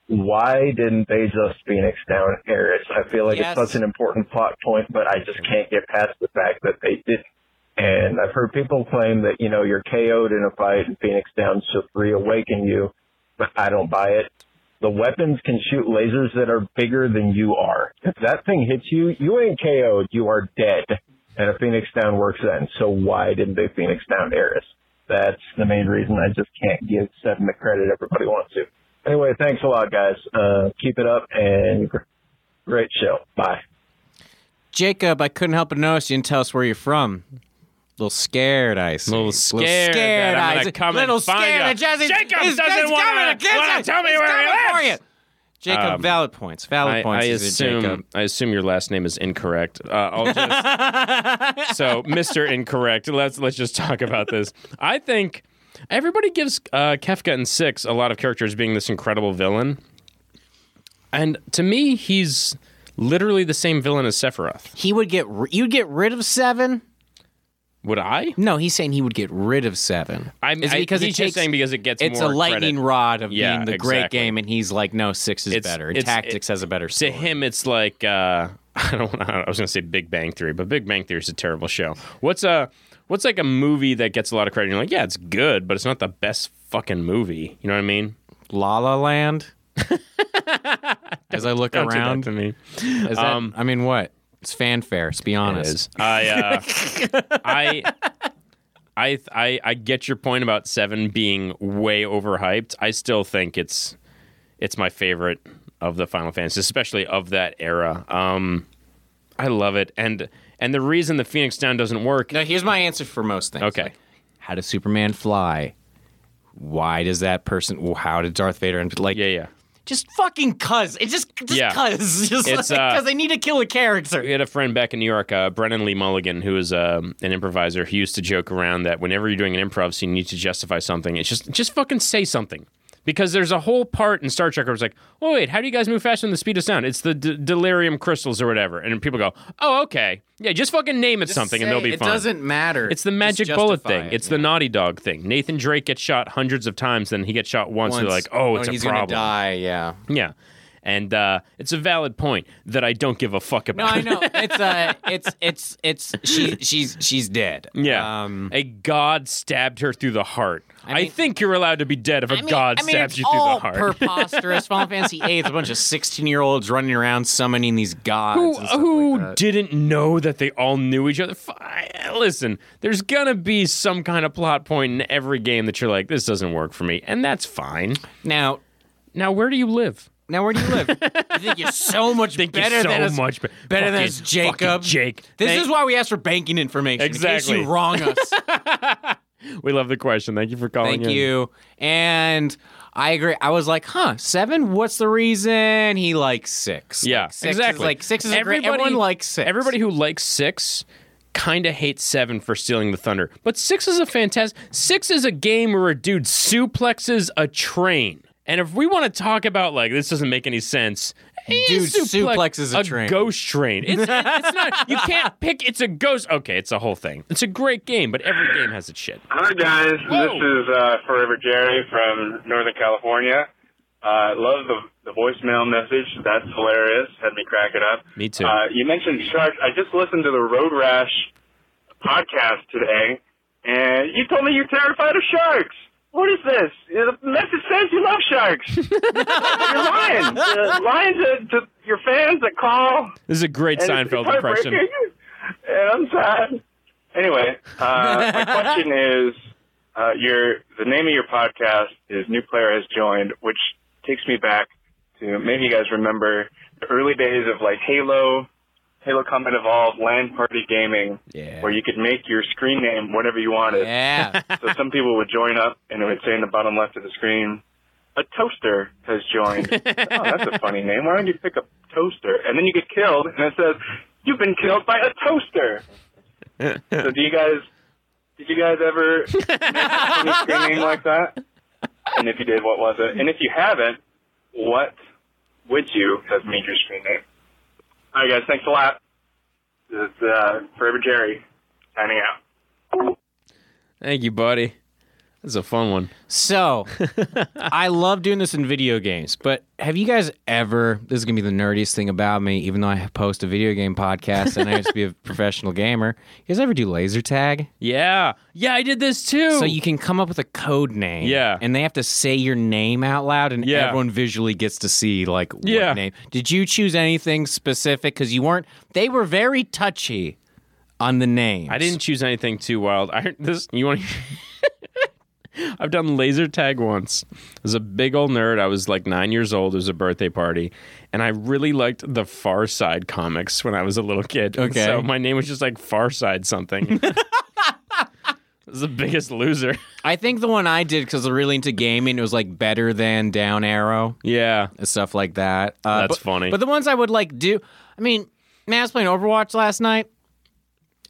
Speaker 10: Why didn't they just Phoenix down Eris? I feel like
Speaker 1: Yes.
Speaker 10: it's such an important plot point, but I just can't get past the fact that they didn't. And I've heard people claim that, you know, you're KO'd in a fight and Phoenix Down's just reawaken you, but I don't buy it. The weapons can shoot lasers that are bigger than you are. If that thing hits you, you ain't KO'd, you are dead. And a Phoenix Down works then, so why didn't they Phoenix Down Eris? That's the main reason I just can't give Seven the credit everybody wants to. Anyway, thanks a lot, guys. Uh, keep it up and gr- great show. Bye.
Speaker 1: Jacob, I couldn't help but notice you didn't tell us where you're from. Little scared, I see.
Speaker 2: Little scared
Speaker 1: scared,
Speaker 2: that I'm
Speaker 1: I
Speaker 2: gonna
Speaker 1: see.
Speaker 2: come and
Speaker 1: Little
Speaker 2: find
Speaker 1: scared.
Speaker 2: ya.
Speaker 1: that Jesse
Speaker 2: Jacob
Speaker 1: is-
Speaker 2: doesn't
Speaker 1: he's
Speaker 2: wanna-
Speaker 1: coming to get
Speaker 2: wanna
Speaker 1: you.
Speaker 2: tell me
Speaker 1: He's
Speaker 2: where he
Speaker 1: coming for
Speaker 2: lives.
Speaker 1: you. Jacob,
Speaker 2: Um,
Speaker 1: valid points. Valid
Speaker 2: I,
Speaker 1: points.
Speaker 2: I
Speaker 1: is it,
Speaker 2: assume
Speaker 1: Jacob.
Speaker 2: I assume your last name is incorrect. Uh, I'll just so Mister Incorrect. Let's let's just talk about this. I think everybody gives uh, Kefka and Six a lot of characters being this incredible villain, and to me, he's literally the same villain as Sephiroth.
Speaker 1: He would get ri- you'd get rid of seven.
Speaker 2: Would I?
Speaker 1: No, he's saying he would get rid of seven.
Speaker 2: I'm
Speaker 1: Is it
Speaker 2: I-
Speaker 1: because it
Speaker 2: he's
Speaker 1: takes-
Speaker 2: just saying because it gets
Speaker 1: It's a
Speaker 2: more
Speaker 1: lightning
Speaker 2: credit.
Speaker 1: rod of
Speaker 2: Yeah,
Speaker 1: being the great
Speaker 2: exactly.
Speaker 1: game, and he's like, no, six is
Speaker 2: It's-
Speaker 1: better.
Speaker 2: it's-
Speaker 1: Tactics
Speaker 2: it-
Speaker 1: has a better
Speaker 2: to
Speaker 1: story.
Speaker 2: him it's like uh i don't want i was gonna say big bang theory but big bang theory is a terrible show what's a what's like a movie that gets a lot of credit and you're like yeah it's good but it's not the best fucking movie you know what i mean
Speaker 1: La La Land. as I look
Speaker 2: Don't do that
Speaker 1: around,
Speaker 2: to me
Speaker 1: is that,
Speaker 2: Um,
Speaker 1: I mean, what? It's fanfare. Let's be honest.
Speaker 2: i uh i I, I I get your point about seven being way overhyped. I still think it's it's my favorite of the Final Fantasy, especially of that era. Um, I love it, and and the reason the Phoenix Down doesn't work
Speaker 1: No, here's my answer for most things.
Speaker 2: Okay.
Speaker 1: Like, how does Superman fly? Why does that person? well, How did Darth Vader? And like,
Speaker 2: Yeah, yeah.
Speaker 1: just fucking cuz. It just, just
Speaker 2: Yeah.
Speaker 1: cuz. Just
Speaker 2: It's,
Speaker 1: because
Speaker 2: uh,
Speaker 1: they need to kill a character.
Speaker 2: We had a friend back in New York, uh, Brennan Lee Mulligan, who is um, an improviser. He used to joke around that whenever you're doing an improv scene, you need to justify something. It's just just fucking say something. Because there's a whole part in Star Trek where it's like, oh, wait, how do you guys move faster than the speed of sound? It's the d- delirium crystals or whatever. And people go, oh, okay. Yeah, just fucking name it something and they'll be
Speaker 1: it
Speaker 2: fine.
Speaker 1: doesn't matter.
Speaker 2: It's the magic bullet thing. It's the Naughty Dog thing. Nathan Drake gets shot hundreds of times, then he gets shot once. They're like, oh, it's a
Speaker 1: he's
Speaker 2: problem.
Speaker 1: gonna die. Yeah.
Speaker 2: Yeah. And uh, it's a valid point that I don't give a fuck
Speaker 1: No,
Speaker 2: about.
Speaker 1: I know. It's uh, it's it's it's she she's she's dead.
Speaker 2: Yeah.
Speaker 1: Um,
Speaker 2: a god stabbed her through the heart. I,
Speaker 1: mean-
Speaker 2: think you're allowed to be dead if a
Speaker 1: I mean,
Speaker 2: god
Speaker 1: I mean,
Speaker 2: stabs
Speaker 1: it's
Speaker 2: you through
Speaker 1: all
Speaker 2: the heart.
Speaker 1: preposterous. Final Fantasy VIII, a bunch of sixteen-year-olds running around summoning these gods.
Speaker 2: who
Speaker 1: and stuff
Speaker 2: who
Speaker 1: like that.
Speaker 2: didn't know that they all knew each other? F- I- Listen, there's gonna be some kind of plot point in every game that you're like, this doesn't work for me, and that's fine.
Speaker 1: now?
Speaker 2: Now, where do you live?
Speaker 1: Now, where do you live? you think you're so much
Speaker 2: Thank
Speaker 1: better
Speaker 2: you so
Speaker 1: than us.
Speaker 2: much. Better
Speaker 1: better than us, Jacob.
Speaker 2: Jake.
Speaker 1: This
Speaker 2: Thank-
Speaker 1: is why we ask for banking information. In
Speaker 2: Exactly.
Speaker 1: case you wrong us.
Speaker 2: we love the question. Thank you for calling.
Speaker 1: Thank
Speaker 2: in.
Speaker 1: you. And I agree. I was like, huh, seven? What's the reason he likes six?
Speaker 2: Yeah,
Speaker 1: Like, six
Speaker 2: exactly.
Speaker 1: Is like six is a great.
Speaker 2: Everybody-
Speaker 1: Everyone likes six.
Speaker 2: Everybody who likes six kind of hates seven for stealing the thunder, but six is a fantastic. Six is a game where a dude suplexes a train. And if we want to talk about like this doesn't make any sense, he
Speaker 1: Dude
Speaker 2: suplex-
Speaker 1: suplexes a train.
Speaker 2: ghost train. It's, it's not you can't pick. It's a ghost. Okay, it's a whole thing. It's a great game, but every game has its shit.
Speaker 11: Hi guys,
Speaker 2: Whoa.
Speaker 11: this is uh, Forever Jerry from Northern California. Uh, love the the voicemail message. That's hilarious. Had me crack it up.
Speaker 2: Me too.
Speaker 11: Uh, you mentioned sharks. I just listened to the Road Rash podcast today, and you told me you're terrified of sharks. What is this? The message says you love sharks. you're lying. You're lying to, to your fans that call.
Speaker 2: This is a great
Speaker 11: And it's
Speaker 2: Seinfeld impression.
Speaker 11: heartbreaking, And I'm sad. Anyway, uh, my question is, uh, your the name of your podcast is New Player Has Joined, which takes me back to maybe you guys remember the early days of like Halo, Halo Combat Evolved, LAN Party Gaming,
Speaker 1: Yeah.
Speaker 11: where you could make your screen name whatever you wanted.
Speaker 1: Yeah.
Speaker 11: So some people would join up, and it would say in the bottom left of the screen, "A toaster has joined." oh, that's a funny name. Why don't you pick a toaster? And then you get killed, and it says, "You've been killed by a toaster." so do you guys? Did you guys ever make any screen name like that? And if you did, what was it? And if you haven't, what would you have made your screen name? All right, guys. Thanks a lot. This is uh, Forever Jerry signing out.
Speaker 2: Thank you, buddy. That's a fun one.
Speaker 1: So, I love doing this in video games, but have you guys ever? This is gonna be the nerdiest thing about me, even though I post a video game podcast and I used to be a professional gamer. You guys ever do laser tag?
Speaker 2: Yeah, yeah, I did this too.
Speaker 1: So you can come up with a code name.
Speaker 2: Yeah.
Speaker 1: And they have to say your name out loud and
Speaker 2: Yeah.
Speaker 1: everyone visually gets to see like what
Speaker 2: Yeah.
Speaker 1: name. Did you choose anything specific cuz you weren't they were very touchy on the names.
Speaker 2: I didn't choose anything too wild. I this you want I've done laser tag once. I was a big old nerd. I was like 9 years old. It was a birthday party and I really liked the Far Side comics when I was a little kid. And
Speaker 1: Okay.
Speaker 2: So my name was just like Far Side something. I was the biggest loser.
Speaker 1: I think the one I did cuz I'm really into gaming it was like better than down arrow
Speaker 2: Yeah.
Speaker 1: and stuff like that. Uh,
Speaker 2: That's
Speaker 1: but-
Speaker 2: funny.
Speaker 1: But the ones I would like do I mean, man, I was playing Overwatch last night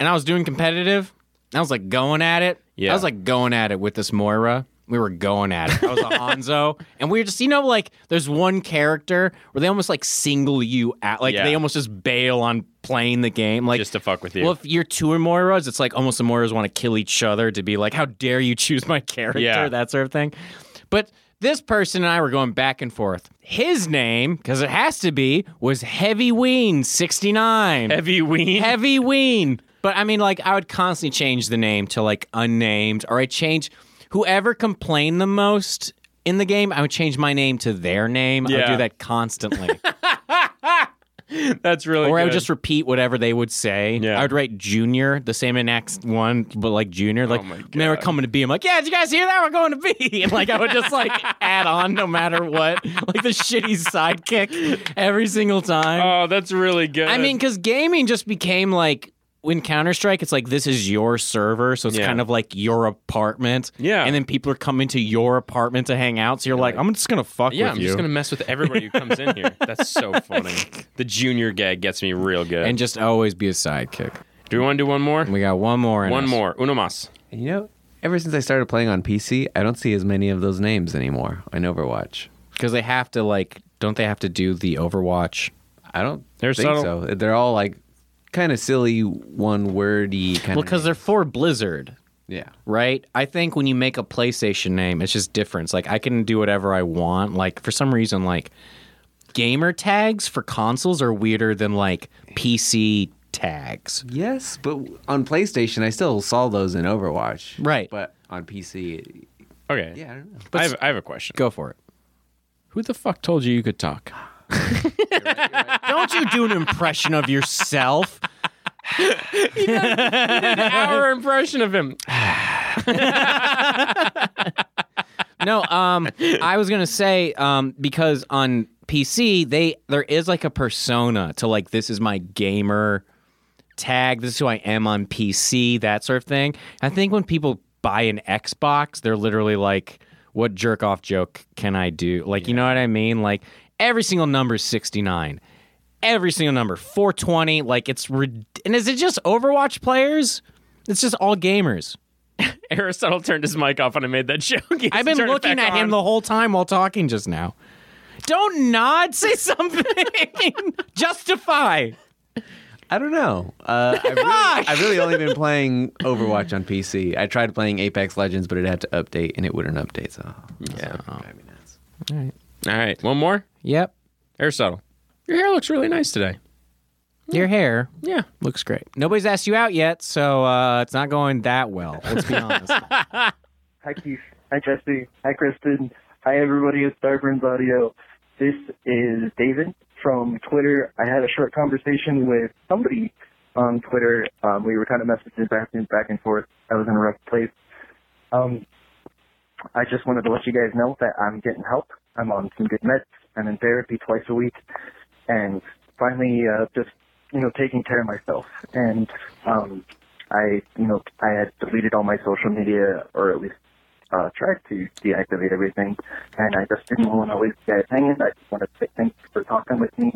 Speaker 1: and I was doing competitive. and I was like going at it.
Speaker 2: Yeah.
Speaker 1: I was like going at it with this Moira we were going at it. I was a Hanzo, and we were just you know like there's one character where they almost like single you out, like
Speaker 2: Yeah.
Speaker 1: they almost just bail on playing the game, like
Speaker 2: just to fuck with you.
Speaker 1: well, if you're two Moiras, it's like almost the Moiras want to kill each other to be like, how dare you choose my character,
Speaker 2: Yeah.
Speaker 1: that sort of thing. But this person and I were going back and forth. His name, because it has to be, was Heavy Ween 69.
Speaker 2: Heavy ween.
Speaker 1: Heavy Ween. But I mean, like, I would constantly change the name to like unnamed, or I change whoever complained the most in the game, I would change my name to their name. I would
Speaker 2: Yeah.
Speaker 1: do that constantly.
Speaker 2: That's really.
Speaker 1: or I would
Speaker 2: good.
Speaker 1: just repeat whatever they would say.
Speaker 2: Yeah.
Speaker 1: I would write Junior, the same in Act One, but like Junior, like
Speaker 2: Oh my
Speaker 1: when they were coming to B. I'm like, yeah, did you guys hear that? We're going to B. And like I would just like add on no matter what, like the shitty sidekick every single time.
Speaker 2: Oh, that's really good.
Speaker 1: I mean, because gaming just became like when Counter Strike, it's like this is your server, so it's
Speaker 2: Yeah.
Speaker 1: kind of like your apartment.
Speaker 2: Yeah.
Speaker 1: and then people are coming to your apartment to hang out, so you're like, I'm just gonna fuck
Speaker 2: yeah,
Speaker 1: with
Speaker 2: I'm
Speaker 1: you.
Speaker 2: just gonna mess with everybody who comes in here. That's so funny. The junior gag gets me real good.
Speaker 1: and just always be a sidekick.
Speaker 2: do we want to do one more?
Speaker 1: We got one more. In
Speaker 2: One
Speaker 1: us.
Speaker 2: more. Uno más.
Speaker 3: You know, ever since I started playing on PC, I don't see as many of those names anymore in Overwatch.
Speaker 1: because they have to like don't they have to do the overwatch
Speaker 3: I don't
Speaker 2: They're
Speaker 3: think
Speaker 2: subtle.
Speaker 3: so. They're all like kind of silly, one wordy kind
Speaker 1: well
Speaker 3: of.
Speaker 1: because they're for blizzard
Speaker 3: yeah,
Speaker 1: right i think when you make a playstation name it's just different It's like i can do whatever i want like for some reason like gamer tags for consoles are weirder than like pc tags
Speaker 3: yes, but on PlayStation, I still saw those in Overwatch.
Speaker 1: Right.
Speaker 3: but on PC,
Speaker 2: Okay.
Speaker 3: yeah, I don't know.
Speaker 2: I have, I have a question.
Speaker 1: go for it
Speaker 2: Who the fuck told you you could talk?
Speaker 1: don't you do an impression of yourself
Speaker 2: Our impression of him.
Speaker 1: no um i was gonna say um because on pc they there is like a persona to like this is my gamer tag this is who i am on pc that sort of thing i think when people buy an xbox they're literally like what jerk off joke can i do like you know what i mean like every single number is 69 every single number 420 like it's rid- and is it just overwatch players it's just all gamers
Speaker 2: Aristotle turned his mic off when I made that joke. He has
Speaker 1: I've
Speaker 2: to
Speaker 1: been
Speaker 2: turn it
Speaker 1: looking
Speaker 2: back
Speaker 1: at him
Speaker 2: on.
Speaker 1: the whole time while talking just now. Don't nod. Say something. Justify.
Speaker 3: I don't know. Uh, I've, really, I've really only been playing Overwatch on PC. I tried playing Apex Legends, but it had to update, and it wouldn't update. So yeah,
Speaker 2: All right, one more.
Speaker 1: Yep.
Speaker 2: Aristotle, your hair looks really nice today.
Speaker 1: Your hair
Speaker 2: Yeah.
Speaker 1: looks great. Nobody's asked you out yet, so uh, it's not going that well. Let's be honest.
Speaker 12: Hi, Keith. Hi, Jesse. Hi, Kristen. Hi, everybody at Starburns Audio. This is David from Twitter. I had a short conversation with somebody on Twitter. Um, we were kind of messaging back and back and forth. I was in a rough place. Um, I just wanted to let you guys know that I'm getting help. I'm on some good meds. I'm in therapy twice a week, and finally, uh, just you know, taking care of myself. And um, I, you know, I had deleted all my social media, or at least uh, tried to deactivate everything. And I just didn't want to leave you guys hanging. I just wanted to say thanks for talking with me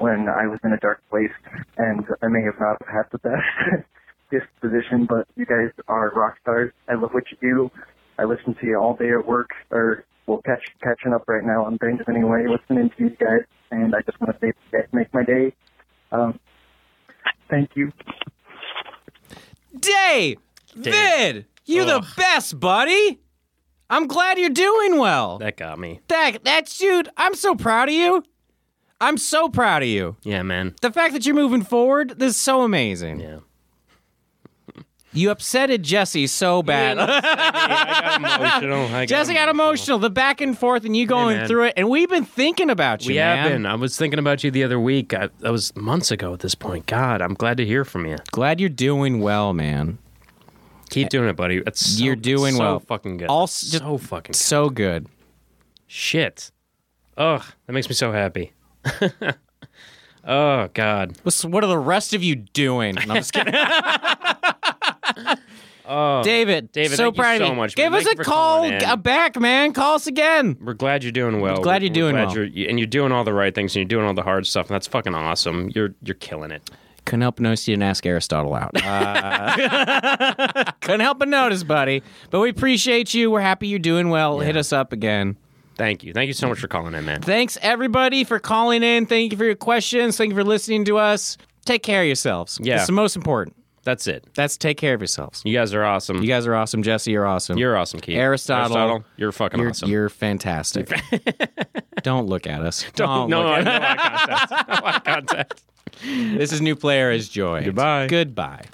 Speaker 12: when I was in a dark place, and I may have not had the best disposition, but you guys are rock stars. I love what you do. I listen to you all day at work, or well, catch catching up right now on things anyway. Listening to you guys, and I just want to say you guys make my day. Um, thank you.
Speaker 1: Day, Vid, you the best, buddy. I'm glad you're doing well.
Speaker 2: That got me.
Speaker 1: That that dude, I'm so proud of you. I'm so proud of you.
Speaker 2: Yeah, man.
Speaker 1: The fact that you're moving forward, this is so amazing.
Speaker 2: Yeah.
Speaker 1: You upsetted Jesse so bad.
Speaker 2: Ah,
Speaker 1: Jesse got emotional. The back and forth and you going
Speaker 2: man.
Speaker 1: through it, and we've been thinking about you,
Speaker 2: We
Speaker 1: man.
Speaker 2: have been. I was thinking about you the other week. I, that was months ago at this point. God, I'm glad to hear from you.
Speaker 1: Glad you're doing well, man.
Speaker 2: Keep doing it, buddy. That's so,
Speaker 1: You're doing
Speaker 2: so
Speaker 1: well.
Speaker 2: Fucking good.
Speaker 1: All
Speaker 2: All
Speaker 1: s- just-
Speaker 2: so fucking good.
Speaker 1: So good.
Speaker 2: shit. Ugh, that makes me so happy. oh God.
Speaker 1: What's, what are the rest of you doing? No, I'm just kidding. David,
Speaker 2: Oh. David,
Speaker 1: so
Speaker 2: thank you
Speaker 1: proud
Speaker 2: so
Speaker 1: of you.
Speaker 2: much, man.
Speaker 1: Give us
Speaker 2: Thank you
Speaker 1: a
Speaker 2: for
Speaker 1: call
Speaker 2: calling in.
Speaker 1: g- uh, back, man. Call us again.
Speaker 2: We're glad you're doing well.
Speaker 1: glad you're
Speaker 2: We're
Speaker 1: doing
Speaker 2: glad
Speaker 1: well.
Speaker 2: You're, and you're doing all the right things, and you're doing all the hard stuff, and that's fucking awesome. You're you're killing it.
Speaker 1: couldn't help but notice you didn't ask Aristotle out. Uh, couldn't help but notice, buddy. But we appreciate you. We're happy you're doing well. Hit us up again.
Speaker 2: Thank you. Thank you so much for calling in, man.
Speaker 1: Thanks everybody for calling in. Thank you for your questions. Thank you for listening to us. Take care of yourselves.
Speaker 2: Yeah.
Speaker 1: it's the most important.
Speaker 2: That's it.
Speaker 1: That's take care of yourselves.
Speaker 2: You guys are awesome.
Speaker 1: You guys are awesome, Jesse. You're awesome.
Speaker 2: You're awesome, Keith.
Speaker 1: Aristotle.
Speaker 2: you're fucking
Speaker 1: You're,
Speaker 2: awesome.
Speaker 1: you're fantastic. Don't look at us. Don't.
Speaker 2: no,
Speaker 1: oh, look
Speaker 2: no, no eye contact.
Speaker 1: at-
Speaker 2: No eye contact.
Speaker 1: This is new player is joy. Goodbye. Goodbye.